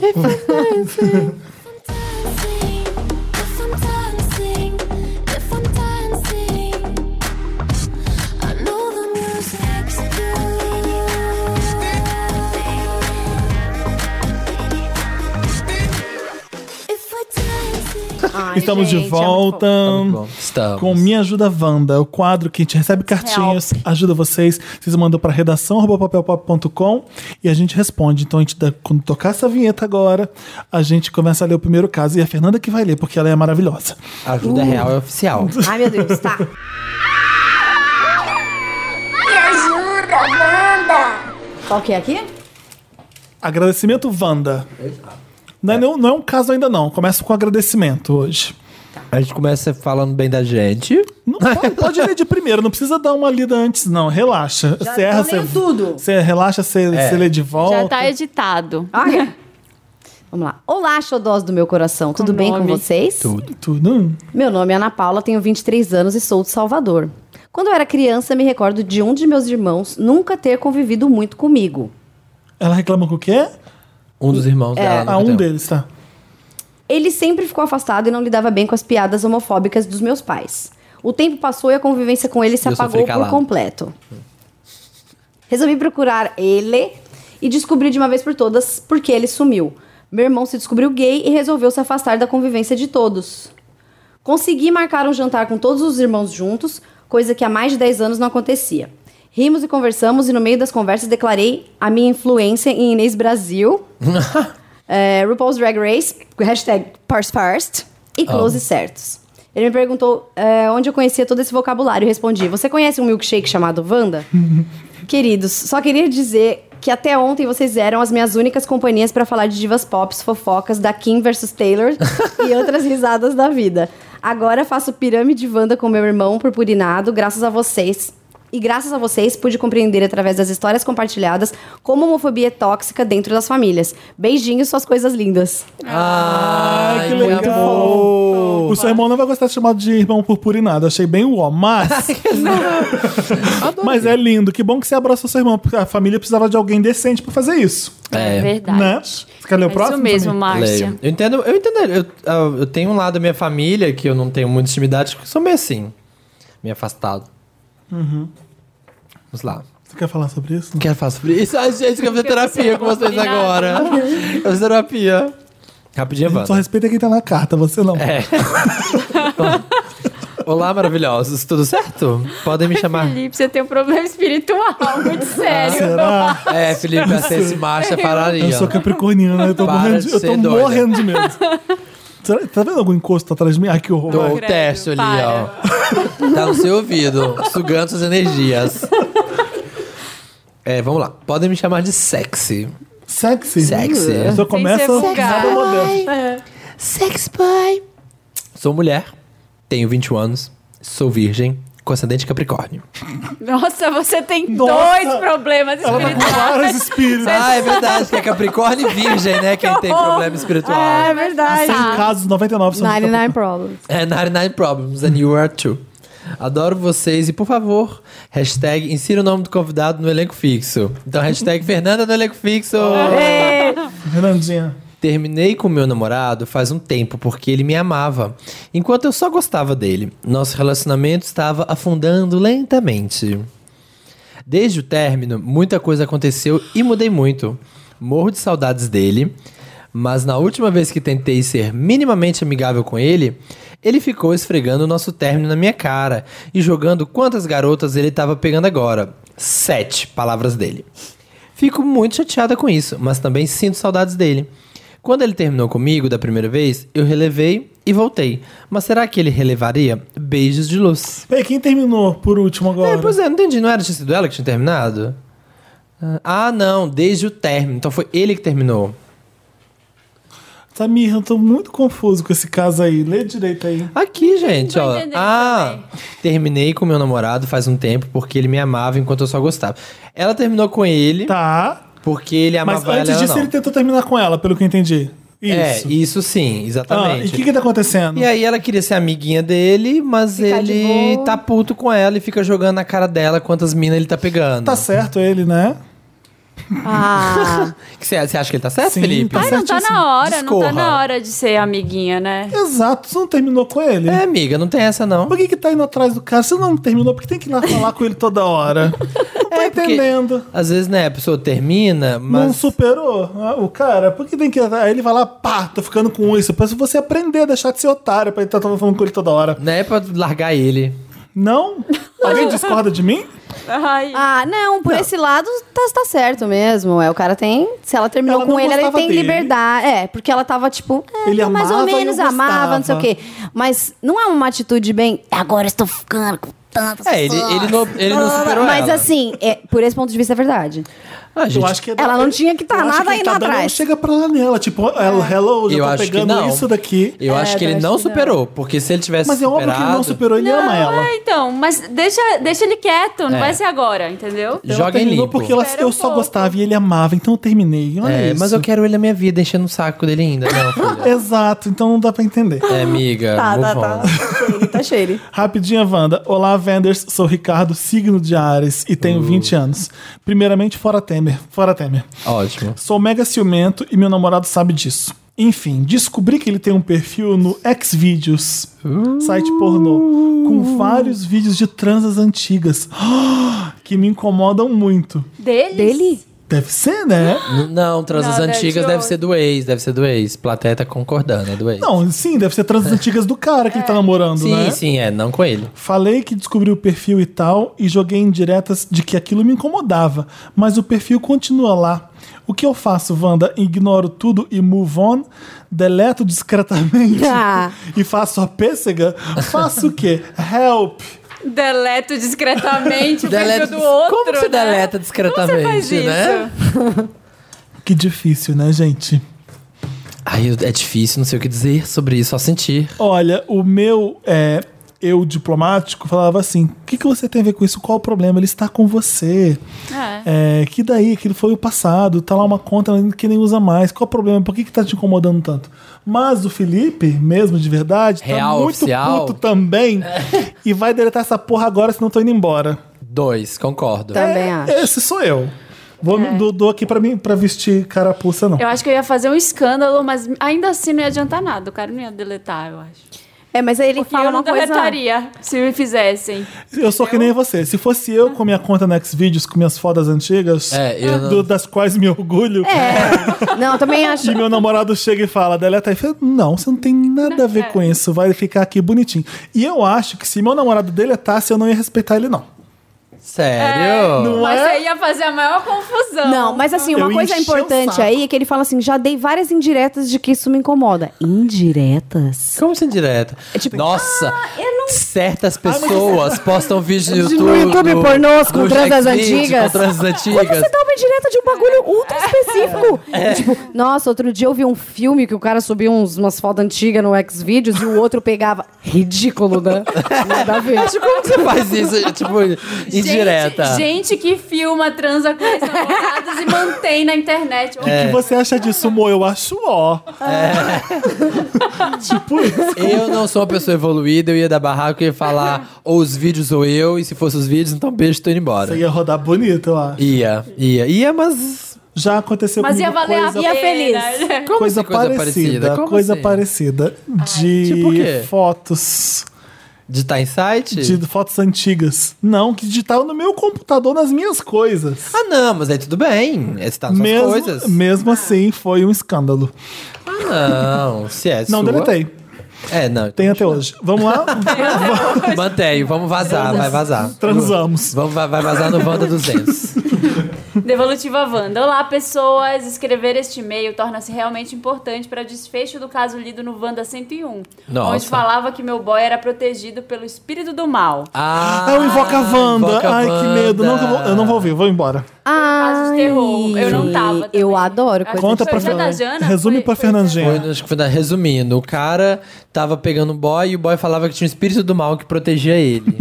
C: Ai,
A: Estamos
C: gente,
A: de
C: é muito
A: volta
E: Bom, Estamos.
A: Hum. com Me Ajuda Wanda, é o quadro que a gente recebe
C: é
A: cartinhas, ajuda vocês. Vocês mandam para redação arroba papelpop.com e a gente responde. Então, a gente dá- quando tocar essa vinheta agora, a gente começa a ler o primeiro caso e é a Fernanda que vai ler, porque ela é maravilhosa.
E: A
D: Uh.
E: ajuda real é oficial.
C: fofo. Ai, meu Deus, tá. Qual que é aqui?
A: Agradecimento Wanda. Não é, nenhum- não é um caso ainda não, começa com agradecimento hoje.
E: A gente começa falando bem da gente.
A: Não, pode, pode ler de primeiro, não precisa dar uma lida antes, não. Relaxa. Você erra,
C: tô lendo
A: você-
C: tudo.
A: Você relaxa, você, você lê de volta.
D: Já tá editado.
E: Ah,
C: Ai. Vamos lá. Olá, xodós do meu coração. Tudo
D: é? Com
C: bem
D: nome.
C: com vocês?
A: Tudo.
C: Meu nome é Ana Paula, tenho 23 anos e sou de Salvador. Quando eu era criança, me recordo de um de meus irmãos nunca ter convivido muito comigo.
A: Ela reclama com o quê?
E: Um dos irmãos
D: É,
E: dela.
A: Ah,
E: nunca tem
A: um deles, tá.
C: Ele sempre ficou afastado e não lidava bem com as piadas homofóbicas dos meus pais. O tempo passou e a convivência com ele se
E: Eu sofri
C: apagou por
E: calado.
C: completo. Resolvi procurar ele e descobri de uma vez por todas por que ele sumiu. Meu irmão se descobriu gay e resolveu se afastar da convivência de todos. Consegui marcar um jantar com todos os irmãos juntos, coisa que há mais de 10 anos não acontecia. Rimos e conversamos e no meio das conversas declarei a minha influência em Inês Brasil. é, RuPaul's Drag Race, hashtag Pars First, e Close Certos. Ele me perguntou é, onde eu conhecia todo esse vocabulário. Eu respondi: Você conhece um milkshake chamado Wanda? Queridos, só queria dizer que até ontem vocês eram as minhas únicas companhias pra falar de divas pops, fofocas da Kim versus Taylor e outras risadas da vida. Agora faço pirâmide Wanda com meu irmão purpurinado, graças a vocês. E graças a vocês pude compreender através das histórias compartilhadas como a homofobia é tóxica dentro das famílias. Beijinhos, suas coisas lindas.
E: Ai,
A: que legal. O seu irmão não vai gostar de ser chamado de irmão purpurinado. Achei bem uó, mas. mas é lindo. Que bom que você abraçou seu irmão, porque a família precisava de alguém decente pra fazer isso.
D: É, verdade.
A: Né? Você quer ler o
D: É
A: próximo?
D: isso mesmo,
A: Samir?
D: Márcia.
E: Leio. Eu entendo, eu entendo. Eu, ah, eu tenho um lado da minha família que eu não tenho muita intimidade, que eu sou meio assim, meio afastado. Uhum. Vamos lá.
A: Você quer falar sobre isso?
E: Não quero falar sobre isso. Ai, gente, quero fazer terapia com vocês agora. Eu fazer terapia. Rapidinho,
A: Só
E: Wanda.
A: respeita quem tá na carta, você não.
E: É. Olá, maravilhosos. Tudo certo? Podem me chamar.
D: Felipe, você tem um problema espiritual, muito sério.
A: Será?
E: É, Felipe, acesse marcha pararia.
A: Eu sou capricorniano, eu tô,
E: Para
A: morrendo
E: de
A: de, eu
E: ser
A: tô
E: doida.
A: morrendo de medo. Será- tá vendo algum encosto atrás de mim? Ai, que horror.
E: Tô o
D: Credo,
E: teste ali,
D: para.
E: ó. Tá no seu ouvido, sugando suas energias. É, vamos lá. Podem me chamar de sexy.
A: Sexy.
E: Sexy.
A: Só começa
D: ser vulgar.
A: nada moderno.
N: Sex boy.
E: Sou mulher, tenho 21 anos, sou virgem, com ascendente capricórnio.
D: Nossa, você tem
A: Nossa.
D: dois problemas
A: Ela tá com
D: espirituais.
A: vários espíritos.
E: Ah, é verdade, que é capricórnio e virgem, né? Quem tem problema espiritual.
D: É verdade.
A: 100 casos, 99 são de
C: 99 Problems.
E: É 99 Problems, and you are too. Adoro vocês e, por favor, hashtag insira o nome do convidado no elenco fixo. Então, hashtag Fernanda no elenco fixo.
D: é.
A: Fernandinha.
E: Terminei com meu namorado faz um tempo porque ele me amava, enquanto eu só gostava dele. Nosso relacionamento estava afundando lentamente. Desde o término, muita coisa aconteceu e mudei muito. Morro de saudades dele, mas na última vez que tentei ser minimamente amigável com ele, ele ficou esfregando o nosso término na minha cara e jogando quantas garotas ele estava pegando agora. Sete palavras dele. Fico muito chateada com isso, mas também sinto saudades dele. Quando ele terminou comigo da primeira vez, eu relevei e voltei. Mas será que ele relevaria? Beijos de luz.
A: Peraí, quem terminou por último agora?
E: É, pois é, não entendi. Não era tinha sido ela que tinha terminado? Ah, não, desde o término. Então foi ele que terminou.
A: Samir, eu tô muito confuso com esse caso aí. Lê direito aí.
E: Aqui, gente,
D: tô
E: ó.
D: entendendo
E: Ah,
D: também.
E: terminei com meu namorado faz um tempo porque ele me amava enquanto eu só gostava. Ela terminou com ele
A: Tá.
E: porque ele amava
A: Mas antes
E: ela.
A: disso,
E: ela
A: ele
E: não.
A: tentou terminar com ela, pelo que eu entendi. Isso.
E: É, isso sim,
A: Ah,
E: exatamente.
A: e o que que tá acontecendo?
E: E aí ela queria ser amiguinha dele, mas ele tá puto com ela e fica jogando na cara dela quantas minas ele tá pegando.
A: Tá certo ele, né?
E: Você acha que ele tá certo,
A: Sim,
E: Felipe?
A: tá
D: Ai, não tá na hora, não tá
E: Discorra.
D: na hora de ser amiguinha, né?
A: Exato, você não terminou com ele.
E: É, amiga, não tem essa não.
A: Por que que tá indo atrás do cara? Você não terminou, porque tem que ir lá falar com ele toda hora. Não tá
E: É, porque-
A: entendendo.
E: Às vezes, né, a pessoa termina,
A: Não
E: mas.
A: superou ah, o cara? Por que tem que ir atrás? Aí ele vai lá, pá, tô ficando com isso. Pra você aprender a deixar de ser otário, pra ele estar falando com ele toda hora.
E: Não é pra largar ele.
A: Não? Alguém discorda de mim?
D: Ai.
C: Ah, não, por esse lado tá, tá certo mesmo. É, o cara tem. Se ela terminou
A: Ela não
C: com ele, ela
A: gostava
C: tem
A: dele.
C: liberdade. É, porque ela tava tipo. é,
A: Ele
C: mais ou
A: amava e
C: menos,
A: não
C: amava, não sei o
A: gostava.
C: quê. Mas não é uma atitude bem.
N: Agora estou ficando com tantas
E: É, ele, ele não, ele não superou
C: Mas
E: ela.
C: assim, é, por esse ponto de vista é verdade.
E: Ah, gente,
A: Eu acho que é
C: Ela não tinha que estar
A: Eu acho
C: nada
A: que ele
C: indo
A: tá dando-
C: atrás.
A: Chega pra lá nela, tipo, hello, hello, já
E: eu
A: tô
E: acho que
A: pegando
E: não.
A: isso daqui.
E: Eu acho que ele não superou, porque se ele tivesse
A: Mas é
E: superado...
A: óbvio que ele não superou, ele ama ela.
D: É, então, mas deixa, deixa ele quieto, não
E: É.
D: vai ser agora, entendeu?
A: Ela
E: Joga em
A: terminou
E: limpo.
A: porque ela-
D: Espera
A: eu
D: um
A: só
D: pouco.
A: gostava e ele amava, então eu terminei. Olha
E: É,
A: isso.
E: mas eu quero ele na minha vida, enchendo o saco dele ainda. Não, filha.
A: Exato, então não dá pra entender.
E: É, amiga, move on.
C: Tá cheiro.
A: Rapidinha, Wanda. Olá, Venders. Sou Ricardo, signo de Ares e
E: Uh.
A: tenho 20 anos. Primeiramente, fora Temer. Fora Temer.
E: Ótimo.
A: Sou mega ciumento e meu namorado sabe disso. Enfim, descobri que ele tem um perfil no Xvideos, site pornô, com vários vídeos de transas antigas que me incomodam muito.
D: Dele?
C: Dele?
A: Deve ser, né?
E: Não, transas
D: Não, deve
E: antigas
D: de
E: deve
D: hoje.
E: ser do ex, deve ser do ex. Plateia tá concordando, é do ex.
A: Não, sim, deve ser trans antigas do cara que ele tá namorando,
E: sim,
A: né?
E: sim, é, não com ele.
A: Falei que descobri o perfil e tal e joguei indiretas de que aquilo me incomodava, mas o perfil continua lá. O que eu faço, Wanda? Ignoro tudo e move on? Deleto discretamente?
C: Ah.
A: E faço a pêssega? Faço o quê? Help!
D: Deleto discretamente o
E: Deleta-
D: perfil do outro.
E: Como que você
D: né?
E: deleta discretamente,
D: Como você faz
E: né?
D: isso?
A: Que difícil, né, gente?
E: Ai, eu- é difícil, não sei o que dizer sobre isso, só sentir.
A: Olha, o meu é, eu diplomático falava assim: o que, que você tem a ver com isso? Qual o problema? Ele está com você.
D: É.
A: É, que daí? Aquilo foi o passado. Tá lá uma conta que nem usa mais. Qual o problema? Por que, que tá te incomodando tanto? Mas o Felipe, mesmo de verdade,
E: Real,
A: tá muito
E: oficial. É.
A: puto também. e vai deletar essa porra agora, senão eu tô indo embora.
E: Dois, concordo.
C: Também acho.
A: Esse sou eu. Vou, dou, dou aqui pra mim pra vestir carapuça, não.
D: Eu acho que eu ia fazer um escândalo, mas ainda assim não ia adiantar nada. O cara não ia deletar, eu acho.
C: É, mas aí ele
D: E
C: fala
D: eu não
C: uma coisa...
D: deletaria se me fizessem.
A: Eu sou que nem você. Se fosse eu com minha conta no Xvideos, com minhas fotos antigas,
E: É, eu não-
A: do- das quais me orgulho,
C: É. Não, também acho.
A: e meu namorado chega e fala, deleta aí. Eu falo, Não, você não tem nada a ver
D: É.
A: com isso, vai ficar aqui bonitinho. E eu acho que se meu namorado deletasse, eu não ia respeitar ele, não.
E: Sério?
A: Não
D: mas
A: é?
D: você ia fazer a maior confusão.
C: Não, mas assim,
A: Eu
C: uma coisa
A: enchi o
C: importante
A: saco.
C: aí é que ele fala assim: já dei várias indiretas de que isso me incomoda. Indiretas?
E: Como assim direto?
C: tipo,
E: Nossa, certas
A: mas
E: pessoas postam vídeos no
C: No
E: YouTube.
C: YouTube pornôs com
E: no
C: transas
E: Xvideos,
C: antigas.
E: Com transas
C: Como
E: antigas.
C: você dá uma indireta de um bagulho ultra
D: É.
C: específico?
A: É.
C: Tipo, nossa, outro dia eu vi um filme que o cara subiu uns, umas fotos antigas no Xvideos e o outro pegava. Ridículo, né? Nada a
D: É
C: ver.
E: Tipo,
D: um
E: como que você faz isso? Tipo, indireta.
D: Gente, gente que filma transa com ex namorados e mantém na internet.
E: É.
A: O que você acha disso, Mo? Eu acho ó.
E: É.
A: tipo isso.
E: Eu não sou uma pessoa evoluída, eu ia dar barraco e ia falar ou os vídeos ou eu, e se fosse os vídeos, então beijo, tô indo embora.
A: Você ia rodar bonito, eu acho.
E: Ia, ia, ia, mas.
A: Já aconteceu
D: Mas ia
A: comigo
D: valer
A: coisa,
D: a
C: ia
D: pena.
E: Como
A: coisa
E: assim, coisa parecida?
A: parecida.
E: Como
A: Coisa
E: assim?
A: parecida de
E: tipo o quê?
A: fotos.
E: De estar em site?
A: De fotos antigas. Não, que digitaram no meu computador nas minhas coisas.
E: Ah, não, mas aí tudo bem. É, Você tá nas suas
A: mesmo,
E: coisas.
D: Ah.
A: mesmo assim, foi um escândalo.
E: Não, se é
A: Não
E: sua.
A: deletei.
E: É, não.
A: Tem até hoje. Vamos lá?
E: Mantenho, vamos vazar, vai vazar.
A: Transamos.
E: Vamos, vai, vai vazar no Wanda 200.
D: Devolutiva Wanda. Olá, pessoas. Escrever este e-mail torna-se realmente importante para o desfecho do caso lido no Wanda 101,
E: Nossa.
D: onde falava que meu boy era protegido pelo espírito do mal.
E: Ah,
A: Ah, eu invoco a Wanda.
E: Invoca a
A: Ai, que medo. Não,
E: Wanda.
A: eu, vou, eu não vou ouvir, vou embora.
D: Caso de terror. Eu não tava. também. É
C: Eu adoro
D: Acho que
C: coisa
A: Conta
D: foi
A: pra
D: já da
A: Fernanda.
D: Jana,
A: Resume
D: foi-
A: pra
D: foi-
A: Fernandinha.
E: Foi, no- acho que foi na- resumindo, o cara tava pegando um boy e o boy falava que tinha um espírito do mal que protegia ele.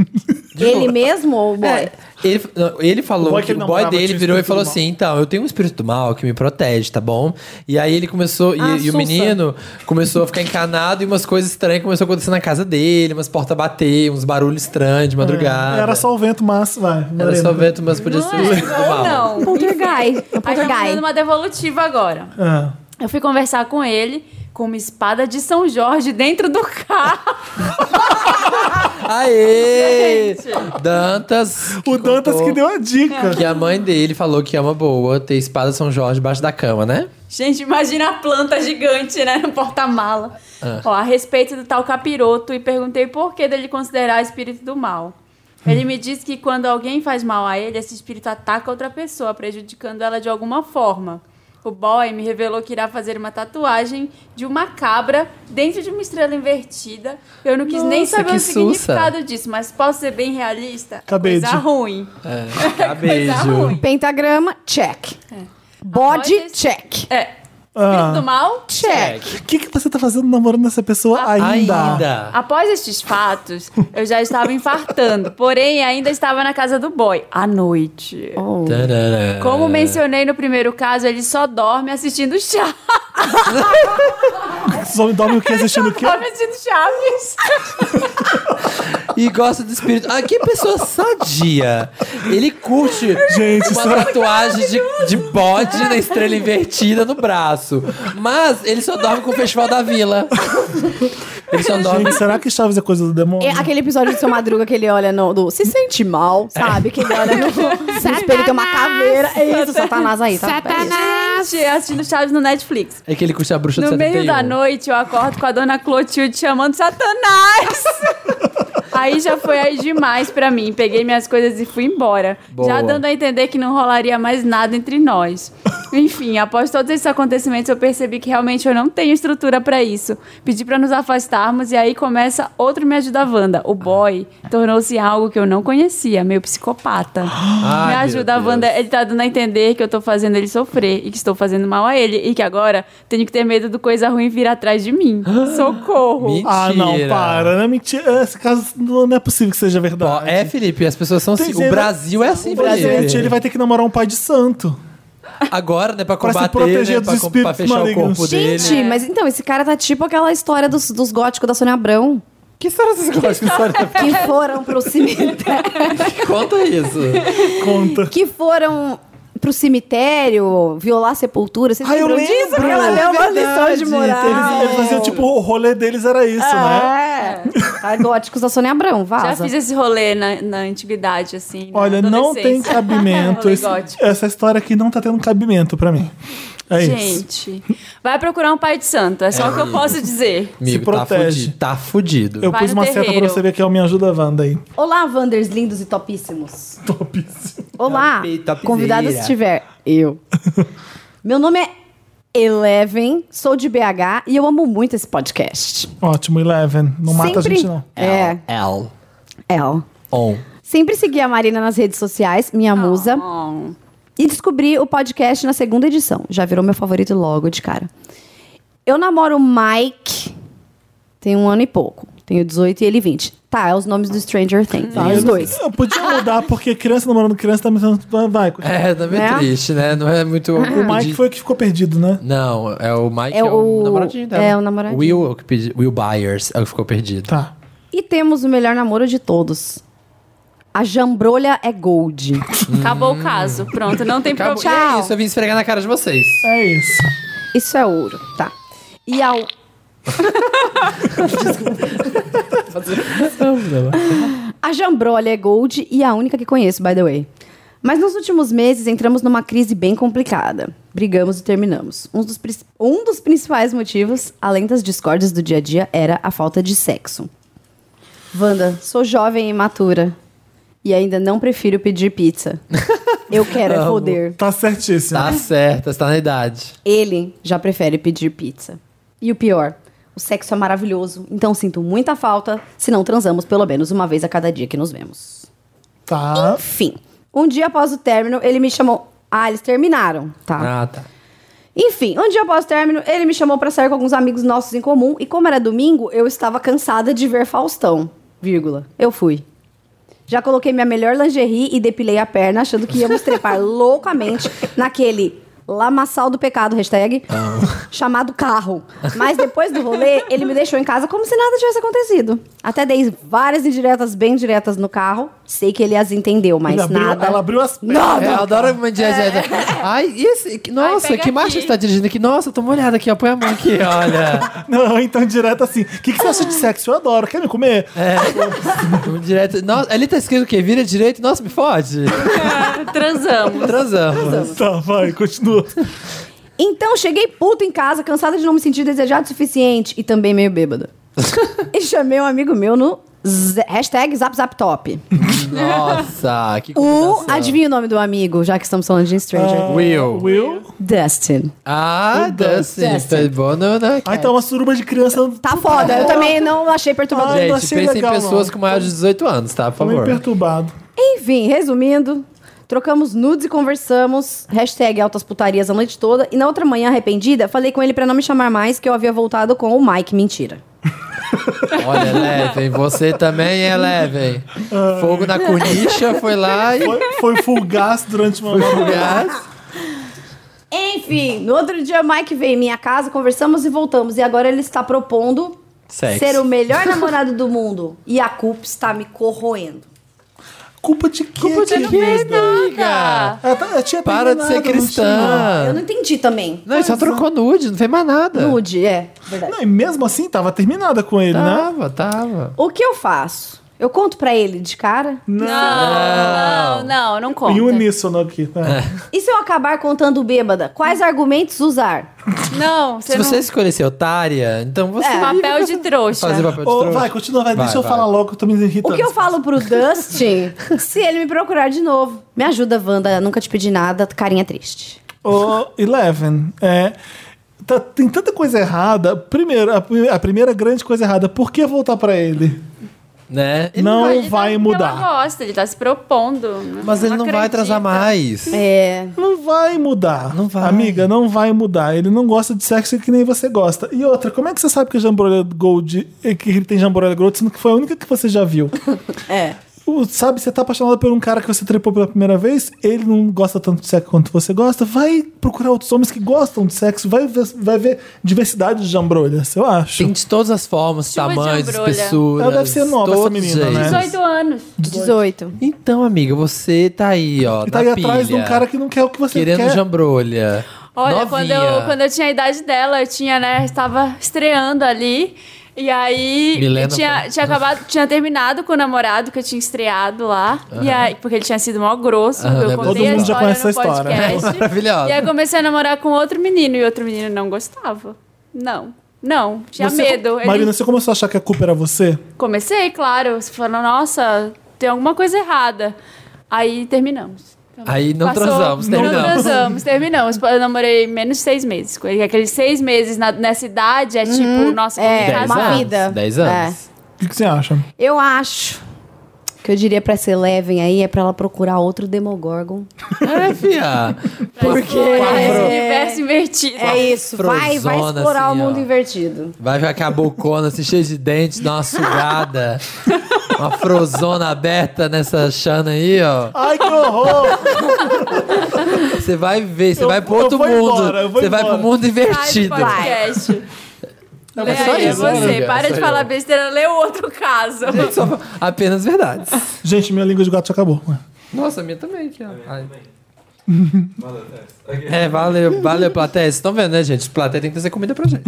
C: Ele mesmo ou o boy?
E: É, ele, não, ele falou
A: O boy que
E: que
A: ele
E: o boy
A: namorava
E: dele
A: tinha um
E: virou e
A: espírito
E: falou
A: do mal.
E: assim: então, eu tenho um espírito do mal que me protege, tá bom? E aí ele começou, e,
C: Ah,
E: e o
C: Sussa.
E: menino começou a ficar encanado e umas coisas estranhas começou a acontecer na casa dele, umas portas bater, uns barulhos estranhos de madrugada.
A: É. Era só o vento, mas vai.
E: Era
A: Lorena.
E: só vento, mas podia ser o espírito do
D: é Ou
E: mal.
D: não.
C: Poltergeist. É
D: Aí tá mandando
C: Poltergeist.
D: uma devolutiva agora.
A: Ah.
D: Eu fui conversar com ele com uma espada de São Jorge dentro do carro.
E: Aê! Dantas.
A: O Dantas
E: contou
A: que deu a dica.
E: Que a mãe dele falou que é uma boa ter espada São Jorge debaixo da cama, né?
D: Gente, imagina a planta gigante, né? No porta-mala.
E: É.
D: Ó, a respeito do tal capiroto e perguntei por que dele considerar espírito do mal. Ele me disse que quando alguém faz mal a ele, esse espírito ataca outra pessoa, prejudicando ela de alguma forma. O boy me revelou que irá fazer uma tatuagem de uma cabra dentro de uma estrela invertida. Eu não quis nem
E: Nossa,
D: saber
E: que
D: o
E: sussa.
D: significado disso, mas posso ser bem realista?
A: Cabide.
D: Coisa ruim.
E: Tá,
D: Coisa
E: beijo.
D: É. ruim.
C: Pentagrama, check. Body,
D: Após É. esse-
C: check.
D: É.
A: Ah.
D: Espírito do mal?
C: Check.
A: O que, que você tá fazendo namorando essa pessoa
D: Ah,
A: ainda?
E: Ainda.
D: Após estes fatos, eu já estava infartando, porém ainda estava na casa do boy, à noite.
E: Oh. Tarará.
D: Como mencionei no primeiro caso, ele só dorme assistindo chá.
A: Só me dorme o que assistindo o quê?
D: Dorme assistindo Chaves.
E: e gosta de espírito. Ah, que pessoa sadia. Ele curte
A: Gente, é
E: uma
A: só-
E: tatuagem de, de bode na estrela invertida no braço. Mas ele só dorme com o Festival da Vila. Ele só dorme
A: Gente, será que Chaves é coisa do demônio?
C: É aquele episódio do seu Madruga que ele olha no. Do, se sente mal, sabe? Que ele olha no, no espelho tem uma caveira. É isso, Satanás aí, tá?
D: Gente, assistindo Chaves no Netflix.
E: É que ele curte a bruxa
D: No
E: de 71.
D: meio da noite, eu acordo com a dona Clotilde chamando Satanás. aí já foi aí demais pra mim. Peguei minhas coisas e fui embora.
E: Boa.
D: Já dando a entender que não rolaria mais nada entre nós. Enfim, após todos esses acontecimentos, eu percebi que realmente eu não tenho estrutura pra isso. Pedi pra nos afastarmos e aí começa outro Me Ajuda Wanda. O boy tornou-se algo que eu não conhecia, meio psicopata. Me
E: meu
D: ajuda a
E: Deus.
D: Wanda ele tá dando a entender que eu tô fazendo ele sofrer e que estou fazendo mal a ele e que agora tenho que ter medo do coisa ruim vir atrás de mim. Socorro.
E: Mentira.
A: Ah, não, para. Não é mentira. Esse caso não não é possível que seja
E: Ó,
A: verdade.
E: é, Felipe, as pessoas são assim.
A: Tem gente-
E: O Brasil é assim,
A: O Brasil,
E: Felipe.
A: ele vai ter que namorar um pai de santo.
E: Agora, né, pra
A: Pra se
E: combater,
A: proteger
E: né,
A: dos
E: pra, com- pra
A: espíritos
E: fechar o
A: malignos.
E: corpo dele.
C: Gente, mas então, esse cara tá tipo aquela história dos, dos góticos da Sônia Abrão.
E: Que história vocês gostam?
C: Que foram pro cemitério.
E: Conta isso.
A: Conta.
C: Que foram pro cemitério violar sepultura. Vocês
A: Ah, eu
C: lembram disso?
A: lembro.
C: Ela deu uma
E: Verdade,
C: lição de
A: Eles,
C: moral.
A: eles faziam tipo, o rolê deles era isso, né?
D: Ah,
C: É. Tá, góticos da Sônia Abrão,
D: Já
C: vaza.
D: fiz esse rolê na, na antiguidade, assim. na
A: Olha, não tem
D: adolescência. É um
A: cabimento.
D: Rolê
A: esse-
D: gótico.
A: essa história aqui não tá tendo cabimento pra mim. É isso.
D: Gente, vai procurar um pai de santo. É só o que eu posso dizer.
E: Amigo, tá
A: protege.
E: fudido. Tá fudido.
A: Eu
D: Vai
A: pus
D: no
A: uma seta pra
D: terreiro.
A: você ver que é o Me Ajuda Wanda aí.
C: Olá, Wanders lindos e topíssimos.
A: Topíssimo.
C: Olá,
E: Topi- topzera.
C: convidado se tiver. Eu. Meu nome é Eleven, sou de BH e eu amo muito esse podcast.
A: Ótimo, Eleven. Não mata a gente, não.
C: É,
E: L.
C: El.
E: On.
C: Sempre segui a Marina nas redes sociais, minha musa,
D: Bom,
C: e descobri o podcast na segunda edição. Já virou meu favorito logo de cara. Eu namoro o Mike, tem um ano e pouco. Tenho 18 e ele 20. Tá, é os nomes do Stranger Things, tá, os dois.
A: Eu podia mudar, porque criança namorando criança tá me dando. Vai.
E: É, tá meio
C: Né?
E: triste, né? Não é muito...
A: O Mike foi o que ficou perdido, né?
E: Não, é o Mike,
C: É
E: é, o,
C: o-
E: namoradinho dela.
C: é o namoradinho.
E: Will, é o que pedi- Will Byers, é o que ficou perdido.
A: Tá.
C: E temos o melhor namoro de todos. A jambrolha é gold.
D: acabou o caso. Pronto, não tem
E: Acabou.
D: problema.
E: E é isso, eu vim esfregar na cara de vocês.
A: É isso.
C: Isso é ouro, tá. E ao... A jambrolha é gold e a única que conheço, by the way. Mas nos últimos meses entramos numa crise bem complicada. Brigamos e terminamos. Um dos, princ- um dos principais motivos, além das discórdias do dia a dia, era a falta de sexo. Wanda, sou jovem e imatura. E ainda não prefiro pedir pizza. Eu quero é poder.
A: Tá certíssimo.
E: Tá certa, você tá na idade.
C: Ele já prefere pedir pizza. E o pior, o sexo é maravilhoso, então sinto muita falta se não transamos pelo menos uma vez a cada dia que nos vemos.
A: Tá.
C: Enfim, um dia após o término, ele me chamou. Ah, eles terminaram, tá?
E: Ah, tá.
C: Enfim, um dia após o término, ele me chamou pra sair com alguns amigos nossos em comum e como era domingo, eu estava cansada de ver Faustão, vírgula. Eu fui. Já coloquei minha melhor lingerie e depilei a perna, achando que íamos trepar loucamente naquele lamaçal do pecado, hashtag,
A: Ah.
C: chamado carro. Mas depois do rolê, ele me deixou em casa como se nada tivesse acontecido. Até dei várias indiretas bem diretas no carro. Sei que ele as entendeu, mas
A: Ele abriu-
C: nada...
A: ela abriu as pernas.
C: Nada!
E: É, eu adoro uma diagésia. Ai, e esse? que- Nossa,
D: pega
E: que marcha
D: aqui.
E: você tá dirigindo aqui? Nossa, tô molhada aqui, ó. Põe a mão aqui, olha.
A: Não, então direto assim. O que, que você acha de
C: Ah.
A: sexo? Eu adoro. Quer me comer?
E: É. Um direto. Nossa, ali tá escrito o quê? Vira direito? Nossa, me fode.
D: Transamos.
E: Transamos.
A: Tá, vai, continua.
C: Então cheguei puta em casa, cansada de não me sentir desejada o suficiente e também meio bêbada. e chamei um amigo meu no Z- hashtag ZapZapTop.
E: Nossa, que
C: O.
E: combinação.
C: Adivinha o nome do amigo, já que estamos falando de Stranger?
E: Will.
A: Will?
C: Dustin.
E: Ah, Dustin. Foi bom, não, né?
A: Aí tá uma suruba de criança.
C: Tá foda, eu também não achei perturbador.
A: Ai, não
E: Gente,
A: achei
E: pensem
A: legal,
E: em pessoas
A: não.
E: com maior de 18 anos, tá? Por
A: Tô meio
E: favor.
A: perturbado.
C: Enfim, resumindo, trocamos nudes e conversamos. Hashtag altas putarias a noite toda. E na outra manhã, arrependida, falei com ele pra não me chamar mais, que eu havia voltado com o Mike. Mentira.
E: Olha, Eleven, você também, Eleven. Fogo na cornicha, foi lá e...
A: Foi, foi full gás durante uma
E: Gás.
C: Enfim, no outro dia, Mike veio em minha casa, conversamos e voltamos. E agora ele está propondo
E: Sexo.
H: ser o melhor namorado do mundo e a culpa está me corroendo.
A: Culpa de quê? Culpa
E: de quê, amiga?
A: Ela, tá- ela tinha
E: Para de
A: terminado,
E: ser
A: não tinha?
H: Eu
E: cristã.
H: não entendi também.
E: Não, ele só trocou nude, não fez mais nada.
H: Nude, é, verdade.
A: Não, e mesmo assim, tava terminada com ele, né?
E: Tava, tava.
H: O que eu faço? Eu conto pra ele de cara?
D: Não, não, não, não conta.
A: Em um uníssono aqui,
E: É.
A: né?
H: E se eu acabar contando bêbada? Quais argumentos usar?
D: Não,
E: Se
D: você
E: você
D: não...
E: escolher ser otária, então você
D: É,
E: vai
D: papel de trouxa.
E: fazer papel de
A: Ô,
E: trouxa.
A: vai, continua, vai,
E: Vai,
A: deixa eu
E: vai.
A: falar logo, eu tô me irritando.
H: O que eu falo pro Dustin se ele me procurar de novo? Me ajuda, Wanda. Nunca te pedi nada. Carinha triste.
A: Ô, Eleven, é, tá- tem tanta coisa errada. Primeiro, a, pri- a primeira grande coisa errada, por que voltar pra ele?
E: Né? Ele
A: não
D: Ele tá-
A: vai
D: Ela
A: mudar.
D: gosta, ele tá se propondo. né?
E: Mas ele não vai
D: acredita.
E: atrasar mais.
H: É.
A: Não vai mudar.
E: Não vai.
A: Amiga, não vai mudar. Ele não gosta de sexo que nem você gosta. E outra, como é que você sabe que a Jamboree Gold, eh, que ele tem Jamboree Gold, sendo que foi a única que você já viu?
H: É.
A: O- sabe, você tá apaixonado por um cara que você trepou pela primeira vez, ele não gosta tanto de sexo quanto você gosta, vai procurar outros homens que gostam de sexo, vai ver, vai ver diversidade de jambrolhas, eu acho.
E: Tem de todas as formas,
D: Chuva de
E: tamanhos,
D: embrulha.
E: espessuras.
A: Ela deve ser nova, essa
E: todos os
A: menina, né?
E: jeitos.
D: 18 anos.
H: 18.
E: Então, amiga, você tá aí, ó.
A: E tá aí
E: na
A: atrás de um
E: pilha,
A: cara que não quer o que você
E: Querendo
A: quer.
E: jambrolha.
D: Olha,
E: Novinha.
D: quando eu, quando eu tinha a idade dela, eu tinha, né, estava estreando ali. E aí,
E: Milena
D: eu tinha,
E: foi-
D: tinha acabado, tinha terminado com o namorado que eu tinha estreado lá. E aí, porque ele tinha sido mó grosso.
E: Aham,
D: eu
E: lembro.
D: contei
A: né, Todo
D: a
A: mundo já
D: história
A: conhece
D: no
A: essa história. né?
D: podcast.
E: Maravilhosa.
D: E aí eu comecei a namorar com outro menino e outro menino não gostava. Não. Não, tinha
A: Você-
D: medo. Ele-
A: Marina, você começou a achar que a culpa era você?
D: Comecei, claro, falando, nossa, tem alguma coisa errada. Aí terminamos.
E: Aí não transamos, terminamos.
D: Não transamos, terminamos. Eu namorei menos de seis meses com ele. Aqueles seis meses na- nessa idade é tipo, nossa,
H: Uhum. É,
D: complicado.
E: Dez
H: uma
E: anos?
H: vida.
E: Dez anos.
A: O que, que você acha?
H: Eu acho que eu diria pra essa Eleven aí é pra ela procurar outro Demogorgon.
E: É, fia.
H: Porque...
D: Esse
H: É,
D: universo invertido.
C: É
H: isso. Vai, vai
E: Frozona,
H: explorar
E: assim,
H: o mundo
E: ó.
H: invertido.
E: Vai ficar cabocona, assim, cheia de dentes, dá uma sugada. uma frozona aberta nessa chana aí, ó.
A: Ai, que horror!
E: Você vai ver, você
A: Eu-
E: vai pro
A: eu
E: outro
A: vou
E: mundo.
A: embora, eu vou
E: você vai pro
A: embora.
E: mundo
D: Sai do
E: invertido.
D: podcast. Lê
E: só
D: aí, é
E: isso,
A: né?
D: você.
E: amiga,
D: Para
E: só
D: de
E: eu.
D: falar besteira, lê o outro caso.
E: Só apenas verdades.
A: Gente, minha língua de gato já acabou. ué.
E: Nossa, a minha também aqui, ó. Ai.
J: Valeu, Tess. Ok.
E: É, valeu, valeu, plateia. Vocês estão vendo, né, gente? Plateia tem que trazer comida pra gente.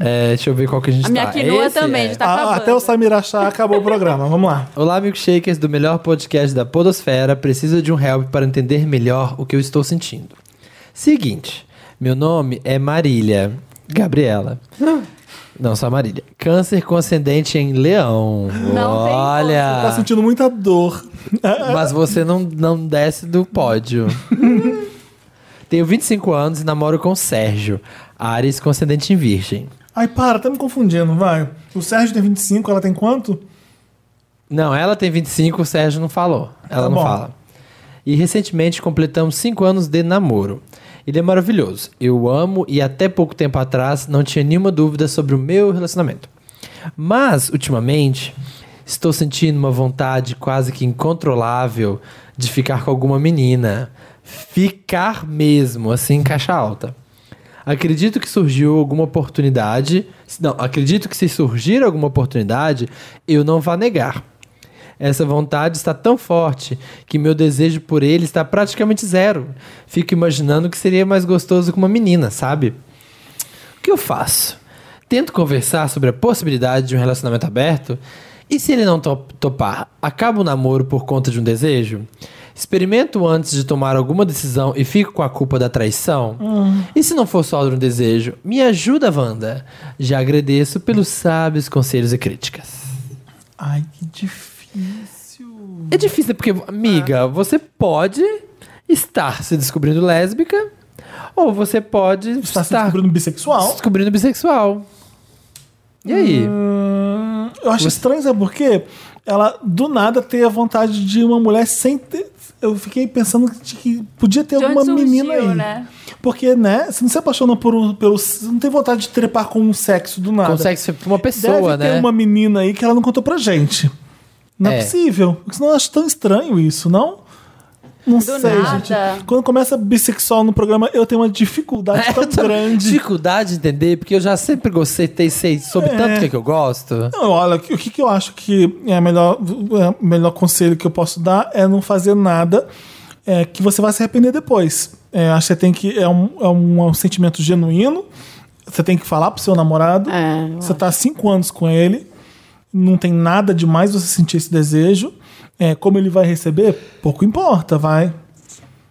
E: É, deixa eu ver qual que a gente
D: A minha
E: tá.
D: quinua
E: Esse
D: também,
E: é.
D: já tá
A: A-
D: acabando.
A: Ah, até o Samir achar, acabou o programa. Vamos lá.
E: Olá, milkshakers do melhor podcast da Podosfera. Precisa de um help para entender melhor o que eu estou sentindo. Seguinte, meu nome é Marília Gabriela. Não, só Marília. Câncer com ascendente em leão.
D: Não tem
E: Olha.
A: Tá sentindo muita dor.
E: Mas você não, não desce do pódio. Tenho 25 anos e namoro com o Sérgio, Ares com ascendente em virgem.
A: Ai, para, tá me confundindo, vai. O Sérgio tem 25, ela tem quanto?
E: Não, ela tem 25, o Sérgio não falou. Ela
A: Tá
E: não
A: bom.
E: fala. E recentemente completamos 5 anos de namoro. Ele é maravilhoso. Eu o amo e até pouco tempo atrás não tinha nenhuma dúvida sobre o meu relacionamento. Mas, ultimamente, estou sentindo uma vontade quase que incontrolável de ficar com alguma menina. Ficar mesmo, assim, em caixa alta. Acredito que surgiu alguma oportunidade. se- Não, acredito que se surgir alguma oportunidade, eu não vá negar. Essa vontade está tão forte que meu desejo por ele está praticamente zero. Fico imaginando que seria mais gostoso com uma menina, sabe? O que eu faço? Tento conversar sobre a possibilidade de um relacionamento aberto? E se ele não to- topar, acaba o namoro por conta de um desejo? Experimento antes de tomar alguma decisão e fico com a culpa da traição?
A: Hum.
E: E se não for só de um desejo, me ajuda, Wanda? Já agradeço pelos sábios conselhos e críticas.
A: Ai, que difícil.
E: É difícil, né? porque, amiga,
A: É.
E: você pode estar se descobrindo lésbica ou você pode
A: Está
E: estar,
A: tá
D: Tá.
A: se descobrindo bissexual?
E: descobrindo bissexual. E aí?
A: Hum, eu acho estranho, sabe por quê? Ela do nada ter a vontade de uma mulher sem ter. Eu fiquei pensando que, que podia ter
D: De onde
A: alguma
D: surgiu,
A: menina aí.
D: né?
A: Porque, né? Você não se apaixona por um. Pelo, você não tem vontade de trepar com um sexo do nada.
E: Consegue ser uma
A: Deve
E: pessoa,
A: ter
E: né?
A: uma menina aí que ela não contou pra gente. Não é,
E: É.
A: possível. Porque senão eu acho tão estranho isso, não? Não
D: Do
A: sei,
D: nada.
A: gente. Quando começa bissexual no programa, eu tenho uma dificuldade
E: É,
A: tão
E: eu tô-
A: grande.
E: Dificuldade de entender, porque eu já sempre gostei, sei, sei sobre
A: É.
E: tanto que, que eu gosto.
A: Não, Então, olha, o que, que eu acho que é o melhor, é o melhor conselho que eu posso dar é não fazer nada é, que você vai se arrepender depois. É, acho que você tem que. É um, é um, é um sentimento genuíno. Você tem que falar pro seu namorado.
C: É,
A: você tá há cinco anos com ele. Não tem nada demais você sentir esse desejo. É, como ele vai receber, pouco importa, vai.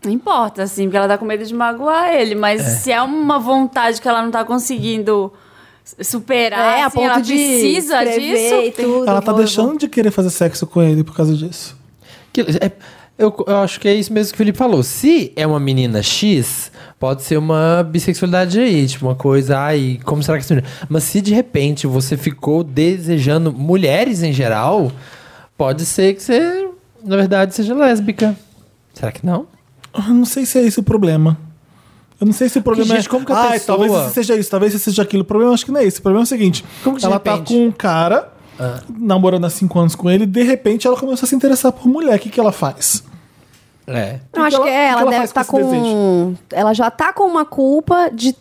D: Não importa, assim, porque ela tá com medo de magoar ele. Mas se é uma vontade que ela não tá conseguindo superar,
C: É, a
D: assim,
C: ponto
D: ela
C: de
D: precisa
C: escrever
D: disso.
C: e tudo.
A: Ela tá
C: vou-
A: deixando de querer fazer sexo com ele por causa disso.
E: Que- é- eu, eu acho que é isso mesmo que o Felipe falou. Se é uma menina X, pode ser uma bissexualidade aí, tipo, uma coisa, ai, como será que essa menina. Mas se de repente você ficou desejando mulheres em geral, pode ser que você, na verdade, seja lésbica. Será que não?
A: Eu não sei se é esse o problema. Eu não sei se o problema
E: gente,
A: é.
E: como que a
A: Ai,
E: pessoa-
A: talvez isso seja isso, talvez isso seja aquilo. O problema eu acho que não é esse. O problema é o seguinte:
E: Como que de
A: ela tá
E: repente? Ah.
A: com um cara, namorando há cinco anos com ele, de repente ela começou a se interessar por mulher. O que, que ela faz?
E: É.
C: Não, acho
A: ela-
C: que
A: o que
C: é, ela,
A: ela
C: deve
A: faz com
C: estar
A: esse
C: com.
A: desejo?
C: Ela já tá com uma culpa de.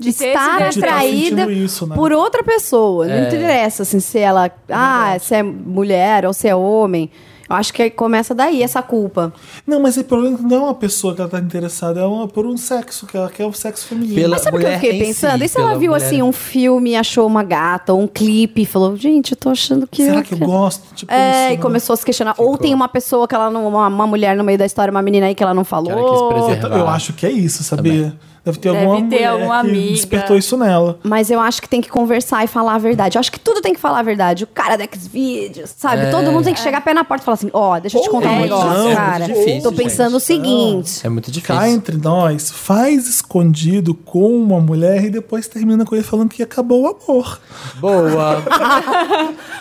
D: De ter
C: estar
A: De
D: esse desejo.
A: tá
C: atraída
A: sentindo isso, né? É.
C: por outra pessoa. Não interessa, assim, se ela. Ah, se é mulher ou se é homem. Eu acho que começa daí essa culpa.
A: Não, mas o problema não é uma pessoa que ela tá interessada, é uma- por um sexo, que ela quer o sexo feminino.
E: Pela-
C: Mas sabe o que eu
E: mulher
C: fiquei
E: em si,
C: pensando? e se
E: pela
C: ela viu,
E: mulher.
C: assim, um filme e achou uma gata, ou um clipe e falou, gente, eu tô achando que.
A: Será que eu gosto? Tipo
C: É,
A: isso,
C: e
A: né?
C: começou a se questionar. Ou tem uma pessoa que ela não. Uma, uma mulher no meio da história, uma menina aí que ela não falou.
E: Que ela quis preservar.
A: Eu acho que é isso, sabia? Deve ter
D: Deve
A: alguma
D: ter
A: mulher
D: alguma
A: que
D: amiga.
A: despertou isso nela.
C: Mas eu acho que tem que conversar e falar a verdade. Eu acho que tudo tem que falar a verdade. O cara da Xvideos, sabe? Todo mundo tem que chegar pé na porta e falar assim: ó, deixa eu te contar
E: é
C: um negócio,
E: isso, é muito
C: cara.
E: difícil,
C: Tô pensando o seguinte.
E: É muito difícil.
A: Cá entre nós, faz escondido com uma mulher e depois termina com ele falando que acabou o amor.
E: Boa.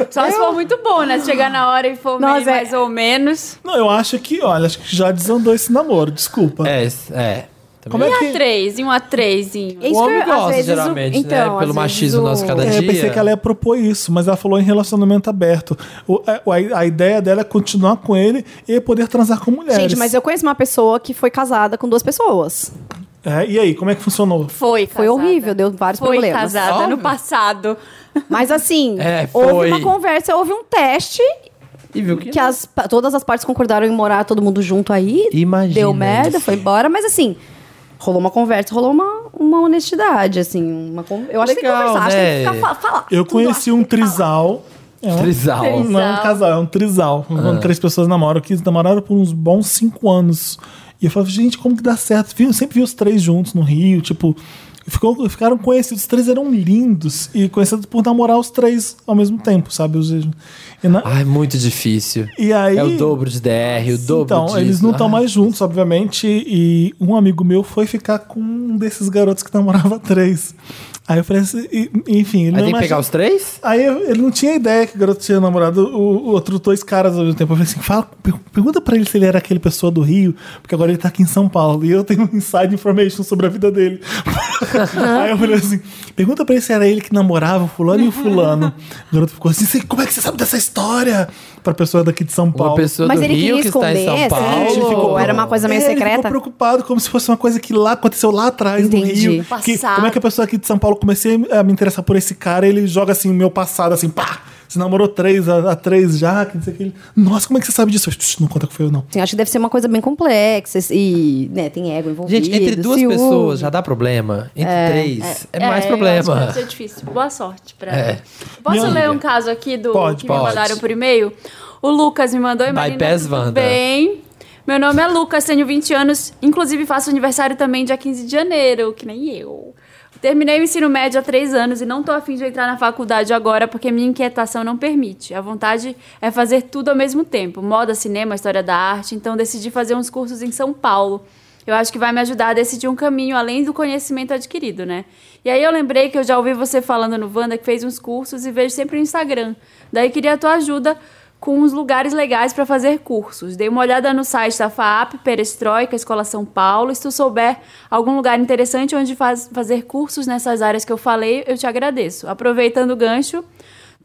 D: Só se for muito bom, né? Se chegar na hora e for meio
C: Nossa, é-
D: mais ou menos.
A: Não, eu acho que, olha, acho que já desandou esse namoro, desculpa.
E: é, s- é. Também
A: Como é
D: Um
A: que.
D: A3, e um A3.
C: Isso
E: O homem
C: que, às
E: gosta,
C: vezes, o-
E: geralmente,
C: então,
E: né?
C: às
E: Pelo
C: vezes
E: machismo
C: o-
E: nosso cada
A: É,
E: dia.
A: eu pensei que ela ia propor isso, mas ela falou em relacionamento aberto. O- a, a- a ideia dela é continuar com ele e poder transar com
E: É.
A: mulheres.
C: Gente, mas eu conheço uma pessoa que foi casada com duas pessoas.
A: É, e aí, como é que funcionou?
D: Foi,
C: Foi
D: casada.
C: horrível, deu vários
D: Foi
C: problemas.
D: casada
E: Óbvio.
D: no passado.
C: Mas assim,
E: É, foi.
C: houve uma conversa, houve um teste
E: E viu que,
C: que as, pa- todas as partes concordaram em morar todo mundo junto aí.
E: Imagina
C: Deu merda,
E: isso.
C: foi embora, mas assim, rolou uma conversa, rolou uma, uma honestidade, assim. Uma, con- eu acho que tem que
E: Legal,
C: conversar, acho que tem que
E: né?
C: ficar, fa- falar.
A: Eu
C: tudo, acho
A: conheci
C: que
A: um
C: tem que falar.
A: trisal. É um-
E: Trisal. Ah.
A: Não é um casal, é um trisal. Quando três pessoas namoram, que eles namoraram por uns bons cinco anos. E eu falava, gente, como que dá certo? Vi- Eu sempre vi os três juntos no Rio, tipo. Ficou, ficaram conhecidos, os três eram lindos e conhecidos por namorar os três ao mesmo tempo, sabe? Os- E, na-
E: Ai, muito difícil.
A: e aí.
E: Ah, É o dobro de DR, o dobro
A: Então,
E: disso.
A: eles não estão
E: Ah,
A: mais juntos, obviamente. E um amigo meu foi ficar com um desses garotos que namorava três. Aí eu falei assim, e- enfim. ele
E: Aí tem
A: não
E: que
A: imagina-
E: pegar os três?
A: Aí eu- ele não tinha ideia que o garoto tinha namorado o, o outro dois caras ao mesmo tempo. Eu falei assim: fala, per- pergunta pra ele se ele era aquele pessoa do Rio, porque agora ele tá aqui em São Paulo e eu tenho inside information sobre a vida dele. Aí eu falei assim: pergunta pra ele se era ele que namorava o fulano e o fulano. O garoto ficou assim: "Cê- como é que você sabe dessa história? Pra pessoa daqui de São Paulo.
E: Uma pessoa
C: Mas
E: do
C: ele
E: Rio
C: queria
E: que está em São
C: esconder,
E: Paulo.
C: assim, tipo, era uma coisa meio
A: É, Ele ficou
C: secreta.
A: preocupado, como se fosse uma coisa que lá aconteceu lá atrás,
C: Entendi.
A: no Rio. Que,
D: Passado.
A: como é que a pessoa aqui de São Paulo comecei a me interessar por esse cara, ele joga assim, meu passado, assim, pá! Você namorou três, há há três já, que não sei o que. Ele, Nossa, como é que você sabe disso? Eu, "Tch, não conta que foi eu, não.
C: Assim, acho que deve ser uma coisa bem complexa e, né, tem ego envolvido.
E: Gente, entre duas
C: ciúme.
E: pessoas já dá problema. Entre três é, mais
D: eu acho que
E: problema.
D: Deve ser difícil. Boa sorte pra
E: É.
D: Posso
A: Minha
D: ler
A: amiga.
D: um caso aqui do
A: Pode,
D: que
E: pode.
D: me mandaram por e-mail? O Lucas me mandou e Marina,
E: Bypass
D: tudo
E: Wanda.
D: bem? Meu nome é Lucas, tenho 20 anos, inclusive faço aniversário também dia 15 de janeiro, que nem eu. Terminei o ensino médio há três anos e não tô afim de entrar na faculdade agora porque minha inquietação não permite. A vontade é fazer tudo ao mesmo tempo: moda, cinema, história da arte. Então decidi fazer uns cursos em São Paulo. Eu acho que vai me ajudar a decidir um caminho além do conhecimento adquirido, né? E aí eu lembrei que eu já ouvi você falando no Wanda que fez uns cursos e vejo sempre o Instagram. Daí queria a tua ajuda com uns lugares legais para fazer cursos. Dei uma olhada no site da FAP, Perestroika, Escola São Paulo. Se tu souber algum lugar interessante onde faz- fazer cursos nessas áreas que eu falei, eu te agradeço. Aproveitando o gancho,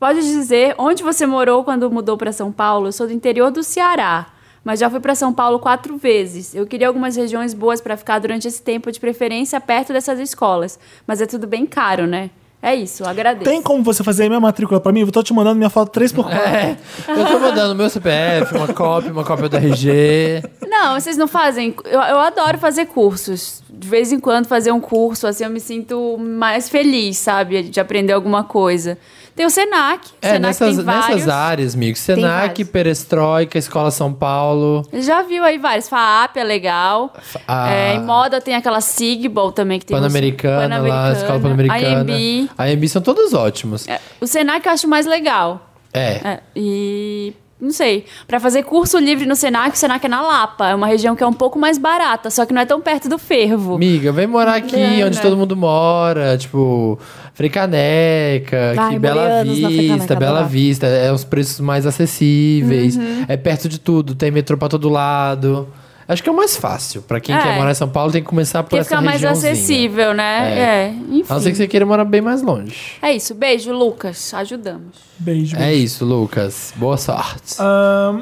D: pode dizer onde você morou quando mudou para São Paulo? Eu sou do interior do Ceará. mas já fui para São Paulo quatro vezes. Eu queria algumas regiões boas para ficar durante esse tempo, de preferência perto dessas escolas. Mas é tudo bem caro, né? É isso, agradeço.
A: Tem como você fazer a minha matrícula pra mim? Eu tô te mandando minha foto 3x4.
E: É, eu tô mandando meu CPF, uma cópia, uma cópia do RG.
D: Não, vocês não fazem. Eu, eu adoro fazer cursos. De vez em quando fazer um curso, assim, eu me sinto mais feliz, sabe? De aprender alguma coisa. Tem o Senac.
E: É,
D: Senac
E: nessas,
D: tem vários.
E: nessas áreas, amigo. Senac,
D: vários.
E: Perestroika, Escola São Paulo.
D: Já viu aí vários. FAAP é legal.
E: a-
D: É, em moda tem aquela Sigball também que tem. uns-
E: Pan-Americana, lá,
D: Pan-Americana,
E: Escola Pan-Americana.
D: IMB.
E: IMB são todos ótimos. É.
D: O Senac eu acho mais legal. É, e não sei. Pra fazer curso livre no Senac, o Senac é na Lapa. É uma região que é um pouco mais barata, só que não é tão perto do fervo.
E: Amiga, vem morar aqui
D: É,
E: onde
D: né?
E: todo mundo mora, tipo, Fricaneca,
C: Ai,
E: aqui
C: morei
E: Bela
C: anos na Fricaneca,
D: tá
E: Vista, Bela
C: adorava.
E: Vista, é os preços mais acessíveis,
D: Uhum.
E: é perto de tudo, tem metrô pra todo lado. Acho que é o mais fácil. Pra quem
D: É.
E: quer morar em São Paulo, tem que começar por
D: Porque
E: essa
D: fica mais
E: regiãozinha.
D: acessível, né?
E: É.
D: É,
E: A não ser que
D: enfim.
E: você queira morar bem mais longe.
D: É isso. Beijo, Lucas. Ajudamos.
A: Beijo,
E: É
A: beijo.
E: isso, Lucas. Boa sorte.
A: Ahn,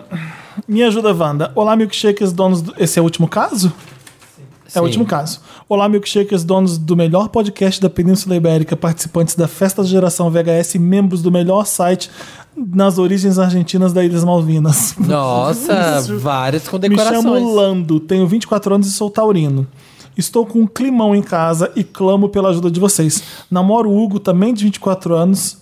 A: me ajuda, Wanda. Olá, milkshakers, donos do... Esse é o último caso? É
E: Sim.
A: o último caso. Olá, milkshakers, donos do melhor podcast da Península Ibérica, participantes da Festa da Geração VHS e membros do melhor site nas origens argentinas da Ilhas Malvinas.
E: Nossa, várias
A: Me
E: condecorações.
A: chamo Lando, tenho 24 anos e sou taurino. Estou com um climão em casa e clamo pela ajuda de vocês. Namoro o Hugo, também de 24 anos,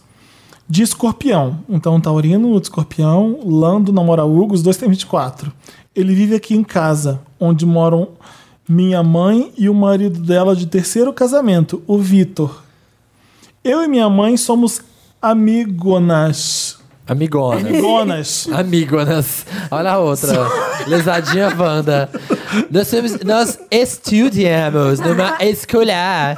A: de escorpião. Então, taurino, outro escorpião, Lando namora o Hugo, os dois têm 24. Ele vive aqui em casa, onde moram minha mãe e o marido dela de terceiro casamento, o Vitor. Eu e minha mãe somos amigonas.
E: Amigona.
A: Amigonas.
E: Amigonas. né? Olha a outra. Lesadinha Wanda. Nós, somos- nós estudamos numa escola.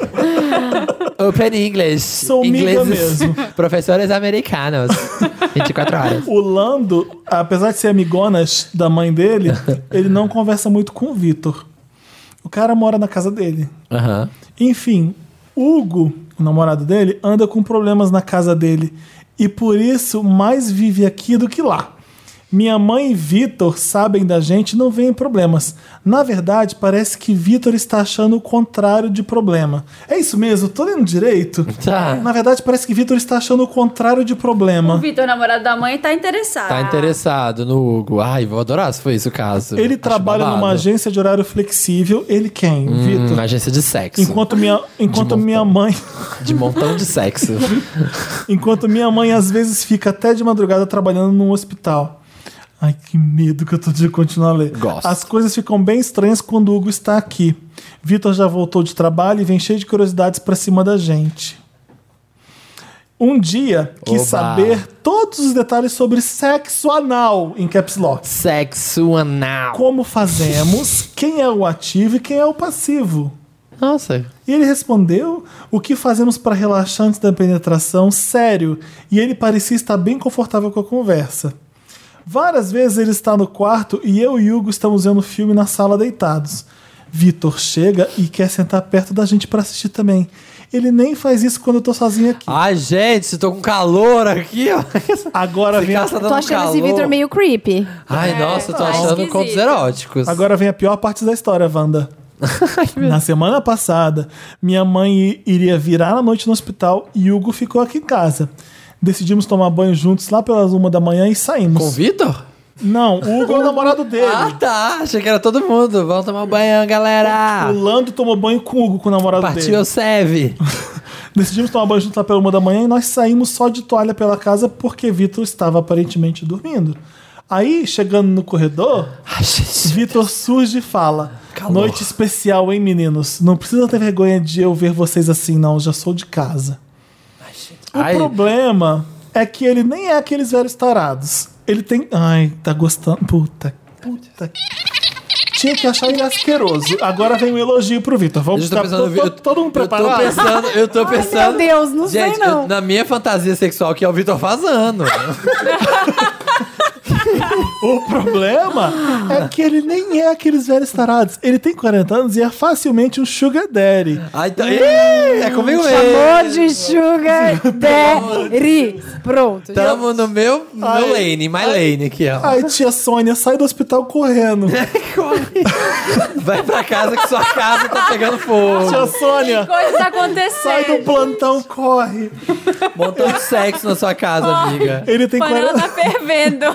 E: Open English.
A: Sou miga
E: Ingleses. Professores americanos. 24 horas.
A: O Lando, apesar de ser amigonas da mãe dele, ele não conversa muito com o Vitor. O cara mora na casa dele.
E: Aham.
A: Enfim, Hugo, o namorado dele, anda com problemas na casa dele e por isso mais vive aqui do que lá. Minha mãe e Vitor sabem da gente e não veem problemas. Na verdade, parece que Vitor está achando o contrário de problema. É isso mesmo? Tô lendo direito?
E: Tá.
A: Na verdade, parece que Vitor está achando o contrário de
D: O
A: problema.
D: Vitor, namorado da mãe, tá interessado.
C: Ah.
E: Tá interessado no Hugo. Ai, vou adorar se foi isso o caso.
A: Ele
E: Acho
A: trabalha
E: babado.
A: numa agência de horário flexível. Ele quem?
E: tá Hum,
A: Vitor.
E: agência de sexo.
A: Enquanto minha, enquanto minha mãe,
E: De montão de sexo.
A: enquanto minha mãe às vezes fica até de madrugada trabalhando num hospital. Ai, que medo que eu tô de continuar a ler.
E: Gosto.
A: As coisas ficam bem estranhas quando o Hugo está aqui. Vitor já voltou de trabalho e vem cheio de curiosidades pra cima da gente. Um dia quis
E: Oba.
A: saber todos os detalhes sobre sexo anal em caps lock.
E: sexo anal.
A: Como fazemos, quem é o ativo e quem é o passivo.
E: Nossa.
A: E ele respondeu o que fazemos para relaxar antes da penetração, sério. E ele parecia estar bem confortável com a conversa. Várias vezes ele está no quarto e eu e Hugo estamos vendo filme na sala deitados. Vitor chega e quer sentar perto da gente para assistir também. Ele nem faz isso quando eu tô sozinho aqui.
E: Ai, gente, tô com calor aqui, ó.
A: Agora
E: Esse
A: vem, a,
E: cara tá
C: Tô
E: dando
C: achando
E: calor.
C: esse Victor meio creepy.
E: Ai, nossa, eu tô
D: tá
E: achando
D: esquisito.
E: contos eróticos.
A: agora vem a pior parte da história, Wanda. na semana passada, minha mãe i- iria virar à noite no hospital e Hugo ficou aqui em casa. Decidimos tomar banho juntos lá pelas uma da manhã e saímos.
E: Com o Vitor?
A: Não, o Hugo é o namorado é dele.
E: Ah, tá. Achei que era todo mundo. Vamos tomar um banho, galera.
A: O Lando tomou banho com o Hugo, com o namorado
E: Partiu
A: dele.
E: o serve.
A: Decidimos tomar banho juntos lá pela uma da manhã e nós saímos só de toalha pela casa porque Vitor estava aparentemente dormindo. Aí, chegando no corredor,
E: Ai, gente.
A: Vitor surge e fala:
E: Calor.
A: Noite especial, hein, meninos? Não precisa ter vergonha de eu ver vocês assim, não. Já sou de casa. O
E: Ai,
A: problema é que ele nem é aqueles velhos tarados. Ele tem. Ai, tá gostando. Puta. Puta. Tinha que achar ele asqueroso. Agora vem um elogio pro Vitor.
E: eu
A: Vamos
E: já tô
A: ficar
E: pensando...
A: todo, Tá todo, todo mundo
E: Eu tô
A: preparado?
E: pensando... Eu tô pensando...
C: Meu Deus, não
E: Gente,
C: sei não.
E: eu- na minha fantasia sexual que é o Vitor Fazano.
A: o problema é que ele nem é aqueles velhos tarados. Ele tem 40 anos e é facilmente um sugar daddy.
E: Ah, então. Ih, é comigo mesmo.
H: Chamou de Sugar Daddy. Pronto.
E: Tamo no meu no
A: Ai.
E: lane, my lane aqui, ó.
A: Aí tia Sônia sai do hospital correndo.
E: Vai pra casa que sua casa tá pegando
A: tia
E: fogo.
A: Sônia
D: Coisas
A: sai do
D: tá acontecendo.
A: plantão, corre.
E: Montando sexo na sua casa, amiga.
A: Ele tem,
D: O panela
A: 40,
D: tá fervendo.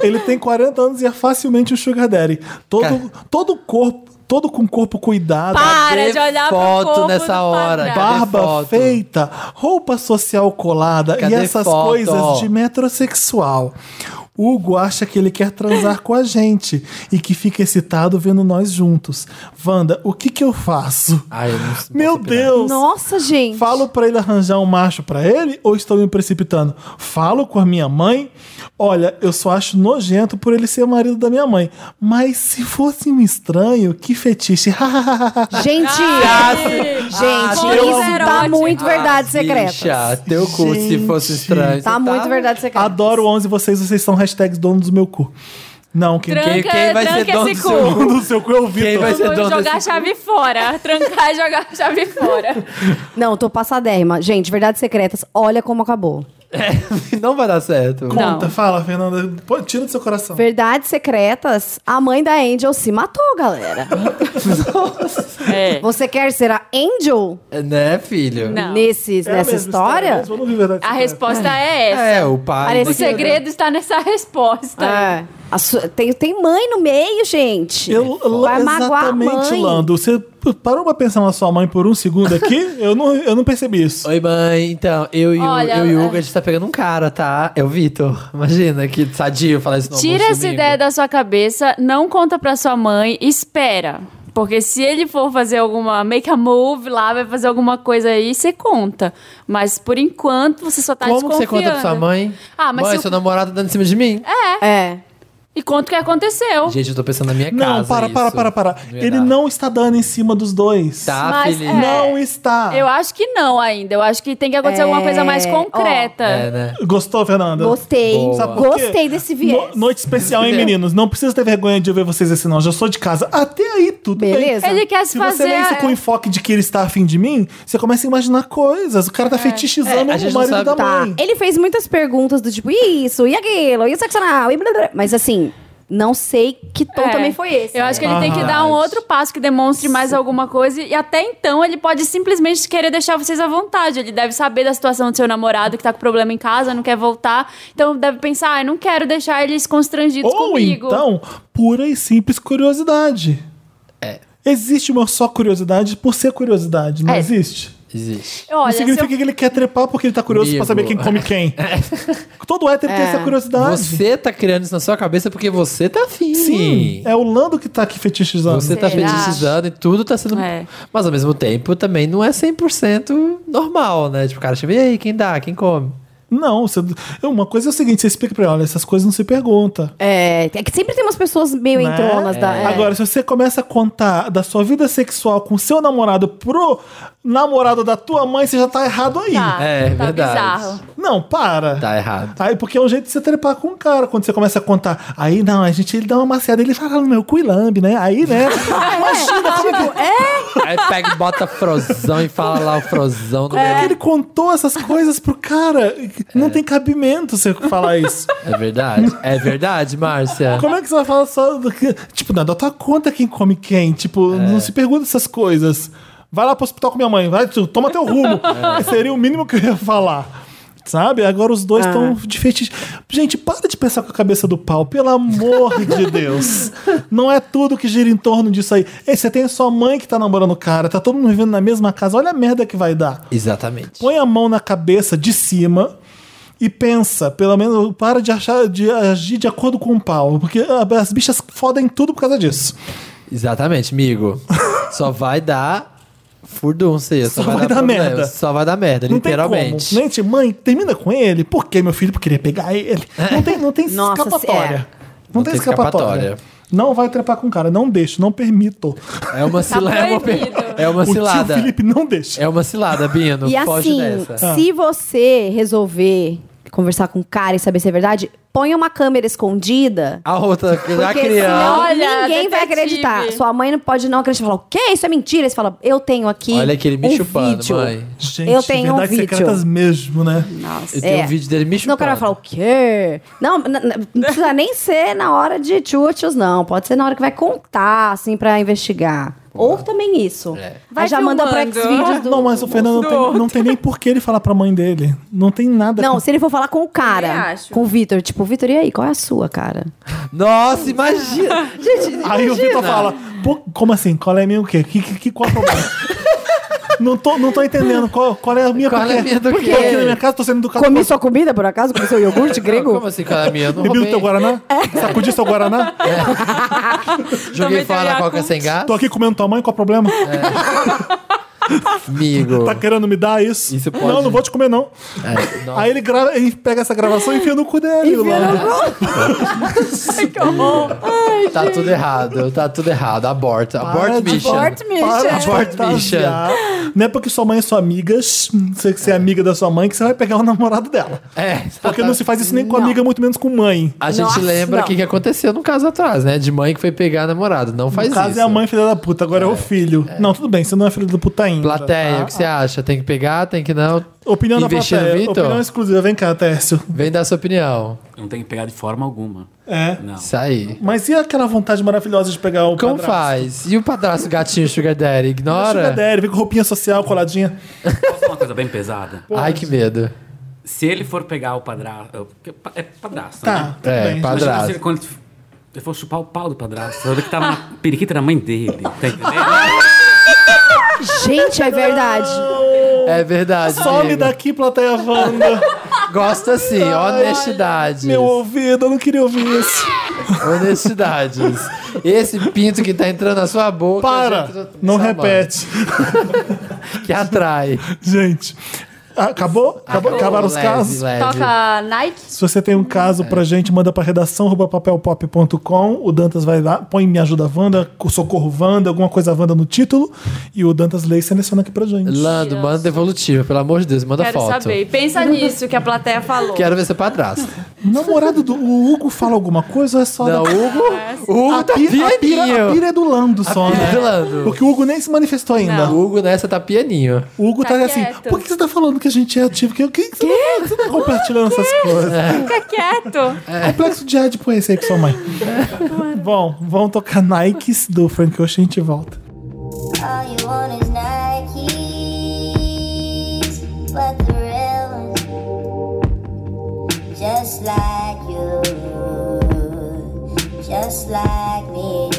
A: ele tem 40 anos e é facilmente um sugar daddy. Todo, todo corpo, todo com corpo cuidado.
D: Para
E: Cadê
D: de olhar
E: foto
D: pro corpo
E: nessa
D: do
E: hora?
D: padrasto.
E: Cadê
A: barba
E: foto?
A: feita, roupa social colada
E: Cadê
A: e essas
E: foto?
A: coisas de metrosexual. Hugo acha que ele quer transar com a gente e que fica excitado vendo nós juntos. Wanda, o que que eu faço?
E: Ai, eu não sei.
A: Meu Deus!
H: Nossa, gente.
A: Falo pra ele arranjar um macho pra ele ou estou me precipitando? Falo com a minha mãe? Olha, eu só acho nojento por ele ser marido da minha mãe. Mas se fosse um estranho, que fetiche.
H: Gente,
E: Ah,
H: gente,
D: Ah,
H: isso
D: era
H: tá
D: ótimo.
H: muito verdade secreta.
E: Bicha, teu cu se fosse estranho.
H: Tá muito verdade secreta.
A: Adoro 11 vocês, vocês são hashtags dono do meu cu. Não, quem
D: Tranca,
E: Quem- quem vai ser
D: tranca
E: dono
D: esse
E: do seu
D: cu.
A: dono do seu cu é o
E: Quem
A: Vitor.
E: vai ser
D: Vou
E: dono
D: jogar a
E: desse...
D: chave fora. Trancar e jogar a chave fora.
H: Não, tô passadérrima. Gente, verdades secretas, olha como acabou.
E: Não vai dar certo.
A: Conta, fala, Fernanda. Pô, tira do seu coração.
H: Verdades secretas, a mãe da Angel se matou, galera.
D: É.
H: Você quer ser a Angel
E: Né, filho?
D: Não.
H: nesse,
A: É a
H: nessa
A: mesma
H: história?
A: mesmo, eu não vi verdade
D: A
A: secreta.
D: resposta é essa.
E: É, o pai.
H: Parece-
D: O segredo está nessa resposta.
H: É. A sua- tem, tem mãe no meio, gente.
A: Eu,
H: Vai magoar a
A: exatamente,
H: mãe.
A: Lando. Você parou pra pensar na sua mãe por um segundo aqui? eu, não, eu não percebi isso.
E: Oi, mãe. Então, eu e, o-
D: Olha,
E: eu e o Hugo,
D: é.
E: a gente tá pegando um cara, tá? É o Vitor. Imagina que sadio falar isso no
D: Tira
E: almoço
D: essa
E: domingo.
D: ideia da sua cabeça, não conta pra sua mãe, espera. Porque se ele for fazer alguma make a move lá, vai fazer alguma coisa aí, você conta. Mas por enquanto você só tá
E: Como que você
D: desconfiando.
E: conta pra sua mãe?
D: Ah, mas
E: mãe,
D: se o-
E: seu namorado tá dando em cima de mim?
H: É.
D: E conta o que aconteceu.
E: Gente, eu tô pensando na minha casa.
A: Não, para, para,
E: É isso.
A: para, para.
E: Não ia
A: Ele
E: dar.
A: não está dando em cima dos dois.
E: Tá,
D: Mas
E: filho.
D: é.
A: Não está.
E: ah.
D: Eu acho que não ainda. Eu acho que tem que acontecer
H: É,
D: alguma coisa mais
H: ó.
D: concreta.
E: É, né?
A: Gostou, Fernanda?
H: Gostei.
E: Boa.
A: Sabe por quê?
H: Gostei desse viés.
A: No- noite especial, hein,
E: Entendeu?
A: meninos? Não precisa ter vergonha de eu ver vocês assim, não. Já sou de casa. Até aí, tudo bem.
H: Beleza.
D: Ele quer se
A: Se você
D: fazer.
A: lê isso
D: é,
A: com enfoque de que ele está afim de mim, você começa a imaginar coisas. O cara tá fetichizando
E: É, a gente
A: o
E: não
A: marido
E: sabe.
A: da
H: Tá.
A: mãe.
H: Ele fez muitas perguntas do tipo, e isso, e aquilo, e o sexual, e blá, blá, blá. Mas assim, não sei que tom
D: é.
H: também foi esse.
D: Eu acho que ele
A: Ah,
D: tem que dar
E: verdade.
D: um outro passo que demonstre mais alguma coisa. E até então, ele pode simplesmente querer deixar vocês à vontade. Ele deve saber da situação do seu namorado que tá com problema em casa, não quer voltar. Então, deve pensar, ah, eu não quero deixar eles constrangidos
A: Ou
D: comigo.
A: então, pura e simples curiosidade. É. Existe uma só curiosidade por ser curiosidade, não
D: É.
A: existe?
E: Existe.
D: Olha,
A: não
D: se eu-
A: significa que ele quer trepar porque ele tá curioso pra
E: Amigo.
A: saber quem come quem. Todo hétero tem essa curiosidade.
E: Você tá criando isso na sua cabeça porque você tá afim.
A: Sim, é o Lando que tá aqui fetichizando.
E: Você tá
D: Será?
E: fetichizando e tudo tá sendo.
D: É.
E: Mas ao mesmo tempo também não é 100% normal, né? Tipo, o cara chama, e aí, quem dá? Quem come?
A: Não, você- uma coisa é o seguinte, você explica pra ele, olha, essas coisas não se pergunta.
H: É, é que sempre tem umas pessoas meio
A: né?
H: entronas da. é.
A: Agora, se você começa a contar da sua vida sexual com seu namorado pro namorado da tua mãe, você já tá errado aí.
D: Tá,
E: É,
D: tá
E: verdade.
D: bizarro.
A: Não, para.
E: Tá errado.
A: Aí, porque é um jeito de você trepar com um cara, quando você começa a contar. Aí, não, a gente, ele dá uma maciada, ele fala no meu cu e lambe, né? Aí, né? tipo,
E: Aí pega e bota frozão e fala lá o frozão no
A: Como é que
E: meu.
A: ele contou essas coisas pro cara? Não tem cabimento você falar isso.
E: É verdade. É verdade, Márcia.
A: Como é que você vai falar só do que. Tipo, não, da tua conta quem come quem. Tipo, não se pergunta essas coisas. Vai lá pro hospital com minha mãe, vai, tu, toma teu rumo. Seria o mínimo que eu ia falar. Sabe? Agora os dois estão de fetiche. Gente, para de pensar com a cabeça do pau, pelo amor de Deus. Não é tudo que gira em torno disso aí. Ei, você tem a sua mãe que tá namorando o cara, tá todo mundo vivendo na mesma casa, olha a merda que vai dar.
E: Exatamente.
A: Põe a mão na cabeça de cima e pensa, pelo menos para de achar de agir de acordo com o pau, porque ah, as bichas fodem tudo por causa disso.
E: Exatamente, amigo. Só vai dar furdúncia. Só, vai, dar, problema,
A: merda.
E: Só vai dar merda,
A: Não tem como.
E: literalmente.
A: Nem te- mãe, termina com ele. Por quê, meu filho? Porque queria pegar ele. Não tem, não tem
H: Nossa, é.
A: escapatória. Não, tem
E: tem
A: escapatória.
E: escapatória.
A: Não vai trepar com o cara, não deixo, não permito.
E: É uma cilada. é, uma...
D: Tá proibido.
E: é uma
A: O tio
E: cilada.
A: Felipe não deixa.
E: É uma cilada, Bino.
H: E
E: Foge
H: assim,
E: dessa.
H: se você resolver conversar com o cara e saber se é verdade, ponha uma câmera escondida.
E: A outra, a
H: Porque
E: criança.
H: senão
D: Olha,
H: ninguém vai
D: detetive.
H: acreditar. Sua mãe não pode não acreditar. Falar, o quê? Isso é mentira. Você fala, eu tenho aqui
E: Olha aquele me
H: um
E: chupando,
H: vídeo.
E: mãe.
A: Gente,
H: eu tenho um
A: verdades
H: vídeo.
A: secretas mesmo, né?
E: Eu tenho um vídeo dele me
H: Não, é. o cara vai
E: chupando.
H: falar, o quê? Não, n- n- não precisa nem ser na hora de chutes, não. Pode ser na hora que vai contar, assim, pra investigar. Ou também isso.
E: É.
H: Vai
D: Vai
H: Aí já manda pro
D: filmando.
H: Xvideos do...
A: Não, mas o Fernando não tem, não tem nem por que ele falar pra mãe dele. Não tem nada.
H: Não,
A: com-
H: se ele for falar com o cara,
D: acho.
H: com o Vitor, tipo, Vitor, e aí, qual é a sua, cara?
E: Nossa, imagina. Gente,
A: Aí o Vitor fala, "Pô, como assim? Qual é a minha o quê? Que, que, que- qual é o problema? não, tô, não tô entendendo. Qual, qual é a minha
E: Qual é a minha do
A: Porque
E: quê?
A: Tô aqui na minha casa, tô sendo educado.
H: Comi sua comida, por acaso? Comi seu iogurte grego?
E: Como assim, cara minha? Eu Não
A: Bebi do
E: roubei.
A: teu Guaraná?
E: É.
A: Sacudi seu Guaraná?
E: Joguei
D: Tomei
H: tá
D: teu
E: fora a
D: Yakult.
E: coca sem gás.
A: Tô aqui comendo tua mãe, qual é o problema?
E: Amigo.
A: Tá querendo me dar isso?
E: Isso pode.
A: Não, não vou te comer, não.
E: É, nossa.
A: Aí ele, grava, ele pega essa gravação e enfia no cu dele. lá.
E: Tá tudo errado, tá tudo errado. Aborta. Abort
A: Ah, é de-
E: mission.
A: Para de
E: Abort mission.
A: fantasiar. Não é porque sua mãe é sua amiga, você que você é amiga da sua mãe, que você vai pegar o namorado dela.
E: É.
A: Porque não se faz isso nem com amiga, muito menos com mãe.
E: A gente
H: Nossa,
E: lembra o
H: não.
E: que, que aconteceu no caso atrás, né? De mãe que foi pegar namorado. Não faz
A: no caso
E: isso.
A: é a mãe filha da puta, agora é, o filho. Não, tudo bem, você não é filho da puta ainda.
E: Plateia, o que você acha? Tem que pegar, tem que não?
A: Opinião da
E: Investir no
A: plateia.
E: Vitor?
A: Opinião exclusiva. Vem cá, Tércio.
E: Vem dar sua opinião.
K: Não tem que pegar de forma alguma.
A: É.
K: Não.
E: Isso aí.
A: Mas e aquela vontade maravilhosa de pegar o
E: Como
A: padrasto?
E: faz? E o padrasto gatinho Sugar Daddy?
A: Sugar
E: Ignora?
A: Daddy, vem com roupinha social coladinha.
K: Posso falar uma coisa bem pesada?
E: Ai, que medo.
K: Se ele for pegar o padrasto. porque pa- É padrasto,
A: Tá,
K: né?
A: tudo
E: É, padrão.
A: bem.
K: Imagina
E: padrasto.
K: se ele, quando ele for chupar o pau do padrasto. Ele que tava na periquita da mãe dele. Tá entendendo?
H: Gente, é verdade.
E: É verdade.
A: Some
E: amigo.
A: daqui, plateia Wanda.
E: Gosta sim, assim, honestidades.
A: Meu ouvido, eu não queria ouvir isso.
E: Honestidades. Esse pinto que tá entrando na sua boca. a
A: Para,
E: gente tá
A: não
E: sabendo,
A: repete.
E: Que atrai.
A: Gente, acabou? Acabou? Acabaram os
E: Leve,
A: casos?
E: leve.
D: Toca Nike.
A: Se você tem um caso pra
E: É.
A: gente, manda pra redação arroba papelpop.com. O Dantas vai lá, põe Me Ajuda Wanda, Socorro Wanda, alguma coisa Wanda no título. E o Dantas lê e seleciona aqui pra gente.
E: Lando, manda devolutiva, pelo amor de Deus, manda
D: Quero
E: foto.
D: saber. Pensa nisso que a plateia falou.
E: Quero ver seu padrasto.
A: O Namorado do o Hugo fala alguma coisa ou é só.
E: Não,
A: da-
E: Hugo. Hugo
A: a,
E: tá
A: pira, a, pira, a
E: pianinho.
A: pira é do Lando só,
E: pira é
A: né?
E: do Lando.
A: Porque o é? Hugo nem se manifestou ainda.
E: Hugo nessa tá pianinho.
A: O Hugo tá,
D: Tá
A: assim,
D: quieto.
A: por que você tá falando que a gente é ativo? Que, que, que, Você, tá, você tá compartilhando essas coisas?
D: Fica
E: É.
D: quieto.
A: Complexo de Edipo esse aí com sua mãe. Bom, vamos tocar Nikes do Frank Ocean e a gente volta.
F: All you want is Nikes, but the real ones, just like you, just like me.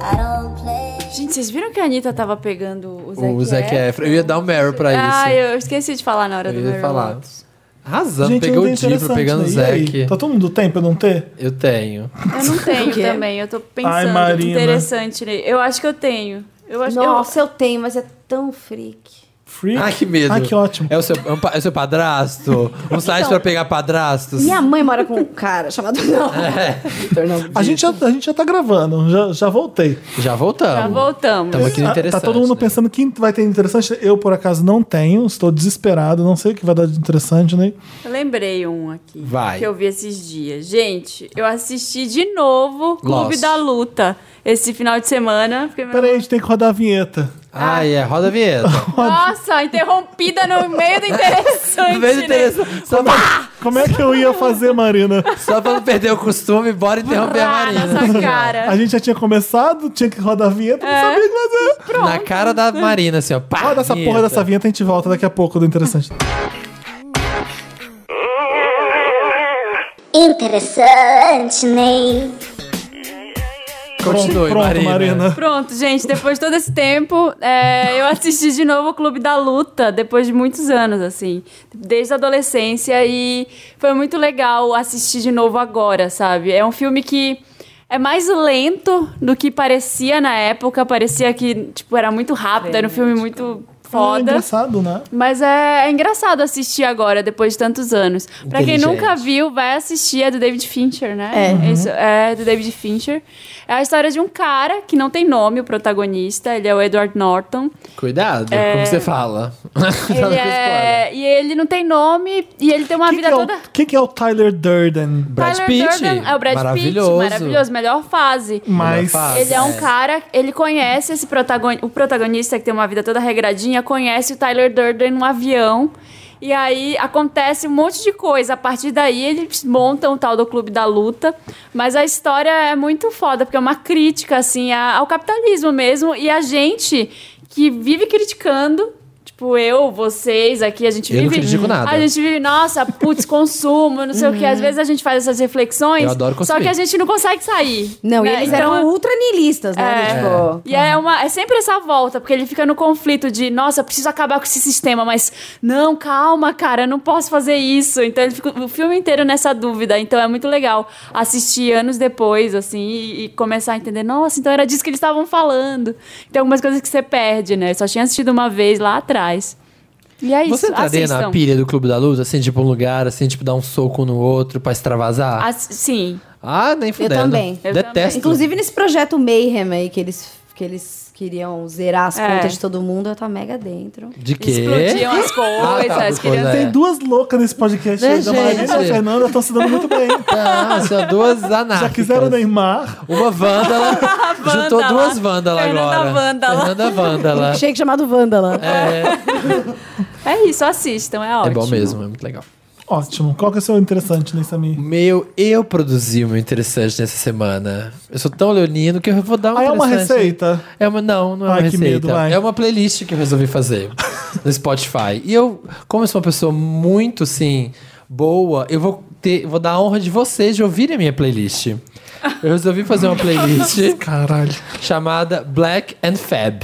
F: I don't play.
D: Gente, vocês viram que a Anitta tava pegando o Zac,
E: O Zac
D: Efron?
E: Efron. Eu ia dar um Meryl pra isso.
D: Ah, eu um esqueci de falar na hora
E: Eu
D: do
E: ia
D: Mary
E: falar.
D: Lotus.
E: Arrasando,
A: gente,
E: peguei
A: não
E: o
A: tem
E: Diplo,
A: interessante,
E: pegando o
A: né? E aí?
E: Zac.
A: Tá todo mundo tem pra não ter?
E: Eu tenho.
D: Eu não tenho também, eu tô
A: Ai,
D: pensando.
A: Marina.
D: interessante, né? Eu acho que eu tenho. Eu acho que eu...
H: Nossa, eu tenho, mas é tão freak.
A: Free?
E: Ai, que medo.
A: Ah, que ótimo.
E: É o seu, é um pa- é o seu padrasto? Um site
D: Então,
E: pra pegar padrastos?
H: Minha mãe mora com um cara chamado... Não. Vitor, não.
A: A gente, já, a gente já tá gravando, já, já voltei.
E: Já
D: Já
E: voltamos.
D: voltamos.
E: Estamos aqui no
A: Ah,
E: interessante.
A: Tá todo mundo
E: né?
A: pensando quem vai ter interessante. Eu, por acaso, não tenho, estou desesperado, não sei o que vai dar de interessante, né?
D: Eu lembrei um aqui.
E: Vai.
D: Que eu vi esses dias. Gente, eu assisti de novo Clube
E: Lost.
D: da Luta esse final de semana. Fiquei meio-
A: Peraí, a gente tem que rodar a vinheta.
D: Ah.
E: Ai, é, roda a vinheta.
D: Nossa, interrompida no meio do interessante.
E: No meio do
D: né?
E: interessante. Só pra,
A: Como é que eu ia fazer, Marina?
E: só pra não perder o costume, bora interromper a
D: Ah,
E: Marina.
D: na sua cara.
A: A gente já tinha começado, tinha que rodar a vinheta,
D: É.
A: não sabia o que fazer.
E: Na cara da Marina, assim, ó. Pá,
A: Roda essa porra
E: vinheta.
A: dessa vinheta, a gente volta daqui a pouco do interessante.
F: Interessante, Ney.
E: Continue,
A: Pronto,
E: Marina.
A: Marina.
D: Pronto, gente, depois de todo esse tempo, é, eu assisti de novo o Clube da Luta, depois de muitos anos, assim, desde a adolescência, e foi muito legal assistir de novo agora, sabe? É um filme que é mais lento do que parecia na época, parecia que, tipo, era muito rápido, era um filme muito
A: É
D: foda.
A: engraçado, né?
D: Mas é, é engraçado assistir agora, depois de tantos anos. Pra quem
A: Inteligente.
D: nunca viu, vai assistir. É do David Fincher, né?
C: É. Uhum.
D: Isso, é do David Fincher. É a história de um cara que não tem nome, o protagonista. Ele é o Edward Norton.
E: Cuidado,
D: É.
E: como você fala.
D: Ele é- E ele não tem nome e ele tem uma
A: Quem que,
D: vida
A: é o,
D: toda...
A: quem que é o Tyler Durden?
E: Brad
D: Tyler
E: Pitt.
D: Durden é o Brad
E: Maravilhoso.
D: Pitt, maravilhoso, melhor fase.
A: Mas- Melhor fase,
D: ele é um
A: é.
D: cara, ele conhece esse protagonista, o protagonista que tem uma vida toda regradinha, conhece o Tyler Durden num avião. E aí acontece um monte de coisa. A partir daí eles montam o tal do Clube da Luta. Mas a história é muito foda, porque é uma crítica assim a- ao capitalismo mesmo e a gente que vive criticando Tipo, eu, vocês aqui, a gente
E: Eu não
D: vive.
E: critico nada.
D: A gente vive, nossa, putz, consumo, não sei o quê.
C: Uhum.
D: Às vezes a gente faz essas reflexões.
E: Eu adoro
D: só
E: consumir.
D: que a gente não consegue sair.
C: Não, e
D: né?
C: eles
D: Então,
C: eram ultra niilistas, né?
D: é.
C: Tipo,
D: E é, uma, é sempre essa volta, porque ele fica no conflito de, nossa, eu preciso acabar com esse sistema, mas não, calma, cara, eu não posso fazer isso. Então ele fica o filme inteiro nessa dúvida. Então é muito legal assistir anos depois, assim, e, e começar a entender, nossa, então era disso que eles estavam falando. Tem algumas coisas que você perde, né? Eu só tinha assistido uma vez lá atrás. E é isso,
E: Você entraria na
D: assistam.
E: pilha do Clube da Luz, assim, tipo um lugar, assim, tipo dar um soco no outro pra extravasar?
D: Ass- sim.
E: Ah, nem
C: eu
E: fudendo.
C: também. Eu
E: Detesto.
C: também. Inclusive nesse projeto Mayhem aí, que eles, que eles queriam zerar as
D: É.
C: contas de todo mundo, eu tava mega dentro.
E: De quê?
D: Explodiam as coisas,
E: Ah, tá,
D: as
E: por coisa,
D: crianças.
E: é.
A: Tem duas loucas nesse podcast.
E: Né,
A: a Margarida e a
E: gente?
A: Fernanda estão se dando muito bem.
E: Ah, são duas anárquicas.
A: Já quiseram
E: então.
A: Neymar.
E: Uma vândala. juntou duas vândalas
D: Fernanda
E: agora.
D: Vândala.
E: Fernanda Vândala.
C: Shake chamado Vandala.
D: É isso, assistam, é
E: É
D: ótimo.
E: bom mesmo, é muito legal.
A: Ótimo. Qual que é o seu interessante nesse amigo?
E: Meu, eu produzi o meu interessante nessa semana. Eu sou tão leonino que eu vou dar um
A: Ah, é uma
E: interessante.
A: receita?
E: É uma, não, não é
A: Ai,
E: uma
A: que
E: receita.
A: medo, vai.
E: é uma playlist que eu resolvi fazer no Spotify. E eu, como eu sou uma pessoa muito, assim, boa, eu vou ter, vou dar a honra de vocês de ouvirem a minha playlist. Eu resolvi fazer uma playlist
A: Caralho.
E: chamada Black and Fab.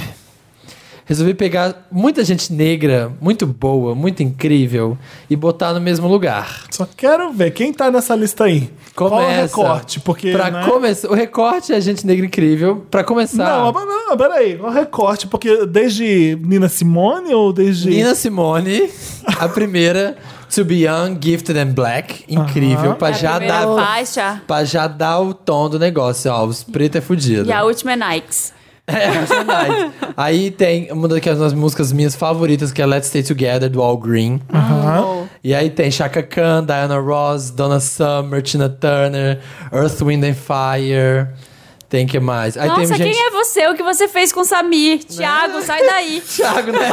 E: Resolvi pegar muita gente negra, muito boa, muito incrível, e botar no mesmo lugar.
A: Só quero ver quem tá nessa lista aí. Qual é o
E: Começa.
A: recorte? Porque.
E: Pra
A: né?
E: começar, o recorte é gente negra incrível. Pra começar,
A: Não, mas- não, peraí. Qual é o recorte? Porque desde Nina Simone ou desde.
E: Nina Simone, a primeira, To Be Young, Gifted and Black, incrível, pra
D: É a
E: já
D: primeira
E: dar
D: faixa.
E: pra já dar o tom do negócio, ó, os preto é fudido.
D: E a última é Nikes.
E: Nice. Aí tem uma das músicas minhas favoritas que é Let's Stay Together do All Green.
A: Aham.
E: E aí tem Chaka Khan, Diana Ross, Donna Summer, Tina Turner, Earth, Wind and Fire. Tem que mais? Aí tem
D: Nossa,
E: gente...
D: quem é você? O que você fez com Samir? Tiago, sai daí.
E: Thiago, né?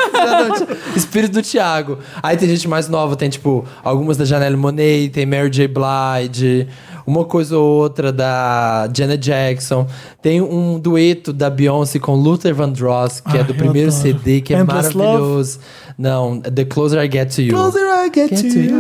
E: Espírito do Thiago. Aí tem gente mais nova, tem tipo algumas da Janelle Monet, tem Mary J. Blige, uma coisa ou outra da Janet Jackson. Tem um dueto da Beyoncé com Luther Vandross, que é do
A: eu
E: primeiro
A: adoro.
E: CD, que é
A: Endless Love?
E: maravilhoso. Não, The Closer I Get to You.
A: Closer I
E: Get
A: get, to
E: to
A: you.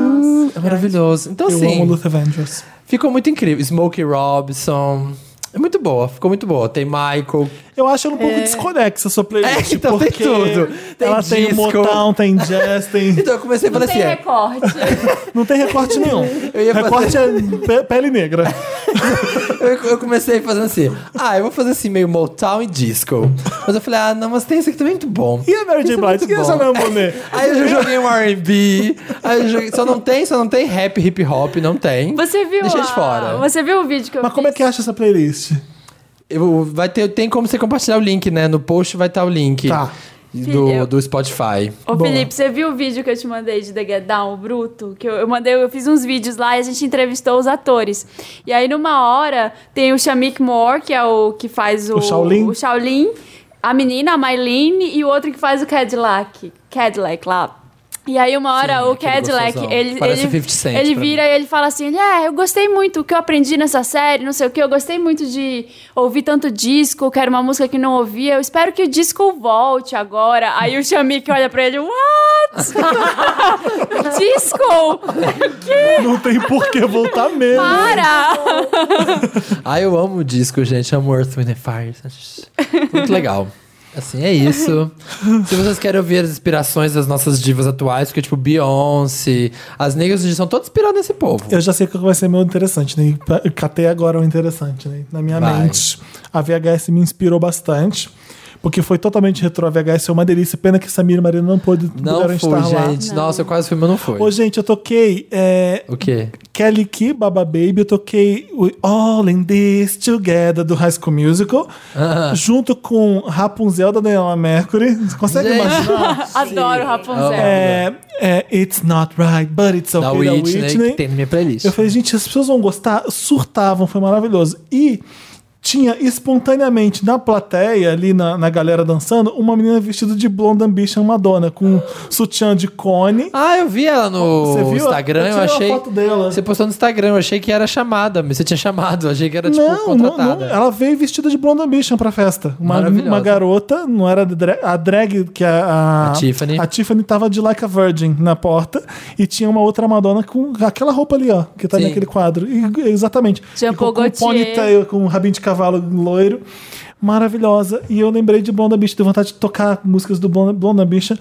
E: you. É maravilhoso. Então,
A: Eu
E: assim,
A: amo Luther Vandross.
E: ficou muito incrível. Smokey Robinson. É muito boa, ficou muito boa. Tem Michael,
A: Eu acho ela um pouco desconexa a sua playlist.
E: É, então tem
A: porque
E: tudo. Tem
A: ela tem
E: disco.
A: Motown, tem jazz, tem.
E: Então eu comecei a falar
D: Não
E: assim:
D: tem
E: é,
D: recorte.
A: Não tem recorte nenhum.
E: Eu ia
A: recorte é pe- pele negra.
E: eu, eu comecei fazendo assim: ah, eu vou fazer assim, meio Motown e disco. Mas eu falei: ah, não, mas tem esse aqui também muito bom.
A: E a Mary
E: Esse
A: J.
E: é
A: Blige?
E: muito
A: E a
E: bom.
A: Janelle Monet?
E: Aí eu já joguei um RB. Aí eu joguei. Só não tem, só não tem rap, hip hop, não tem.
D: Você viu
E: Deixa
D: a...
E: de fora.
D: Você viu o vídeo que eu
A: Mas como é que acha essa playlist?
E: Eu- vai ter, tem como você compartilhar o link, né? No post vai estar o link
A: Tá.
E: do,
D: Filho.
E: do Spotify.
D: Ô,
A: Boa.
D: Felipe, você viu o vídeo que eu te mandei de The Get Down, o Bruto? Que eu, eu mandei, eu fiz uns vídeos lá e a gente entrevistou os atores. E aí, numa hora, tem o Shamik Moore, que é o que faz o,
A: O Shaolin?
D: o Shaolin, a menina, a Mylene, e o outro que faz o Cadillac. Cadillac lá. E aí, uma hora,
E: Sim,
D: o
E: aquele
D: Cadillac,
E: gostosão.
D: ele,
E: Parece
D: ele,
E: 50 Cent
D: ele
E: pra
D: vira e ele fala assim: ele, é, eu gostei muito, o que eu aprendi nessa série, não sei o que, eu gostei muito de ouvir tanto disco, quero uma música que não ouvia, eu espero que o disco volte agora. Aí o Shamik olha pra ele, what? disco? que?
A: Não tem por que voltar mesmo.
D: Para!
E: Ah, eu amo o disco, gente. Amo Earth, Wind and Fire. Muito legal. Assim, é isso. Se vocês querem ouvir as inspirações das nossas divas atuais, que é tipo Beyoncé, as negras hoje são todas inspiradas nesse povo.
A: Eu já sei o que vai ser meu interessante, né? Eu Catei agora o interessante, né? Na minha
E: Vai.
A: mente. A VHS me inspirou bastante. Porque foi totalmente retrô a VHS, é uma delícia. Pena que Samir e Marina não pôde-
E: Não
A: puderam
E: fui,
A: estar lá.
E: gente. Nossa, eu quase fui, mas não fui.
A: Ô, gente, eu toquei é,
E: O quê?
A: Kelly Key, Baba Baby, eu toquei o All in This Together do High School Musical,
E: Ah.
A: junto com Rapunzel da Daniela Mercury. Você consegue
E: Gente.
A: imaginar?
D: Adoro Rapunzel.
A: É, é, it's not right, but it's okay
E: Da
A: da
E: Whitney, que tem
A: Whitney.
E: na minha playlist.
A: Eu falei, gente, as pessoas vão gostar, surtavam, foi maravilhoso. E tinha espontaneamente na plateia, ali na, na galera dançando, uma menina vestida de Blonde Ambition Madonna, com um sutiã de cone.
E: Ah, eu vi ela
A: Você
E: no
A: viu?
E: Instagram,
A: Eu
E: eu,
A: tirei uma
E: achei.
A: foto dela.
E: Você postou no Instagram, eu achei que era chamada. Você tinha chamado, eu achei que era, tipo,
A: Não, não,
E: contratada.
A: não, ela veio vestida de Blonde Ambition pra festa. Uma,
E: Maravilhosa.
A: uma garota, não era dra- a drag que a, a,
E: A Tiffany.
A: A Tiffany tava de Like a Virgin na porta e tinha uma outra Madonna com aquela roupa ali, ó, que tá
E: Sim.
A: naquele quadro. E- exatamente. E
D: Jean
A: com,
D: Paul
A: com um
D: Gaultier.
A: ponytail, com um rabinho de cavalo loiro. Maravilhosa. E eu lembrei de Blonde Ambition, deu vontade de tocar músicas do Blonde, Blonde Ambition.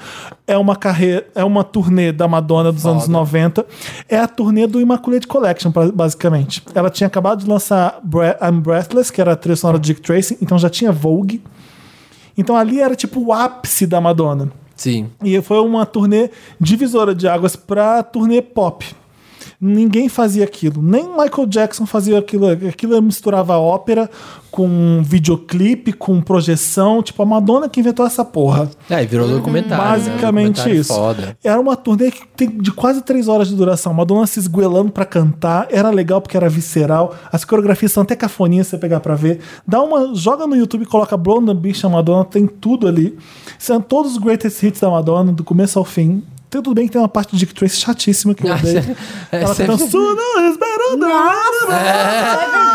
A: É uma carreira, é uma turnê da Madonna dos anos 90. É a turnê do Immaculate Collection, pra- basicamente. Ela tinha acabado de lançar Bre- I'm Breathless, que era a trilha sonora do Dick Tracy, então já tinha Vogue. Então ali era tipo o ápice da Madonna.
E: Sim.
A: E foi uma turnê divisora de águas pra turnê pop. Ninguém fazia aquilo, nem Michael Jackson fazia aquilo. Aquilo misturava ópera com videoclipe, com projeção, tipo a Madonna que inventou essa porra.
E: É, e virou documentário. né?
A: Basicamente
E: Documentário
A: isso.
E: Foda.
A: Era uma turnê que tem de quase três horas de duração. Madonna se esguelando pra cantar. Era legal porque era visceral. As coreografias são até cafoninhas se você pegar pra ver. Dá uma. Joga no YouTube, coloca Blonde Ambition Madonna, tem tudo ali. São todos os greatest hits da Madonna, do começo ao fim. Tem- Tudo bem que tem uma parte de Dick Tracy chatíssima que eu odeio.
E: É,
A: Ela
E: sempre-
A: cantando Sooner is better than-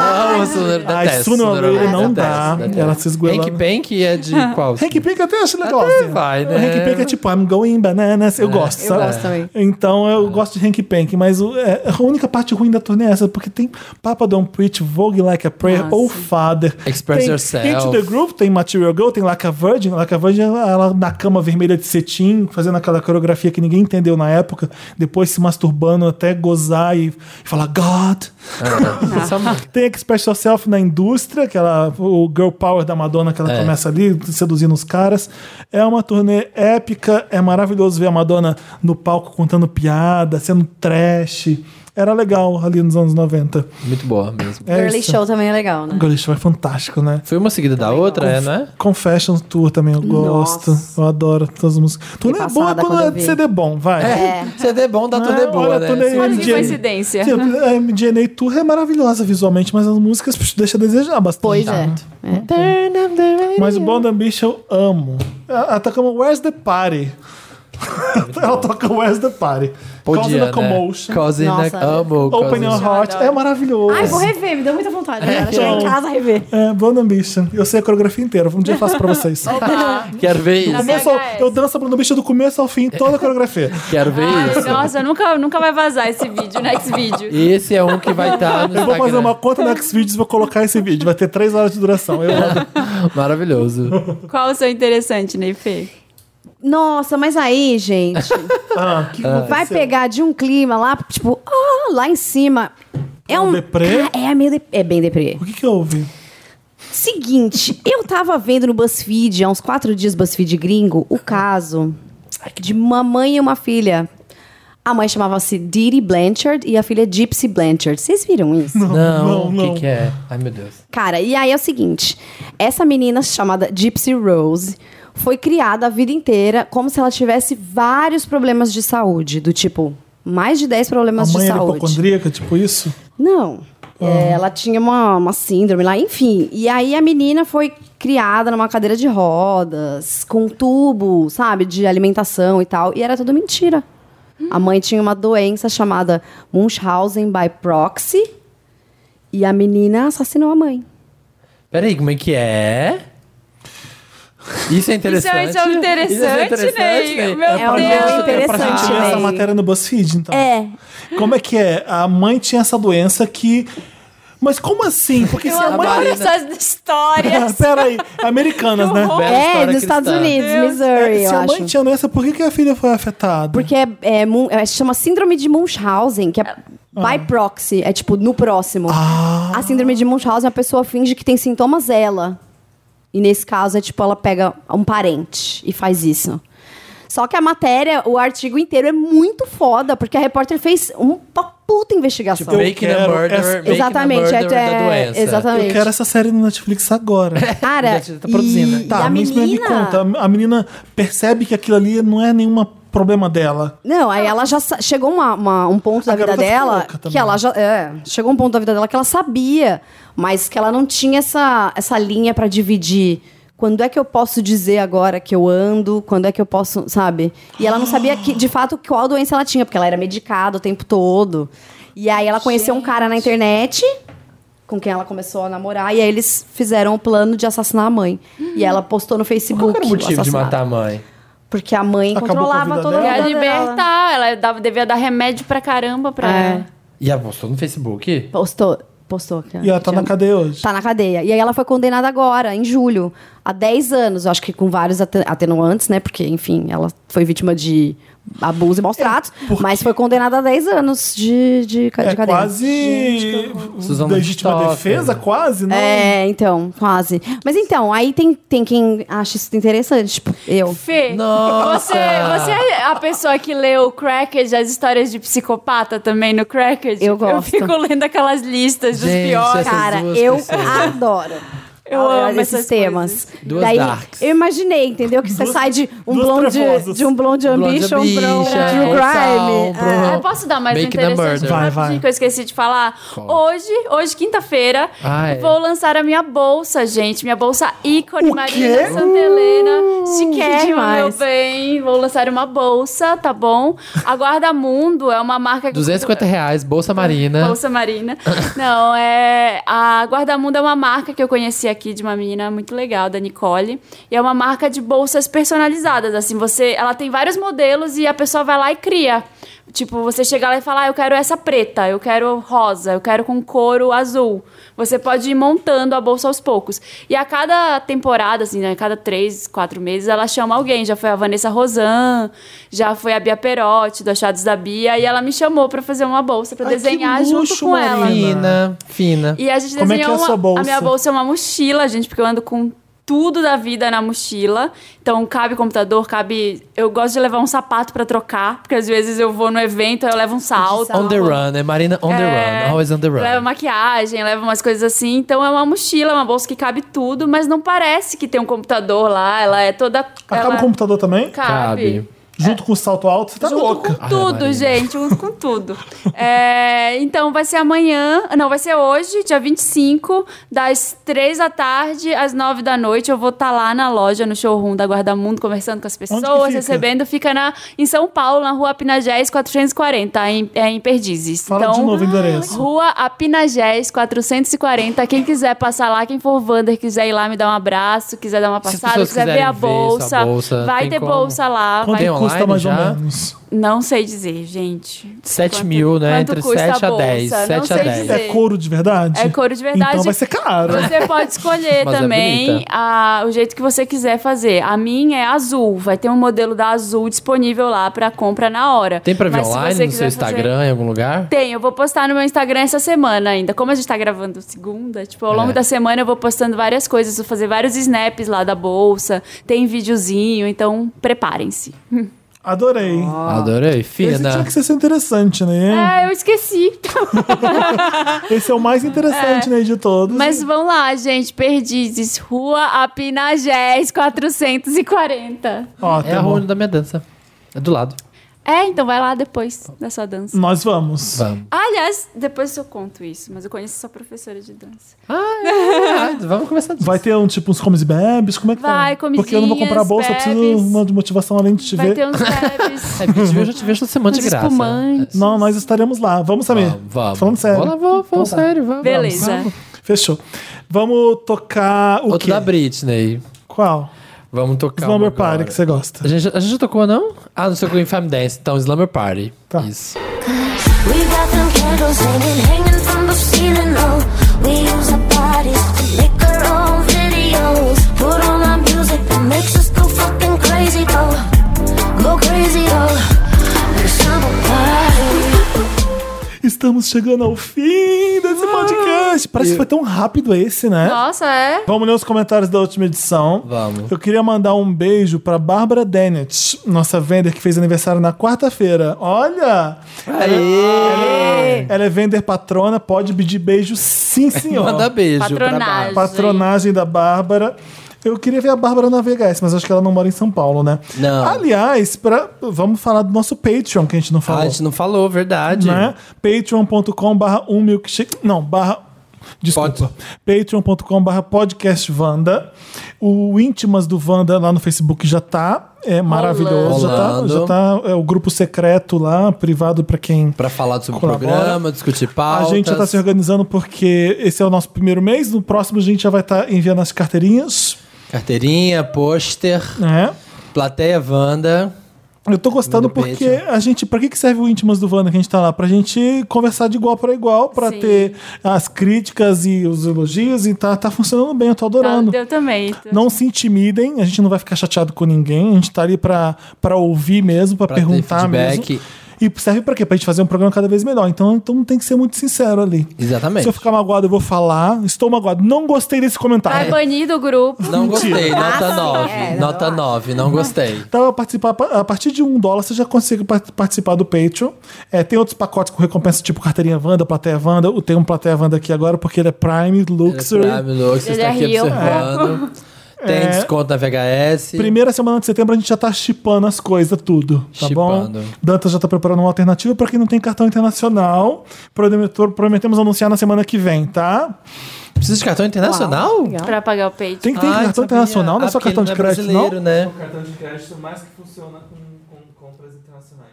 E: Amo Sonora da
A: Ai, Sonora Lady não dá. Ela se esguelando.
E: Hank Pank é de qual?
A: Hank Pink eu até acho legal.
E: Até
A: assim.
E: vai, né?
A: O Hank Pink é tipo, I'm going bananas. Eu gosto,
C: Eu
A: sabe?
C: gosto também.
A: Então eu gosto de Hank Pank, mas o- é, a única parte ruim da turnê é essa, porque tem Papa Don't Preach, Vogue Like a Prayer,
D: Nossa.
A: ou Father.
E: Express
A: tem
E: Yourself.
A: Into the Groove, tem Material Girl, tem Like a Virgin. Like a Virgin, ela, ela na cama vermelha de cetim, fazendo aquela coreografia que ninguém entendeu na época, depois se masturbando até gozar e, e falar God.
E: É. Só-
A: Tem Express Yourself na indústria, que ela, o Girl Power da Madonna, que ela
E: É.
A: começa ali seduzindo os caras. É uma turnê épica, é maravilhoso ver a Madonna no palco contando piada, sendo trash. Era legal ali nos anos 90.
E: Muito boa mesmo.
A: É
C: Girly
A: isso.
C: Show também é legal, né?
A: Girly Show é fantástico, né?
E: Foi uma seguida da outra, é, não é?
A: Confession Tour também eu gosto. Eu adoro todas as músicas. Turnê é bom é
C: passada
A: quando
C: quando eu
A: é
C: vi. É.
A: CD bom, vai.
E: CD bom dá tudo é
A: Não,
E: boa,
A: olha,
E: né?
A: turnê
E: Sim.
D: Olha que
A: MDNA.
D: coincidência.
A: Sim, a MDNA Tour é maravilhosa visualmente, mas as músicas pux, deixa a desejar bastante.
C: Pois é.
A: Mas o Blonde Ambition eu amo. Ela ela toca uma Where's the Party? Ela toca Where's the Party. Causing
E: Podia,
A: a Commotion.
E: Né? Causing
C: Nossa.
E: a... Amo
A: Open
E: Causing
A: Your Heart. É maravilhoso.
C: Ai, vou rever, me deu muita vontade. Agora chegar em
A: então.
C: casa e rever.
A: É, Blonde Ambition. Eu sei a coreografia inteira. Um dia eu faço pra vocês.
E: Quero ver
A: Do
E: isso.
A: começo ao-
D: VHS.
A: eu danço a Blonde Ambition do começo ao fim, toda a coreografia.
E: Quero ver
D: Ai,
E: isso.
D: nossa, nunca, nunca vai vazar esse vídeo, next vídeo.
E: Esse é um que vai estar no
A: Eu vou
E: Instagram.
A: fazer uma conta no Xvideos e vou colocar esse vídeo. Vai ter três horas de duração. Eu adoro.
E: Maravilhoso.
D: Qual o seu interessante, Neife?
C: Nossa, mas aí, gente,
A: Ah, que
C: vai pegar de um clima lá, tipo, ah, lá em cima. É
A: Um
C: um.
A: deprê?
C: Ah, é, meio de- é bem deprê.
A: O que que houve?
C: Seguinte, eu tava vendo no BuzzFeed, há uns quatro dias, BuzzFeed gringo, o caso de uma mãe e uma filha. A mãe chamava-se Didi Blanchard e a filha Gypsy Blanchard. Vocês viram isso?
E: Não, o
A: não.
E: que, que é? Ai, meu Deus.
C: Cara, e aí é o seguinte: essa menina chamada Gypsy Rose foi criada a vida inteira como se ela tivesse vários problemas de saúde, do tipo, mais de 10
A: A
C: problemas
A: mãe
C: de
A: era
C: saúde.
A: hipocondríaca, tipo isso?
C: Não. É, ela tinha uma, uma síndrome lá, enfim. E aí a menina foi criada numa cadeira de rodas, com um tubo, sabe, de alimentação e tal. E era tudo mentira. A mãe tinha uma doença chamada Munchausen by proxy. E a menina assassinou a mãe.
E: Peraí, como é que é? Isso é
D: Isso
E: interessante. né?
D: é, isso é um interessante, Ney. Meu
C: É um
D: Deus.
C: jogo
A: É pra gente
C: Interessante,
A: ler essa
C: né?
A: matéria no BuzzFeed, então.
C: É.
A: Como é que é? A mãe tinha essa doença que Mas como assim? Porque
D: Eu
A: se a
D: adoro
A: Marina-
D: essas histórias.
A: Peraí, americanas, né?
C: É, dos Estados Unidos, Missouri,
A: É,
C: eu
A: se a
C: acho.
A: mãe tinha doença, por que, que a filha foi afetada?
C: Porque é, é mun- é, chama síndrome de Munchausen, que
A: Ah.
C: é by proxy, é tipo no próximo. A síndrome de Munchausen, a pessoa finge que tem sintomas ela. E nesse caso é tipo ela pega um parente e faz isso. Só que a matéria, o artigo inteiro é muito foda, porque a repórter fez um- uma puta investigação.
E: Tipo, Making a
A: quero
E: Murderer,
A: essa-
E: Making a
C: Exatamente, é-
E: Murderer da
C: é-
E: doença.
C: exatamente.
A: Eu quero essa série no Netflix agora.
C: Cara,
E: tá produzindo.
C: e- e
A: tá,
C: a
A: mas me
C: menina...
A: conta. A menina percebe que aquilo ali não é nenhum problema dela.
C: Não, aí ela já sa- chegou uma, uma- um ponto da vida
A: garota ficou
C: dela
A: louca também.
C: que ela já é, chegou um ponto da vida dela que ela sabia, mas que ela não tinha essa, essa linha pra dividir. Quando é que eu posso dizer agora que eu ando? Quando é que eu posso, sabe? E ela não sabia que de fato qual doença ela tinha, porque ela era medicada o tempo todo. E aí ela conheceu um cara na internet com quem ela começou a namorar e aí eles fizeram o plano de assassinar a mãe. E ela postou no Facebook.
E: Qual era o motivo de
C: assassinato.
E: matar a mãe?
C: Porque a mãe
A: Acabou com a
C: controlava
A: vida
C: toda
A: dela?
C: a
D: Pra
C: vida dela.
D: libertar, ela dava, devia dar remédio pra caramba pra
C: É.
D: ela.
E: E ela postou no Facebook?
C: Postou. Postou. cara.
A: E ela tá na cadeia hoje.
C: Tá na cadeia. E aí ela foi condenada agora, em julho, há 10 anos. Eu acho que com vários ate- atenuantes, né? Porque, enfim, ela foi vítima de abuso e maus
A: É,
C: tratos. Mas foi condenada a 10 anos de, de, ca- de
A: É
C: cadeia.
A: quase
E: Suzana
A: legítima
E: Richthofen.
A: defesa, quase, né?
C: É, então, quase. Mas então, aí tem, tem quem acha isso interessante, tipo, eu.
D: Fê,
E: Nossa!
D: você, você é a pessoa que leu o Cracked, as histórias de psicopata também no Cracked?
C: Eu gosto.
D: fico lendo aquelas listas dos
E: Gente,
D: piores.
E: essas
C: Cara,
E: duas
C: eu
E: pessoas.
C: adoro.
D: Eu amo
C: esses
D: essas
C: temas.
E: Duas
C: Daí,
E: darks.
C: eu imaginei, entendeu? Que você sai de um
A: duas
C: blonde,
A: trevosas.
C: de um blonde
E: Blonde
C: ambition pra um
E: Ambition, é,
C: true
E: Opção,
C: crime.
E: pro-
D: Ah, eu posso dar mais um
E: Make the
D: interessante
E: murder.
A: Vai,
D: vai,
A: vai.
D: que eu esqueci de falar?
E: Conta.
D: Hoje, hoje, quinta-feira,
E: Ah, é.
D: vou lançar a minha bolsa, gente. Minha bolsa ícone,
A: O
D: Marina
A: quê? Uh,
D: Santa Helena. Chiquérrimo, meu
C: demais.
D: bem. Vou lançar uma bolsa, tá bom? A Guarda Mundo é uma marca... que-
E: 250 reais, Bolsa Marina.
D: Bolsa Marina. Não, é. A Guardamundo é uma marca que eu conheci aqui de uma menina muito legal, da Nicole. E é uma marca de bolsas personalizadas. Assim, você. Ela tem vários modelos e a pessoa vai lá e cria. Tipo, você chega lá e fala, ah, eu quero essa preta, eu quero rosa, eu quero com couro azul. Você pode ir montando a bolsa aos poucos. E a cada temporada, assim, né, a cada três, quatro meses, ela chama alguém. Já foi a Vanessa Rosan, já foi a Bia Perotti, do Achados da Bia, e ela me chamou pra fazer uma bolsa, pra
A: Ai, que
D: desenhar
A: luxo,
D: junto com ela.
A: Marina.
E: Fina, fina.
D: E a gente
A: Como é que
D: desenhou
A: é a
D: uma-
A: sua bolsa?
D: minha bolsa é uma mochila, gente, porque eu ando com tudo da vida na mochila. Então cabe computador, cabe. Eu gosto de levar um sapato pra trocar, porque às vezes eu vou no evento, aí eu levo um salto.
E: On the run, é Marina on the
D: É,
E: run, always on the run.
D: Leva maquiagem, leva umas coisas assim. Então é uma mochila, uma bolsa que cabe tudo, mas não parece que tem um computador lá. Ela é toda.
A: Acaba
D: ela
A: o computador também?
D: cabe.
A: Junto com o salto alto, você tá
D: Junto
A: louca.
D: com tudo,
E: Marina.
D: gente. Junto com tudo. É, então vai ser amanhã. Não, vai ser hoje, dia 25, das 3 da tarde às 9 da noite. Eu vou estar lá na loja, no showroom da Guarda Mundo, conversando com as
A: Onde que
D: pessoas,
A: fica?
D: recebendo. Fica na, em São Paulo, na rua Apinagés 440, em, é, em Perdizes.
A: Fala
D: então,
A: de novo o endereço.
D: Rua Apinagés 440. Quem quiser passar lá, quem for Wander, quiser ir lá me dar um abraço, quiser dar uma
E: Se as
D: passada,
E: pessoas
D: quiser ver a
E: quiserem ver
D: bolsa,
E: essa bolsa,
D: vai
E: tem
D: ter
E: como?
D: bolsa lá.
A: Quanto
D: vai
E: Tem
A: que custa
E: online
A: mais ou
E: já?
A: menos?
D: não sei dizer, gente.
E: 7
D: Quanto-
E: mil, né?
D: quanto
E: Entre
D: custa
E: 7 a 10,
D: bolsa?
E: 7
D: Não
E: a
D: sei
E: 10.
D: dizer.
A: É couro de verdade?
D: É couro de verdade.
A: Então vai ser caro.
D: Você pode escolher
E: Mas é
D: também
E: bonita.
D: a- o jeito que você quiser fazer. A minha é azul. Vai ter um modelo da azul disponível lá pra compra na hora.
E: Tem pra ver
D: Mas se
E: online
D: você
E: no seu
D: quiser fazer-
E: Instagram, em algum lugar?
D: Tem, eu vou postar no meu Instagram essa semana ainda. Como a gente tá gravando segunda, tipo, ao longo
E: É.
D: da semana eu vou postando várias coisas, vou fazer vários snaps lá da bolsa, tem videozinho, então preparem-se.
A: Adorei.
E: Adorei,
A: Esse tinha
E: fina.
A: que ser seu interessante,
E: Hum.
A: né?
D: Ah, eu esqueci.
A: Esse é o mais interessante, né, de todos.
D: Mas vão lá, gente, Perdizes, Rua Apinagés 440.
E: É a
A: Ótimo.
E: rua da minha dança. É do lado.
D: É, então vai lá depois da sua dança.
A: Nós vamos.
E: Vamos.
D: Ah, Aliás, depois eu conto isso, mas eu conheço sua professora de dança.
E: Ah, vamos começar disso.
A: Vai ter um tipo uns comes e bebes? Como é que
D: Vai,
A: tá? Porque eu não vou comprar a bolsa, eu preciso
D: comidinhas,
A: uma de motivação além de te
D: Vai
A: ver.
D: ter uns bebes,
E: É, porque te vejo, eu te vejo toda semana
D: uns
E: de graça. É,
D: espumantes.
A: Não, nós estaremos lá. Vamos, Samir?
E: Vamos, vamos.
A: Falando sério.
E: Vamos, lá, vamos, vamos sério, vamos.
D: Beleza.
A: Fechou. Vamos tocar o
E: Outro
A: quê?
E: da Britney.
A: Qual?
E: Vamos tocar
A: Slumber
E: uma agora.
A: Party, que você gosta.
E: A gente, a gente já tocou, não? Ah, não sei o Infame Dance. Então, Slumber Party.
A: Tá.
E: Isso.
F: We got them candles hanging, hanging from the ceiling, oh.
O: We use our bodies to make our own videos. Put on our music that makes us go fucking crazy, go. Go crazy, go. Cause I'm a party.
A: Estamos chegando ao fim desse
D: Ah.
A: podcast. Parece que foi tão rápido esse, né?
D: Nossa, é?
A: Vamos ler os comentários da última edição.
E: Vamos.
A: Eu queria mandar um beijo pra Bárbara Dennett, nossa vender que fez aniversário na quarta-feira. Olha! Aê! Ela é vender patrona, pode pedir beijo, sim, senhor.
E: Manda beijo pra
D: Patronagem.
E: Bárbara.
A: Patronagem da Bárbara. Eu queria ver a Bárbara na VHS, mas acho que ela não mora em São Paulo, né?
E: Não.
A: Aliás, pra, vamos falar do nosso Patreon, que a gente não
E: Ah,
A: falou.
E: a gente não falou, verdade.
A: Né? patreon.com barra um milkshake não, barra Desculpa. patreon.com barra podcast Wanda. O Íntimas do Wanda lá no Facebook já tá. É maravilhoso. Já tá,
E: Rolando.
A: já tá é, o grupo secreto lá, privado pra quem
E: Pra falar sobre
A: Colabora.
E: o programa, discutir
A: a
E: pautas.
A: gente já tá se organizando porque esse é o nosso primeiro mês. No próximo a gente já vai estar enviando as carteirinhas.
E: Carteirinha, pôster,
A: né?
E: plateia Wanda.
A: Eu tô gostando
E: Manda um
A: porque
E: beijo.
A: a gente. Pra que que serve o íntimas do Wanda que a gente tá lá? Pra gente conversar de igual pra igual, pra
D: Sim.
A: ter as críticas e os elogios, e tá, tá funcionando bem, eu tô adorando.
D: Eu Tá, também.
A: Não se intimidem, a gente não vai ficar chateado com ninguém, a gente tá ali pra, pra ouvir mesmo, pra,
E: Pra ter
A: perguntar mesmo.
E: feedback.
A: E serve pra quê? Pra gente fazer um programa cada vez melhor. Então, então tem que ser muito sincero ali.
E: Exatamente.
A: Se eu ficar magoado, eu vou falar. Estou magoado. Não gostei desse
D: Vai
A: comentário.
D: banir do grupo.
E: Não
A: Mentira.
E: gostei, nota 9.
C: é, não,
E: nota 9, não gostei.
A: Então, a, participar, a partir de um dólar, você já consegue par- participar do Patreon. É, tem outros pacotes com recompensa, tipo carteirinha Wanda, plateia Wanda. Eu tenho um plateia Wanda aqui agora, porque ele é Prime, Luxury.
E: Prime Lux, você
D: Ele
E: está
D: é
E: aqui
D: Rio.
E: observando. Tem
A: É.
E: desconto na VHS.
A: Primeira semana de setembro, a gente já tá chipando as coisas, tudo, tá
E: Chipando.
A: bom? Dantas já tá preparando uma alternativa pra quem não tem cartão internacional. Prometor- Prometemos anunciar na semana que vem, tá?
E: Precisa de cartão internacional?
D: Pra pagar o peito.
A: Tem que
E: Ah,
A: ter cartão internacional, não é só cartão de crédito, não?
E: brasileiro, né?
J: O cartão de crédito mais que funciona com, com compras internacionais.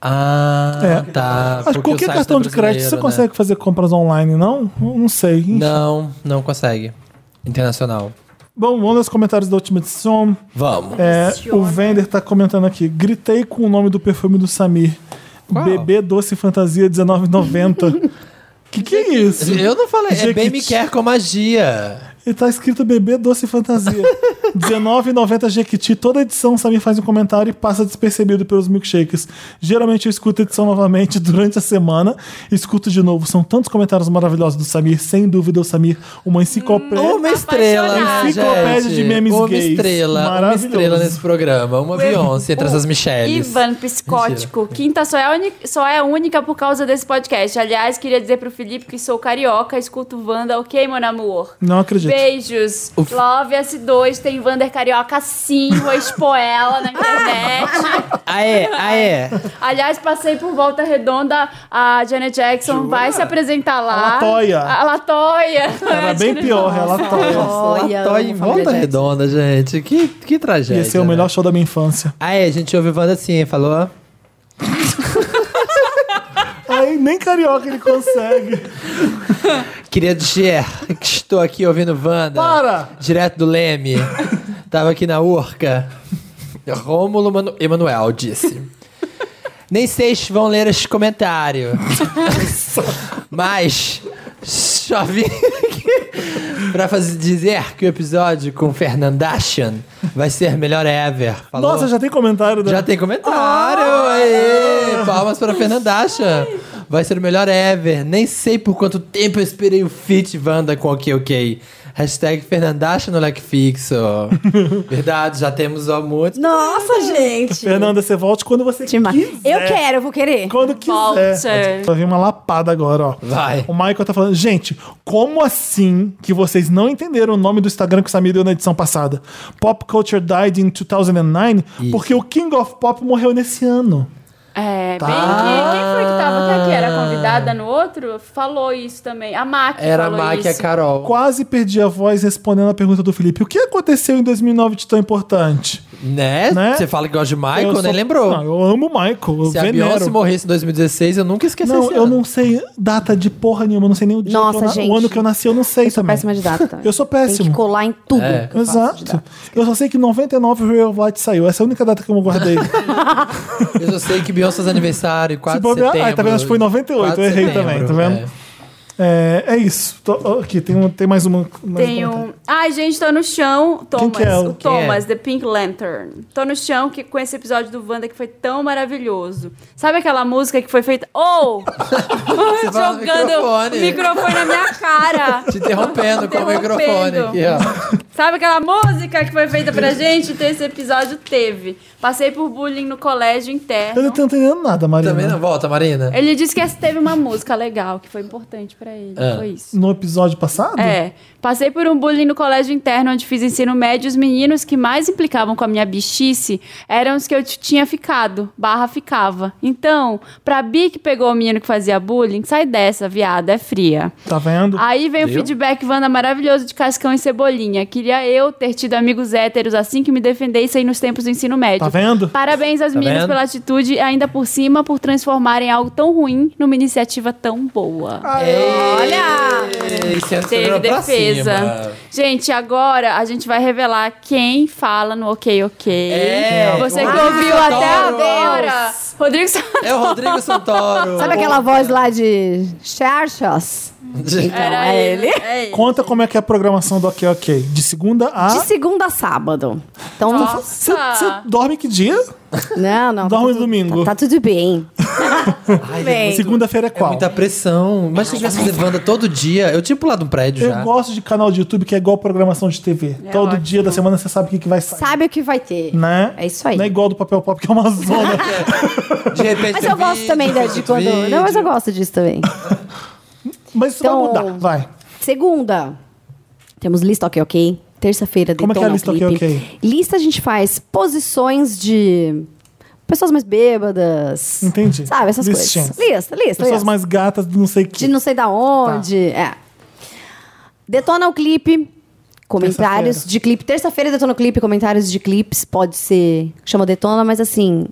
E: Ah,
A: É.
E: tá.
A: Acho que
E: porque o
A: qualquer
E: site
A: cartão
E: tá
A: de crédito você
E: brasileiro, né?
A: consegue fazer compras online, não? Eu Não sei. Enfim.
E: Não, não consegue. Internacional.
A: Bom, vamos nos comentários da última edição.
E: Vamos.
A: É, o Vender tá comentando aqui. Gritei com o nome do perfume do Samir.
E: Qual?
A: Bebê Doce Fantasia 1990. que que é isso?
E: Eu não falei, é
A: Jequiti.
E: bem me quer com magia.
A: E tá escrito Bebê Doce Fantasia. 19,90 Jequiti. Toda edição o Samir faz um comentário e passa despercebido pelos milkshakes. Geralmente eu escuto a edição novamente durante a semana. Escuto de novo. São tantos comentários maravilhosos do Samir. Sem dúvida, o Samir, uma enciclopédia.
E: Uma estrela,
D: apaixonada.
E: né,
A: Enciclopédia
E: gente?
A: É. de memes
E: Uma
A: gays.
E: estrela, uma
A: Maravilhoso.
E: estrela nesse programa. Uma Beyoncé entre essas Michelles.
D: Ivan Piscótico, quinta só é, a uni- só é a única por causa desse podcast. Aliás, queria dizer pro Felipe que sou carioca, escuto Wanda, ok, mon amor?
A: Não acredito.
D: Beijos.
E: Uf.
D: Love S2, tem Wander Carioca sim, vou expor ela na internet.
E: Ah, é, ah, é.
D: Aliás, passei por Volta Redonda, a Janet Jackson vai se apresentar
A: A
D: lá.
A: Latoya.
D: A Latoya.
A: Era bem pior, relatório.
C: Olha,
E: Tô
C: amo
E: em
C: a família
E: volta
C: Jackson.
E: redonda, gente. Que, que tragédia.
A: Ia ser o
E: né?
A: melhor show da minha infância.
E: Ah, é, a gente ouve Wanda assim, hein, falou?
A: Aí nem carioca ele consegue.
E: Queria dizer que estou aqui ouvindo Wanda.
A: Para!
E: Direto do Leme. Tava aqui na Urca. Rômulo Manu- Emanuel disse. Nem sei se vão ler esse comentário. Mas só vim aqui pra fazer, dizer que o episódio com Fernandashian vai ser melhor ever. Falou?
A: Nossa, já tem comentário da.
E: Já tem comentário!
A: Ah,
E: Aê! Palmas para a Fernandacha! Vai ser o melhor ever. Nem sei por quanto tempo eu esperei o feat Wanda com OK OK. Hashtag Fernandacha no like fixo. Verdade, já temos ó, muito.
C: Nossa, gente.
A: Fernanda, você volte quando você
C: Demais.
A: quiser.
C: Eu quero, eu vou querer.
A: Quando quiser.
D: Volte.
A: Vai vir uma lapada agora, ó.
E: Vai.
A: O Michael tá falando, gente, como assim que vocês não entenderam o nome do Instagram que o Samir deu na edição passada? Pop Culture Died in 2009,
E: Isso.
A: porque o King of Pop morreu nesse ano.
D: É,
E: Tá.
D: bem que quem foi que tava que aqui era convidada no outro falou isso também. A Mac
E: Era a
D: falou
E: Mac e a
D: isso.
E: Carol.
A: Quase perdi a voz respondendo a pergunta do Felipe. O que aconteceu em 2009 de tão importante?
E: Né?
A: Né?
E: Você fala que gosta de
A: Eu
E: Michael, nem
A: sou-
E: lembrou.
A: Não, eu amo o Michael, eu
E: Se a
A: venero.
E: Beyoncé morresse em 2016, eu nunca esqueci
A: Não,
E: esse
A: eu
E: ano.
A: não sei data de porra nenhuma, eu não sei nem o dia
C: Nossa,
A: que eu na-
C: gente.
A: o ano que eu nasci, eu não sei
C: Eu sou
A: também.
C: péssima de data também.
A: Eu sou
C: Tem
A: péssimo.
C: que colar em tudo.
E: É.
C: que eu faço de
A: Exato.
C: data.
A: Eu só sei que em 99 o Real Light saiu. Essa é a única data que eu guardei. Se
E: Eu só sei que Beyoncé faz aniversário, 4 de
A: bobear-
E: setembro.
A: Ah, tá vendo? Acho que foi em 98,
E: 4
A: eu
E: de
A: errei também, tá vendo?
E: É.
A: É, é isso. Tô- aqui, tem, um- tem mais uma. Mais
D: Tem
A: uma-
D: um. Ai, gente, tô no chão. Thomas.
A: que é o-
D: O
A: Quem
D: Thomas,
A: é?
D: The Pink Lantern. Tô no chão que, com esse episódio do Wanda que foi tão maravilhoso. Sabe aquela música que foi feita. Oh!
E: fala no
D: Jogando
E: microfone.
D: o microfone na minha cara.
E: Te interrompendo com o
D: Interrompendo.
E: microfone aqui, ó.
D: Sabe aquela música que foi feita pra gente? Então esse episódio teve. Passei por bullying no colégio
A: Eu
D: interno.
A: não tô entendendo nada, Marina.
E: Também não volta, Marina.
D: Ele disse que essa teve uma música legal, que foi importante pra ele. Foi isso.
A: No episódio passado?
D: É. Passei por um bullying no colégio interno, onde fiz ensino médio. e Os meninos que mais implicavam com a minha bichice eram os que eu t- tinha ficado. Barra ficava. Então, pra Bi que pegou o menino que fazia bullying, sai dessa, viada, é fria.
A: Tá vendo?
D: Aí vem o
A: Viu?
D: feedback Wanda maravilhoso de Cascão e Cebolinha. Queria eu ter tido amigos héteros assim que me defendessem nos tempos do ensino médio.
A: Tá vendo?
D: Parabéns aos
A: Tá
D: meninos
A: vendo?
D: pela atitude e ainda por cima por transformarem algo tão ruim numa iniciativa tão boa. Olha!
E: Ei, se
D: Teve
E: acelerou é pra cima.
D: defesa. Gente, agora a gente vai revelar quem fala no Ok Ok.
E: É,
D: Você
E: o
D: que
E: Rodrigo
D: ouviu
E: Santoro.
D: até agora. Rodrigo Santoro.
E: É o Rodrigo Santoro.
C: Sabe aquela voz lá de Xarxas? Então,
D: Era
C: é
D: ele.
C: ele.
D: É
A: Conta como é que é a programação do Ok Ok. De segunda a.
C: De segunda a sábado. Então,
A: Você dorme que dia?
C: Não, não.
A: Dorme domingo.
C: Tá tudo bem.
E: Ai,
C: Bem.
A: Segunda-feira é qual?
E: Muita pressão. Mas se eu tivesse levando todo dia, eu tinha pulado um prédio
A: Eu
E: já.
A: gosto de canal de YouTube que é igual programação de TV. Todo dia da semana você sabe o que, que vai sair.
C: É Sabe o que vai ter.
A: Né?
C: É isso aí.
A: Não é igual do papel pop, que é uma zona.
E: De repente
C: Mas
E: tem
C: eu gosto
E: vídeo,
C: também da- de
E: tem
C: quando.
E: vídeo.
C: Não, mas eu gosto disso também.
A: Mas isso
C: Então-
A: vai mudar. Vai.
C: Segunda, temos lista ok, ok. Terça-feira,
A: Como é que é a
C: Detona
A: lista
C: Clipe.
A: Ok, ok?
C: Lista a gente faz posições de pessoas mais bêbadas.
A: Entendi.
C: Sabe, essas
A: Listinhas.
C: coisas. Lista, lista.
A: Pessoas
C: lista.
A: mais Tá. gatas do não sei o que.
C: De não sei da onde. É. Detona o clipe. Comentários
A: Terça-feira.
C: de clipe. Terça-feira detona o clipe, comentários de clipes. Pode ser. Chama detona, mas assim.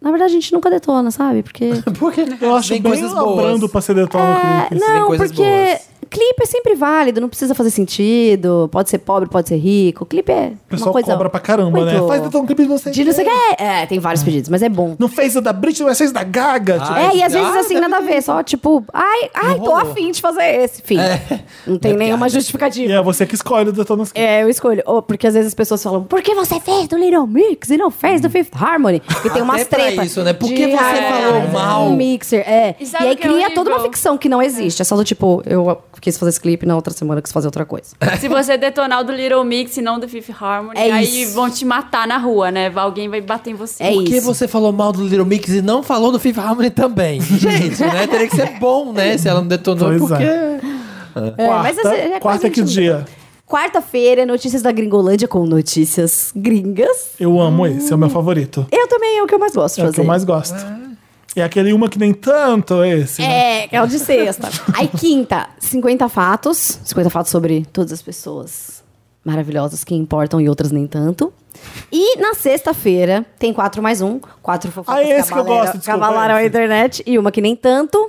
C: Na verdade, a gente nunca detona, sabe? Porque.
E: Porque
A: Eu acho
E: Tem
A: bem
E: coisas boas.
A: labrando pra ser detonado. clipe.
E: Tem
C: É, Ah, Não,
E: coisas
C: porque
E: boas.
C: clipe é sempre válido, não precisa fazer sentido. Pode ser pobre, pode ser rico. Clipe é.
A: O pessoal
C: uma coisa
A: cobra pra caramba, né?
C: muito-
A: Faz detonado clipe de não sei o
C: De não sei o
A: que.
C: que. É, tem vários pedidos, mas é bom.
A: Não fez o da Britney, mas fez o da Gaga. tipo.
C: é, e às
E: ah,
C: vezes assim, nada a
A: né?
C: ver, só tipo, ai, ai, tô
E: rolou.
C: afim de fazer esse, fim.
A: É.
E: É,
C: Não tem nenhuma
A: E
C: justificativa.
A: é você que escolhe o detonado clipe.
C: É, eu escolho. Ou, porque às vezes as pessoas falam, por que você fez do Little Mix e não fez do Fifth Harmony? E tem umas
E: Até pra
C: tretas.
E: isso, né? Por
C: de,
E: que você
C: "Ah,
E: falou
C: é,
E: mal?"
C: Um mixer, é.
D: E
C: E,
D: sabe
C: aí
D: que é
C: cria
D: horrível?
C: toda uma ficção que não existe. É só do tipo, eu quis fazer esse clipe, na outra semana eu quis fazer outra coisa.
E: É.
D: Se você detonar o do Little Mix e não do Fifth Harmony,
C: É
D: aí
C: isso.
D: vão te matar na rua, né? Alguém vai bater em você.
C: É
E: Por que
C: isso.
E: você falou mal do Little Mix e não falou do Fifth Harmony também? Gente, né? Teria que ser bom, né? Se ela não detonou,
A: Pois
E: porque...
C: É,
A: Quarta,
C: mas assim, é quase
A: quarta é que
C: mentira.
A: dia?
C: Quarta-feira, notícias da Gringolândia com notícias gringas.
A: Eu amo esse, é o meu favorito.
C: Eu também é o que Hum. eu mais gosto de
A: É o
C: fazer. Ah.
A: que eu mais gosto. É aquele uma que nem tanto esse. né?
C: É, que é o de sexta. Aí quinta, 50 fatos. 50 fatos sobre todas as pessoas maravilhosas que importam e outras nem tanto. E na sexta-feira tem quatro mais um. Quatro fofocas
A: Ah, esse que eu
C: cavaleira-
A: gosto, desculpa, é
C: cavalaram a
A: esse.
C: internet e uma que nem tanto.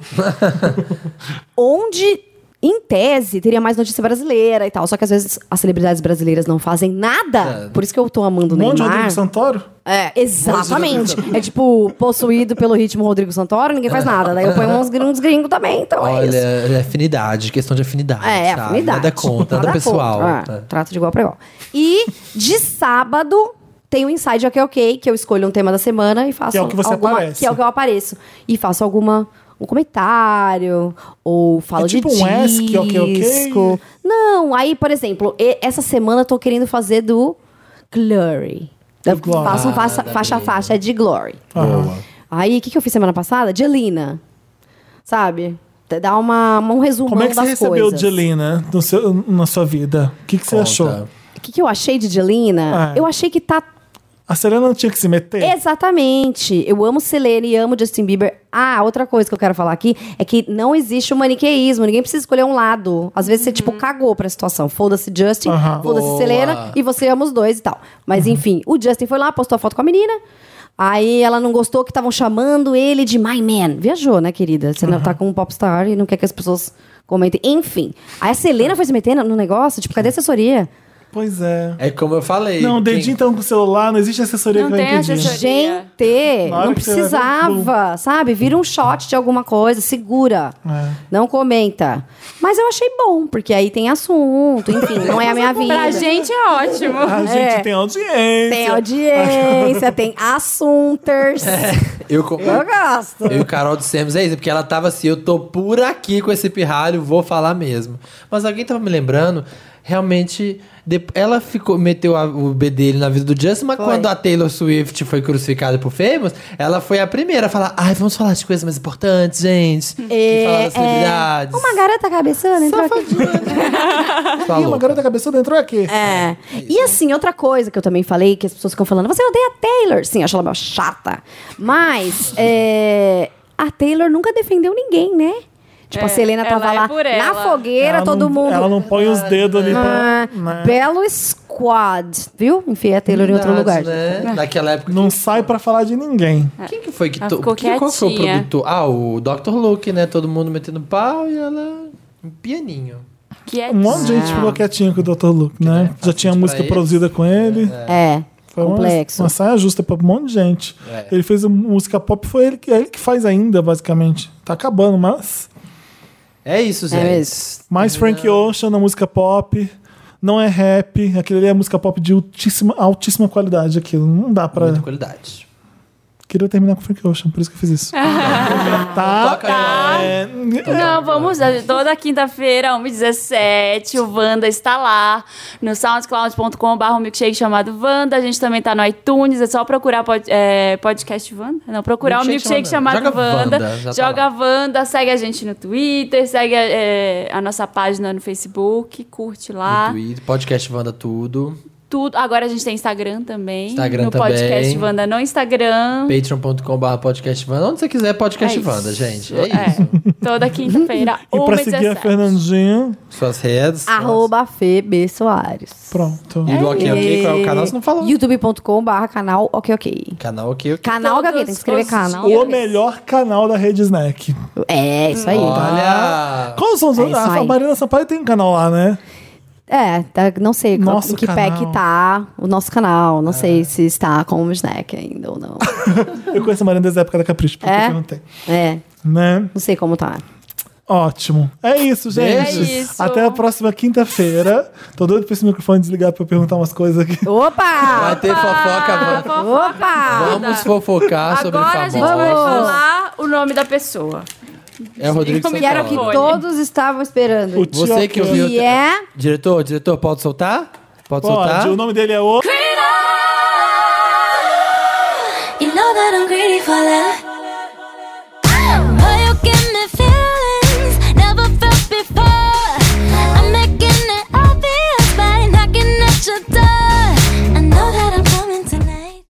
C: onde... Em tese, teria mais notícia brasileira e tal. Só que às vezes as celebridades brasileiras não fazem nada. Por isso que eu tô amando o
A: Um monte de
C: Neymar.
A: Rodrigo Santoro?
C: É, exatamente. É tipo, possuído pelo ritmo Rodrigo Santoro, ninguém faz nada. Daí eu ponho uns, gr- uns gringos também, então é
E: Olha,
C: isso.
E: é afinidade, questão de afinidade,
C: É,
E: sabe?
C: afinidade.
E: Nada contra, nada,
C: Nada
E: pessoal.
C: contra, é.
E: É.
C: Trato de igual pra igual. E de sábado tem o Inside OK OK, que eu escolho um tema da semana e faço
A: Que é o que você
C: alguma,
A: aparece.
C: Que é o que eu apareço. E faço alguma... Um comentário, ou falo
A: É
C: de
A: tipo
C: disco.
A: um ask, ok, ok?
C: Não, aí, por exemplo, e- essa semana eu tô querendo fazer do Glory. Da,
A: Do Glory. Ah.
C: faço um faça-
E: Ah, da
C: faixa a
E: Glory.
C: faixa, é de Glory.
A: Boa.
C: Aí, o que, que eu fiz semana passada? Jelina. Sabe? T- Dá uma, uma- um resumão
A: Como é que você
C: das
A: recebeu
C: coisas.
A: Jelena no seu, na sua vida? O que, que você
E: Conta.
A: achou?
C: O que, que eu achei de Jelina?
A: Ah. É.
C: Eu achei que tá...
A: A Selena não tinha que se meter?
C: Exatamente. Eu amo Selena e amo Justin Bieber. Ah, outra coisa que eu quero falar aqui é que não existe o maniqueísmo. Ninguém precisa escolher um lado. Às vezes você, tipo, cagou pra situação. Foda-se Justin,
A: Uhum. Aham. Uhum.
C: foda-se
E: Boa.
C: Selena e você ama os dois e tal. Mas, enfim, o Justin foi lá, postou a foto com a menina. Aí ela não gostou que estavam chamando ele de My Man. Viajou, né, querida? Você não tá com um popstar e não quer que as pessoas comentem. Enfim. Aí a Selena foi se metendo no negócio, tipo, cadê a assessoria?
A: Pois é.
E: É como eu falei.
A: Não, dedinho então com o celular, não existe assessoria
D: Não
A: que vai
D: tem
A: impedir.
D: assessoria.
C: Gente,
A: Na hora
C: não
A: que você vai ver,
C: precisava, sabe? Vira um shot de alguma coisa, segura. Não comenta. Mas eu achei bom, porque aí tem assunto, enfim, não é a minha vida.
D: Pra gente é ótimo.
A: A Ah, gente
C: É.
A: tem audiência.
C: Tem audiência, tem assunters.
E: Eu, com-
C: tá- Eu gosto.
E: Eu e Carol dissemos, é isso, porque ela tava assim, eu tô por aqui com esse pirralho, vou falar mesmo. Mas alguém tava me lembrando, realmente, de- ela ficou, meteu a- o B dele na vida do Justin, mas
C: Foi.
E: quando a Taylor Swift foi crucificada por Famous, ela foi a primeira a falar, ai, vamos falar de coisas mais importantes, gente. que fala das celebridades.
C: É, uma garota cabeçona entrou aqui.
A: Ih, uma garota cabeçuda entrou aqui.
C: É. E assim, outra coisa que eu também falei, que as pessoas ficam falando, você odeia a Taylor. Sim, eu acho ela meio chata. Mas é, a Taylor nunca defendeu ninguém, né? Tipo,
D: É,
C: a Selena
D: ela
C: tava
D: é
C: lá
D: por
C: na
D: ela.
C: fogueira,
A: Ela
C: todo
A: não-
C: mundo.
A: Ela não põe os dedos ali pra. né?
C: Ah, Belo squad, viu? Enfiei a Taylor em outro lugar.
E: Verdade, Né? Naquela época,
A: Não sai pra falar de ninguém.
E: quem que foi que...
D: Ela
E: to-
D: ficou
E: quem- qual foi o
D: quietinha.
E: produtor? Ah, o Dr. Luke, né? Todo mundo metendo pau e ela... Um pianinho.
D: Que é
A: Um monte de gente
C: Ah.
A: ficou quietinho com o Dr. Luke, né? Já tinha
E: tá pra
A: música
E: ele.
A: produzida com ele.
C: É,
A: Foi uma,
C: complexo.
A: uma saia justa pra um monte de gente.
E: É.
A: Ele fez uma música pop, foi ele que, é ele que faz ainda, basicamente. Tá acabando, mas.
E: É isso, gente.
C: mesmo.
A: Mais Frank Ocean na música pop. Não é rap. Aquilo ali é música pop de altíssima, altíssima qualidade. Aquilo não dá pra.
E: Muita qualidade.
A: Queria terminar com Frank Ocean, por isso que eu fiz isso. tá.
E: Toca aí.
A: É,
D: Não, vamos toda quinta-feira, 1h17, o Wanda está lá no soundcloud.com.br, um milkshake chamado Wanda. A gente também tá no iTunes, é só procurar pod- é, podcast Wanda. Não, procurar o
E: Milkshake
D: milkshake
E: chamado
D: chamado
E: Wanda.
D: Wanda.
E: Joga Wanda, já tá
D: Joga Wanda, segue a gente no Twitter, segue é, a nossa página no Facebook, curte lá.
E: No Twitter, podcast Wanda Tudo.
D: Tudo. Agora a gente tem Instagram também.
E: Instagram
D: no
E: também.
D: podcast Wanda no Instagram.
E: Patreon.com.br podcast Wanda. Onde você quiser, podcast
D: É isso.
E: Wanda, gente. É,
D: É.
E: isso.
D: Toda quinta-feira,
A: E pra seguir a
D: 1h17.
A: Fernandinha,
E: Suas redes. suas-
C: Arroba Feb Soares.
A: pronto.
E: E do Ok Ok, qual é o canal? Você não falou.
C: youtube.com.br canal ok ok.
E: Canal Ok Ok.
C: Canal
D: Todos
C: ok, tem que escrever
D: os
C: canal.
A: O melhor canal da Rede Snack.
C: É, isso aí.
E: Olha!
A: Qual são os
C: É isso
A: a, a
C: aí.
A: Marina Sampaio tem um canal lá, né?
C: É, tá- não sei qual-
A: Nosso
C: em que
A: canal. É.
C: pé que tá o nosso canal. Não sei se está com o snack ainda ou não.
A: Eu conheço a Marina desde a época da Capricho, porque
C: É?
A: eu perguntei.
C: é,
A: Né?
C: não sei como tá.
A: Ótimo. É isso, gente.
D: É isso.
A: Até a próxima quinta-feira. Tô doido pra esse microfone desligar pra eu perguntar umas coisas aqui.
C: Opa!
E: Vai ter fofoca. Wanda.
C: Opa!
E: Vamos fofocar sobre
D: Agora a gente vai
E: famosos.
D: falar o nome da pessoa.
E: É o Rodrigo
D: Vamos
C: Que era o
E: Santoro.
C: que
D: Olha.
C: todos estavam esperando.
A: O tio
E: Você que
A: Aquino.
E: ouviu.
C: Que é...
E: Diretor, diretor, pode soltar? Pode,
A: Pode,
E: soltar?
A: o nome dele é o.